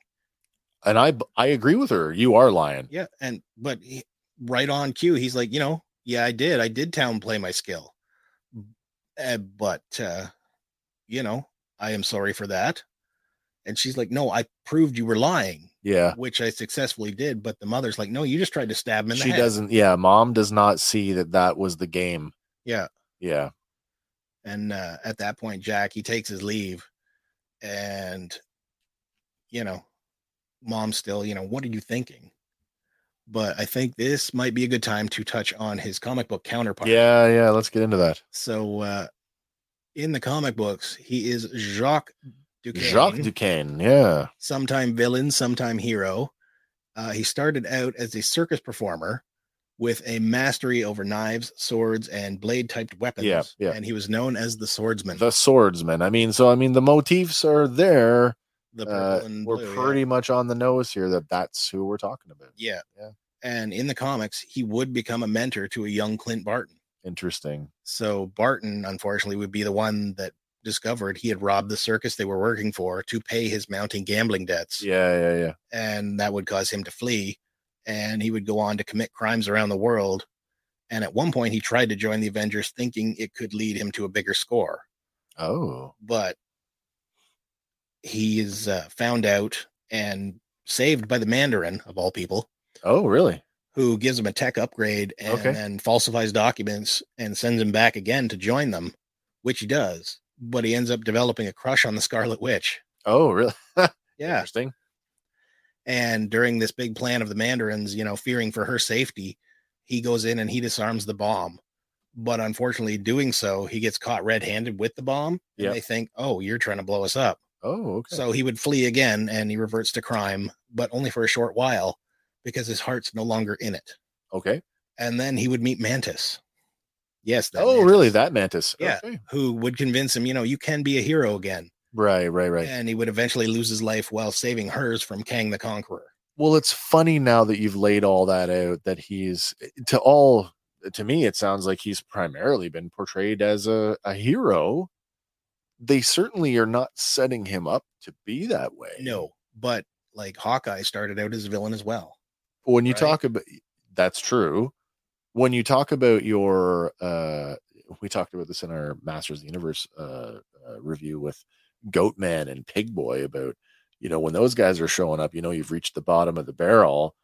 Speaker 3: And I b- I agree with her. You are lying.
Speaker 2: yeah and but he, right on cue he's like you know yeah i did i did downplay my skill Uh, but uh you know i am sorry for that and she's like no i proved you were lying
Speaker 3: Yeah.
Speaker 2: which i successfully did but the mother's like no you just tried to stab him in the
Speaker 3: She
Speaker 2: head.
Speaker 3: doesn't. Yeah, mom does not see that that was the game.
Speaker 2: Yeah.
Speaker 3: Yeah.
Speaker 2: and uh, at that point jack he takes his leave and you know mom's still you know what are you thinking but i think this might be a good time to touch on his comic book counterpart
Speaker 3: Yeah. Yeah. Let's get into that.
Speaker 2: So uh in the comic books, he is Jacques Duquesne,
Speaker 3: Jacques Duquesne. Yeah.
Speaker 2: sometime villain, sometime hero. Uh, he started out as a circus performer with a mastery over knives, swords, and blade typed weapons.
Speaker 3: Yeah, yeah.
Speaker 2: And he was known as the swordsman.
Speaker 3: The swordsman. I mean, so I mean, the motifs are there.
Speaker 2: the
Speaker 3: Uh, we're
Speaker 2: blue, yeah.
Speaker 3: pretty much on the nose here that that's who we're talking about.
Speaker 2: Yeah.
Speaker 3: Yeah.
Speaker 2: And in the comics, he would become a mentor to a young Clint Barton.
Speaker 3: Interesting.
Speaker 2: So Barton, unfortunately, would be the one that discovered he had robbed the circus they were working for to pay his mounting gambling debts.
Speaker 3: Yeah. Yeah. Yeah.
Speaker 2: and that would cause him to flee and he would go on to commit crimes around the world and at one point he tried to join the avengers thinking it could lead him to a bigger score
Speaker 3: Oh.
Speaker 2: but he is uh, found out and saved by the mandarin of all people
Speaker 3: Oh, really?
Speaker 2: who gives him a tech upgrade and
Speaker 3: Okay.
Speaker 2: then falsifies documents and sends him back again to join them which he does but he ends up developing a crush on the scarlet witch
Speaker 3: Oh, really?
Speaker 2: yeah
Speaker 3: Interesting.
Speaker 2: And during this big plan of the Mandarins, you know, fearing for her safety, he goes in and he disarms the bomb. But unfortunately, doing so, he gets caught red handed with the bomb. And
Speaker 3: Yep.
Speaker 2: they think, oh, you're trying to blow us up.
Speaker 3: Oh, okay.
Speaker 2: So he would flee again and he reverts to crime, but only for a short while because his heart's no longer in it.
Speaker 3: okay.
Speaker 2: And then he would meet Mantis. Yes. that
Speaker 3: Oh, really?
Speaker 2: Mantis,
Speaker 3: That mantis.
Speaker 2: Yeah.
Speaker 3: Okay.
Speaker 2: Who would convince him, you know, you can be a hero again.
Speaker 3: Right. Right. Right.
Speaker 2: And he would eventually lose his life while saving hers from Kang the Conqueror.
Speaker 3: Well, it's funny now that you've laid all that out that he's eh, to all to me it sounds like he's primarily been portrayed as a, a hero. They certainly are not setting him up to be that way.
Speaker 2: No, but like Hawkeye started out as a villain as well.
Speaker 3: When you
Speaker 2: Right.
Speaker 3: talk about that's true. When you talk about your uh we talked about this in our Masters of the Universe uh, uh review with Goatman and Pigboy about you know when those guys are showing up, you know you've reached the bottom of the barrel.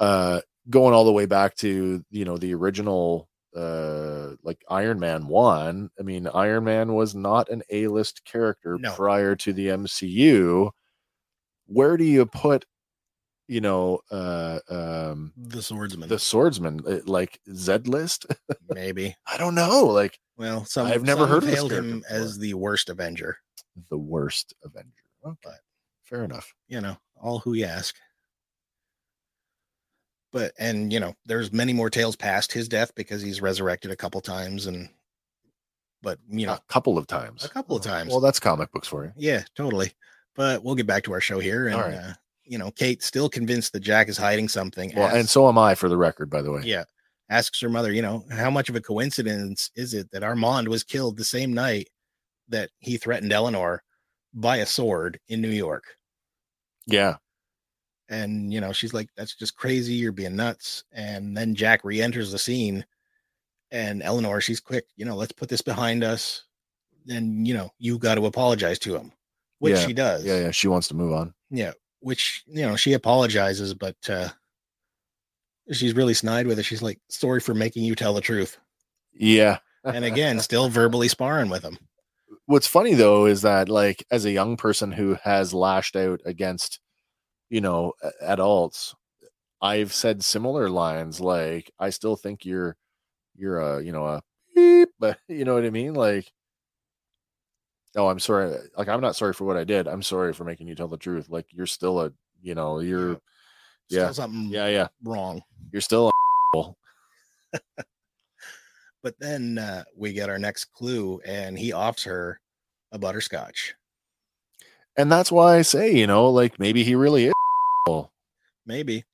Speaker 3: Uh going all the way back to you know the original uh like Iron Man 1, I mean Iron Man was not an A-list character
Speaker 2: No.
Speaker 3: prior to the MCU. Where do you put you know uh um
Speaker 2: The swordsman,
Speaker 3: the swordsman uh, like Z list?
Speaker 2: maybe.
Speaker 3: I don't know. Like
Speaker 2: Well, some
Speaker 3: I've never
Speaker 2: some
Speaker 3: heard of this
Speaker 2: hailed
Speaker 3: character
Speaker 2: him
Speaker 3: before.
Speaker 2: as the worst Avenger.
Speaker 3: the worst Avenger. Okay.
Speaker 2: But-
Speaker 3: Fair enough.
Speaker 2: You know, all who you ask. But and you know, there's many more tales past his death because he's resurrected a couple times, and but you know,
Speaker 3: A couple of times.
Speaker 2: a couple of times.
Speaker 3: Well, that's comic books for you.
Speaker 2: Yeah, totally. But we'll get back to our show here, and
Speaker 3: All right.
Speaker 2: uh, you know, Kate still convinced that Jack is hiding something.
Speaker 3: Well, and
Speaker 2: asks-
Speaker 3: so am I for the record, by the way.
Speaker 2: Yeah. Asks her mother, you know, how much of a coincidence is it that Armand was killed the same night that he threatened Eleanor by a sword in New York?
Speaker 3: Yeah.
Speaker 2: And, you know, she's like, that's just crazy. You're being nuts. And then Jack re enters the scene. And Eleanor, she's quick, you know, let's put this behind us. And, you know, you got to apologize to him, which
Speaker 3: Yeah.
Speaker 2: she does.
Speaker 3: Yeah. Yeah. She wants to move on.
Speaker 2: Yeah, which you know she apologizes, but uh she's really snide with it. She's like, "Sorry for making you tell the truth,"
Speaker 3: Yeah.
Speaker 2: and again, still verbally sparring with him.
Speaker 3: what's funny though is that like as a young person who has lashed out against you know a- adults i've said similar lines like i still think you're you're a you know a beep, but you know what i mean like oh i'm sorry like i'm not sorry for what i did i'm sorry for making you tell the truth like you're still a you know you're
Speaker 2: Still
Speaker 3: Yeah.
Speaker 2: something
Speaker 3: yeah yeah
Speaker 2: wrong.
Speaker 3: you're still a
Speaker 2: But then uh, we get our next clue, and he offers her a butterscotch.
Speaker 3: And that's why I say, you know, like maybe he really is.
Speaker 2: maybe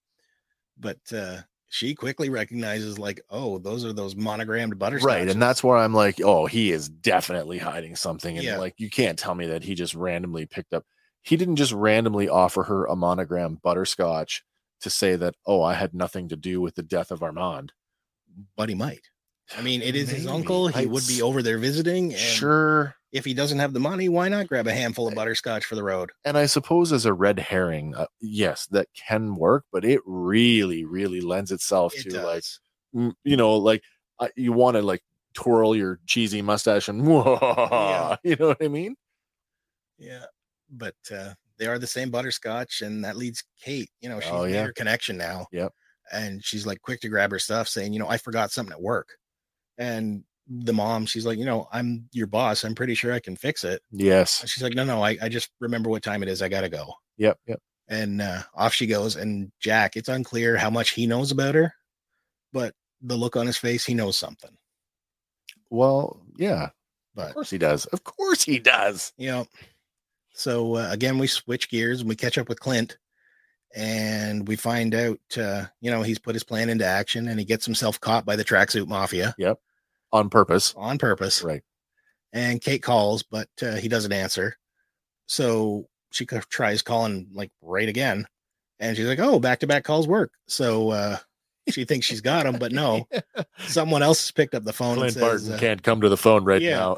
Speaker 2: but uh she quickly recognizes like oh those are those monogrammed butterscotch
Speaker 3: Right. And that's where I'm like, oh, he is definitely hiding something. And
Speaker 2: Yeah.
Speaker 3: like, you can't tell me that he just randomly picked up. He didn't just randomly offer her a monogram butterscotch to say that, oh, I had nothing to do with the death of Armand.
Speaker 2: but he might i mean it is his
Speaker 3: Maybe.
Speaker 2: uncle he
Speaker 3: I-
Speaker 2: would be over there visiting and
Speaker 3: Sure.
Speaker 2: if he doesn't have the money why not grab a handful of butterscotch for the road
Speaker 3: And I suppose as a red herring, uh, yes, that can work, but it really, really lends itself
Speaker 2: It
Speaker 3: to
Speaker 2: does.
Speaker 3: like, mm, you know, like I you want to like twirl your cheesy mustache and, you know what I mean?
Speaker 2: yeah but uh they are the same butterscotch and that leads kate you know she's
Speaker 3: Oh,
Speaker 2: made
Speaker 3: yeah.
Speaker 2: her connection now
Speaker 3: Yep.
Speaker 2: and she's like quick to grab her stuff saying you know i forgot something at work and the mom she's like you know i'm your boss i'm pretty sure i can fix it
Speaker 3: Yes.
Speaker 2: And she's like, no, no, I, I just remember what time it is. I gotta go.
Speaker 3: Yep. Yep.
Speaker 2: And uh, off she goes. And Jack, it's unclear how much he knows about her, but the look on his face, he knows something.
Speaker 3: Well, yeah.
Speaker 2: But
Speaker 3: Of course he does. Of course he does.
Speaker 2: you know, so uh, again, we switch gears and we catch up with Clint, and we find out, uh, you know, he's put his plan into action, and he gets himself caught by the tracksuit mafia
Speaker 3: On purpose.
Speaker 2: on purpose.
Speaker 3: Right.
Speaker 2: and Kate calls, but uh, he doesn't answer. So she c- tries calling like right again, and she's like, "Oh, back to back calls work." So uh, she thinks she's got him, but no, someone else has picked up the phone
Speaker 3: Clint
Speaker 2: and says,
Speaker 3: Barton
Speaker 2: uh,
Speaker 3: can't come to the phone right
Speaker 2: yeah.
Speaker 3: now.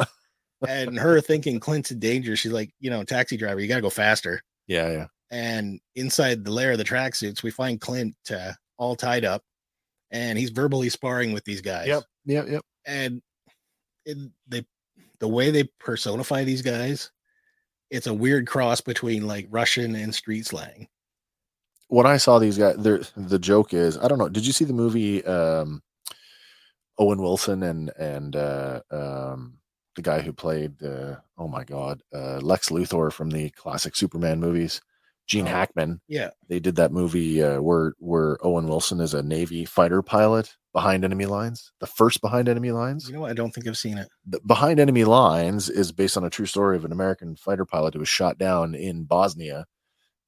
Speaker 2: and her thinking Clint's in danger. She's like, "You know, taxi driver, you got to go faster."
Speaker 3: Yeah, yeah.
Speaker 2: And inside the lair of the tracksuits, we find Clint uh, all tied up, and he's verbally sparring with these guys.
Speaker 3: Yep. Yep. Yep.
Speaker 2: and it, they the way they personify these guys it's a weird cross between like russian and street slang
Speaker 3: When I saw these guys, there the joke is I don't know. Did you see the movie um Owen Wilson and and uh um the guy who played uh oh my god, uh Lex Luthor from the classic Superman movies, Gene
Speaker 2: Oh.
Speaker 3: Hackman.
Speaker 2: yeah
Speaker 3: They did that movie uh, where where Owen Wilson is a Navy fighter pilot behind enemy lines, the first behind enemy lines.
Speaker 2: you know what? i don't think i've seen it
Speaker 3: the Behind Enemy Lines is based on a true story of an American fighter pilot who was shot down in Bosnia.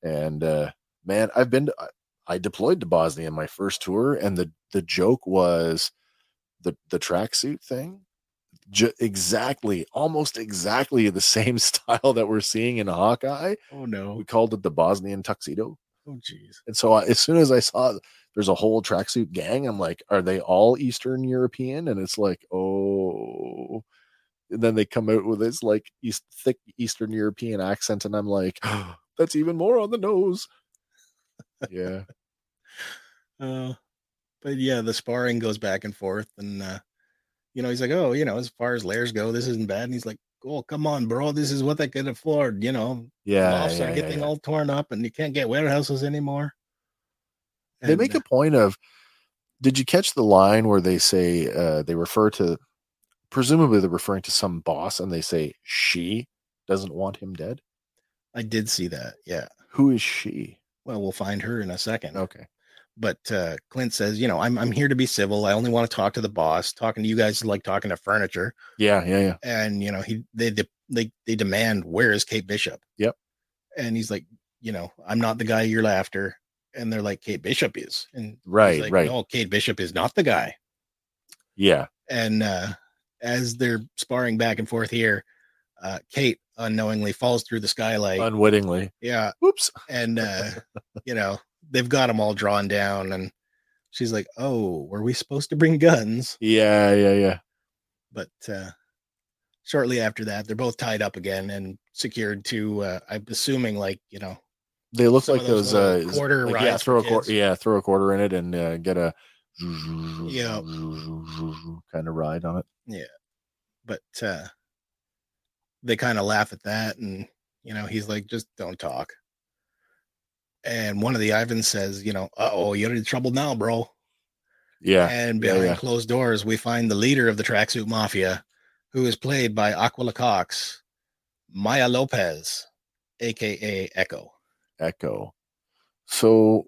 Speaker 3: And uh, man, I've been to, I- I deployed to Bosnia in my first tour, and the the joke was the the tracksuit thing, Ju- exactly, almost exactly the same style that we're seeing in Hawkeye.
Speaker 2: oh no
Speaker 3: We called it the Bosnian tuxedo.
Speaker 2: oh jeez
Speaker 3: And so I, as soon as I saw there's a whole tracksuit gang, I'm like, are they all Eastern European? And it's like, oh. And then they come out with this like East, thick Eastern European accent, and I'm like, "Oh, that's even more on the nose. yeah,
Speaker 2: uh, but yeah the sparring goes back and forth and uh, you know he's like oh you know as far as lairs go this isn't bad and he's like oh come on bro this is what i could afford you know
Speaker 3: yeah.
Speaker 2: lofts
Speaker 3: yeah,
Speaker 2: are
Speaker 3: yeah,
Speaker 2: getting
Speaker 3: yeah.
Speaker 2: all torn up and you can't get warehouses anymore
Speaker 3: They make
Speaker 2: a
Speaker 3: a point of. Did you catch the line where they say uh, they refer to, presumably they're referring to some boss, and they say she doesn't want him dead.
Speaker 2: I did see that yeah
Speaker 3: Who is she?
Speaker 2: well we'll find her in a second
Speaker 3: Okay.
Speaker 2: but uh, Clint says, you know, I'm I'm here to be civil. I only want to talk to the boss. Talking to you guys is like talking to furniture.
Speaker 3: Yeah, yeah, yeah.
Speaker 2: And you know, he they de- they they demand where is Kate Bishop?
Speaker 3: Yep.
Speaker 2: And he's like, you know, I'm not the guy you're after. And they're like, Kate Bishop is. And he's
Speaker 3: Right,
Speaker 2: like, "Oh,
Speaker 3: right.
Speaker 2: No, Kate Bishop is not the guy.
Speaker 3: Yeah.
Speaker 2: And uh, as they're sparring back and forth here, uh, Kate unknowingly falls through the skylight.
Speaker 3: Unwittingly.
Speaker 2: yeah,
Speaker 3: Whoops.
Speaker 2: and uh you know they've got them all drawn down and she's like oh were we supposed to bring guns
Speaker 3: Yeah, yeah, yeah.
Speaker 2: but uh shortly after that they're both tied up again and secured to uh i'm assuming like you know
Speaker 3: They look
Speaker 2: Some of
Speaker 3: like
Speaker 2: those
Speaker 3: those,
Speaker 2: little
Speaker 3: uh
Speaker 2: quarter
Speaker 3: like, yeah,
Speaker 2: rides
Speaker 3: throw
Speaker 2: for
Speaker 3: a quarter
Speaker 2: kids.
Speaker 3: yeah, throw a quarter in it and uh, get a
Speaker 2: Yeah.
Speaker 3: kind of ride on it.
Speaker 2: but uh they kind of laugh at that and you know he's like just don't talk and one of the Ivans says, you know, uh oh, you're in trouble now, bro.
Speaker 3: Yeah.
Speaker 2: And
Speaker 3: Ah, yeah,
Speaker 2: behind
Speaker 3: yeah.
Speaker 2: closed doors, we find the leader of the tracksuit mafia, who is played by Aquila Cox, Maya Lopez, aka Echo.
Speaker 3: Echo. So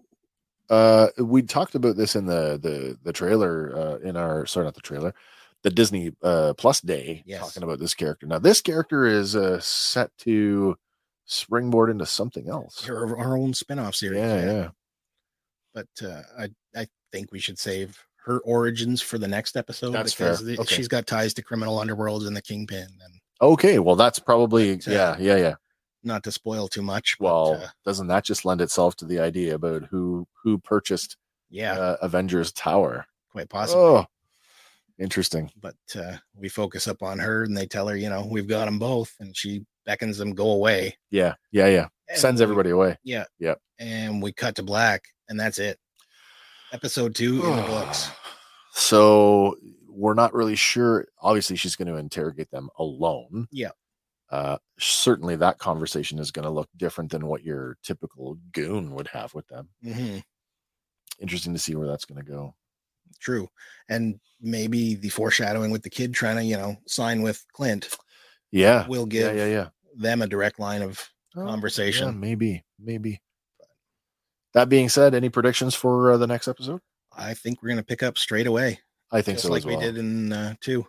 Speaker 3: uh we talked about this in the the the trailer uh in our sorry not the trailer the Disney uh, Plus Day
Speaker 2: Yes.
Speaker 3: talking about this character. Now, this character is uh, set to springboard into something else.
Speaker 2: Our, our own spin-off
Speaker 3: Yeah,
Speaker 2: series.
Speaker 3: yeah.
Speaker 2: But uh, I I think we should save her origins for the next episode
Speaker 3: That's
Speaker 2: because
Speaker 3: fair.
Speaker 2: the-
Speaker 3: Okay.
Speaker 2: she's got ties to criminal underworlds and the kingpin. And
Speaker 3: Okay, well, that's probably
Speaker 2: But, uh,
Speaker 3: yeah, yeah, yeah.
Speaker 2: not to spoil too much. but,
Speaker 3: Well,
Speaker 2: uh,
Speaker 3: doesn't that just lend itself to the idea about who who purchased
Speaker 2: yeah,
Speaker 3: uh, Avengers Tower?
Speaker 2: quite possibly.
Speaker 3: Oh, interesting.
Speaker 2: but uh, we focus up on her and they tell her, you know, we've got them both, and she beckons them go away,
Speaker 3: Yeah, yeah, yeah.
Speaker 2: And
Speaker 3: Sends
Speaker 2: we-
Speaker 3: everybody away.
Speaker 2: Yeah,
Speaker 3: Yep.
Speaker 2: And we cut to black, and that's it. Episode two in the books.
Speaker 3: So we're not really sure. Obviously, she's going to interrogate them alone.
Speaker 2: Yeah.
Speaker 3: Uh, certainly, that conversation is going to look different than what your typical goon would have with them.
Speaker 2: hmm
Speaker 3: Interesting to see where that's going to go.
Speaker 2: True, and maybe the foreshadowing with the kid trying to, you know, sign with Clint
Speaker 3: Yeah.
Speaker 2: will give
Speaker 3: Yeah. Yeah. Yeah.
Speaker 2: them a direct line of
Speaker 3: Oh,
Speaker 2: Conversation.
Speaker 3: yeah, maybe. Maybe. That being said, any predictions for uh, the next episode?
Speaker 2: I think we're gonna pick up straight away,
Speaker 3: I think
Speaker 2: just
Speaker 3: so
Speaker 2: like
Speaker 3: as well.
Speaker 2: we did in uh, two.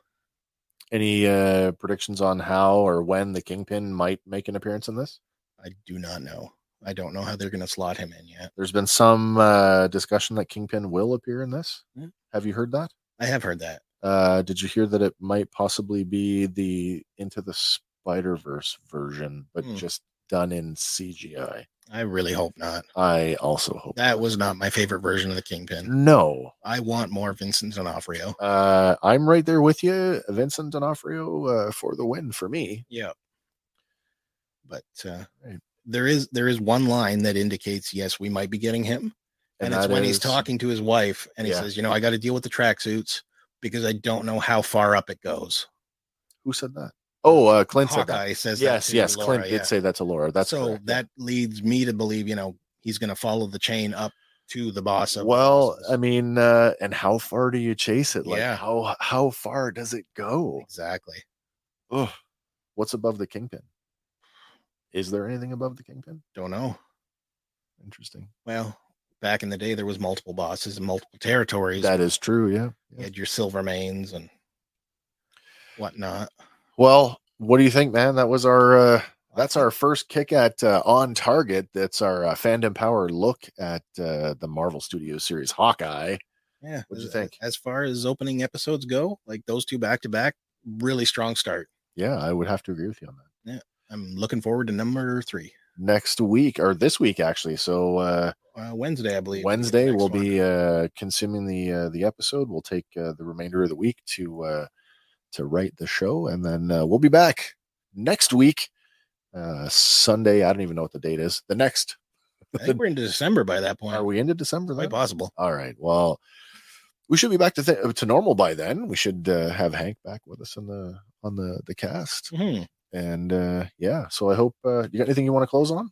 Speaker 3: Any uh, predictions on how or when the Kingpin might make an appearance in this?
Speaker 2: I do not know. I don't know how they're gonna slot him in yet.
Speaker 3: There's been some uh, discussion that Kingpin will appear in this.
Speaker 2: Hmm.
Speaker 3: Have you heard that?
Speaker 2: I have heard that.
Speaker 3: Uh, did you hear that it might possibly be the Into the Spider Verse version, but
Speaker 2: Hmm.
Speaker 3: just done in CGI?
Speaker 2: I really hope not.
Speaker 3: I also hope
Speaker 2: That was not my favorite version of the
Speaker 3: Mm.
Speaker 2: Kingpin.
Speaker 3: no.
Speaker 2: I want more Vincent D'Onofrio.
Speaker 3: Uh, I'm right there with you, Vincent D'Onofrio, uh, for the win for me.
Speaker 2: Yeah. But uh,
Speaker 3: Right.
Speaker 2: there is there is one line that indicates yes, we might be getting him, and, it's
Speaker 3: that
Speaker 2: when he's
Speaker 3: is-
Speaker 2: talking to his wife, and he
Speaker 3: Yeah.
Speaker 2: says, "You know, I got to deal with the tracksuits because I don't know how far up it goes."
Speaker 3: Who said that? Oh, uh, Clint said that.
Speaker 2: Hawkeye says, that
Speaker 3: Yes,
Speaker 2: to
Speaker 3: yes,
Speaker 2: Laura,
Speaker 3: Clint did
Speaker 2: yeah.
Speaker 3: say that to Laura. That's
Speaker 2: so
Speaker 3: correct, yeah.
Speaker 2: that leads me to believe, you know, he's going to follow the chain up to the boss. Of
Speaker 3: well
Speaker 2: bosses.
Speaker 3: i mean uh and how far do you chase it like
Speaker 2: Yeah.
Speaker 3: how how far does it go
Speaker 2: exactly.
Speaker 3: Ugh. what's above the kingpin is there anything above the kingpin
Speaker 2: Don't know.
Speaker 3: interesting
Speaker 2: Well, back in the day, there was multiple bosses and multiple territories.
Speaker 3: that is true yeah,
Speaker 2: you
Speaker 3: yeah.
Speaker 2: had your silver mains and whatnot.
Speaker 3: well what do you think man that was our uh that's our first kick at uh, on target that's our uh, fandom power look at uh, the marvel studios series hawkeye
Speaker 2: Yeah.
Speaker 3: What'd you
Speaker 2: as-
Speaker 3: think?
Speaker 2: As far as opening episodes go, like those two back to back, really strong start.
Speaker 3: yeah i would have to agree with you on that
Speaker 2: I'm looking forward to number three.
Speaker 3: next week or this week actually so uh
Speaker 2: Uh, Wednesday, I believe. is the
Speaker 3: Wednesday
Speaker 2: next
Speaker 3: we'll
Speaker 2: one.
Speaker 3: be uh, consuming the uh, the episode. We'll take uh, the remainder of the week to uh, to write the show, and then uh, we'll be back next week, uh, Sunday. I don't even know what the date is. The next
Speaker 2: I think we're into December by that point.
Speaker 3: uh, are we into December?
Speaker 2: Quite
Speaker 3: Then?
Speaker 2: possible.
Speaker 3: All right. Well, we should be back to th- to normal by then. We should uh, have Hank back with us on the on the the cast,
Speaker 2: Hmm.
Speaker 3: and uh, yeah. So I hope uh, you got anything you want to close on.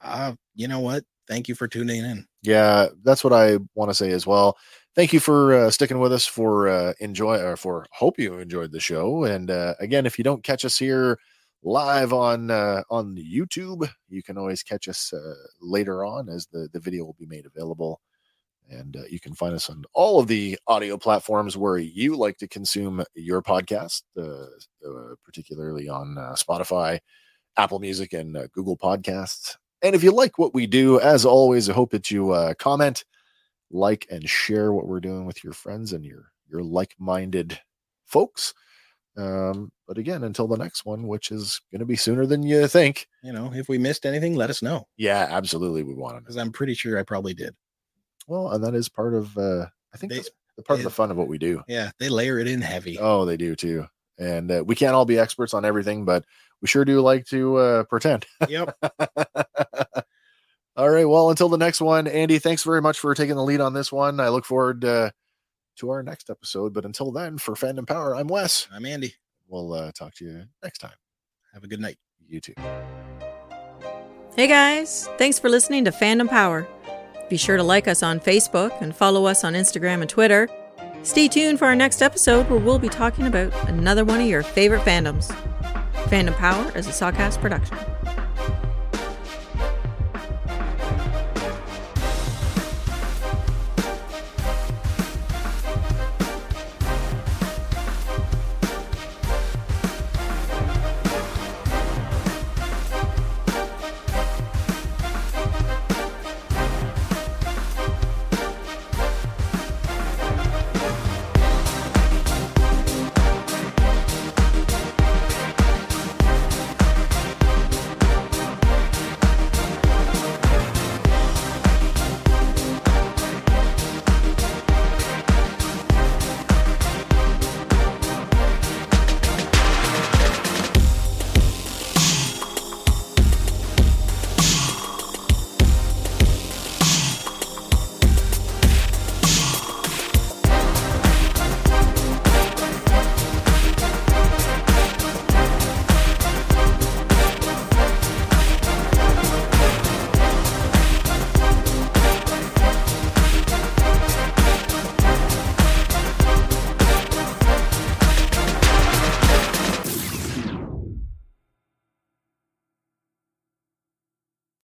Speaker 2: Uh, you know what? Thank you for tuning in.
Speaker 3: yeah that's what i want to say as well thank you for uh, sticking with us for uh, enjoy or for hope you enjoyed the show and uh, again if you don't catch us here live on uh, on youtube you can always catch us uh, later on as the the video will be made available and uh, you can find us on all of the audio platforms where you like to consume your podcast uh, uh, particularly on uh, spotify apple music and uh, google podcasts and if you like what we do, as always, I hope that you uh, comment, like, and share what we're doing with your friends and your your like-minded folks. Um, but again, until the next one, which is going to be sooner than you think.
Speaker 2: You know, if we missed anything, let us know
Speaker 3: Yeah, absolutely, we want to
Speaker 2: because
Speaker 3: know.
Speaker 2: I'm pretty sure I probably did.
Speaker 3: Well, and that is part of uh, I think
Speaker 2: They-
Speaker 3: that's the part of the
Speaker 2: they-
Speaker 3: fun of what we do.
Speaker 2: Yeah, they layer it in heavy.
Speaker 3: Oh, they do too. And uh, we can't all be experts on everything, but we sure do like to uh, pretend.
Speaker 2: Yep.
Speaker 3: All right. Well, until the next one, Andy, thanks very much for taking the lead on this one. I look forward uh, to our next episode. But until then, for Fandom Power, I'm Wes.
Speaker 2: I'm Andy.
Speaker 3: We'll uh, talk to you next time.
Speaker 2: Have a good night.
Speaker 3: You too.
Speaker 1: Hey guys, thanks for listening to Fandom Power. Be sure to like us on Facebook and follow us on Instagram and Twitter. Stay tuned for our next episode where we'll be talking about another one of your favorite fandoms. Fandom Power is a Sawcast production.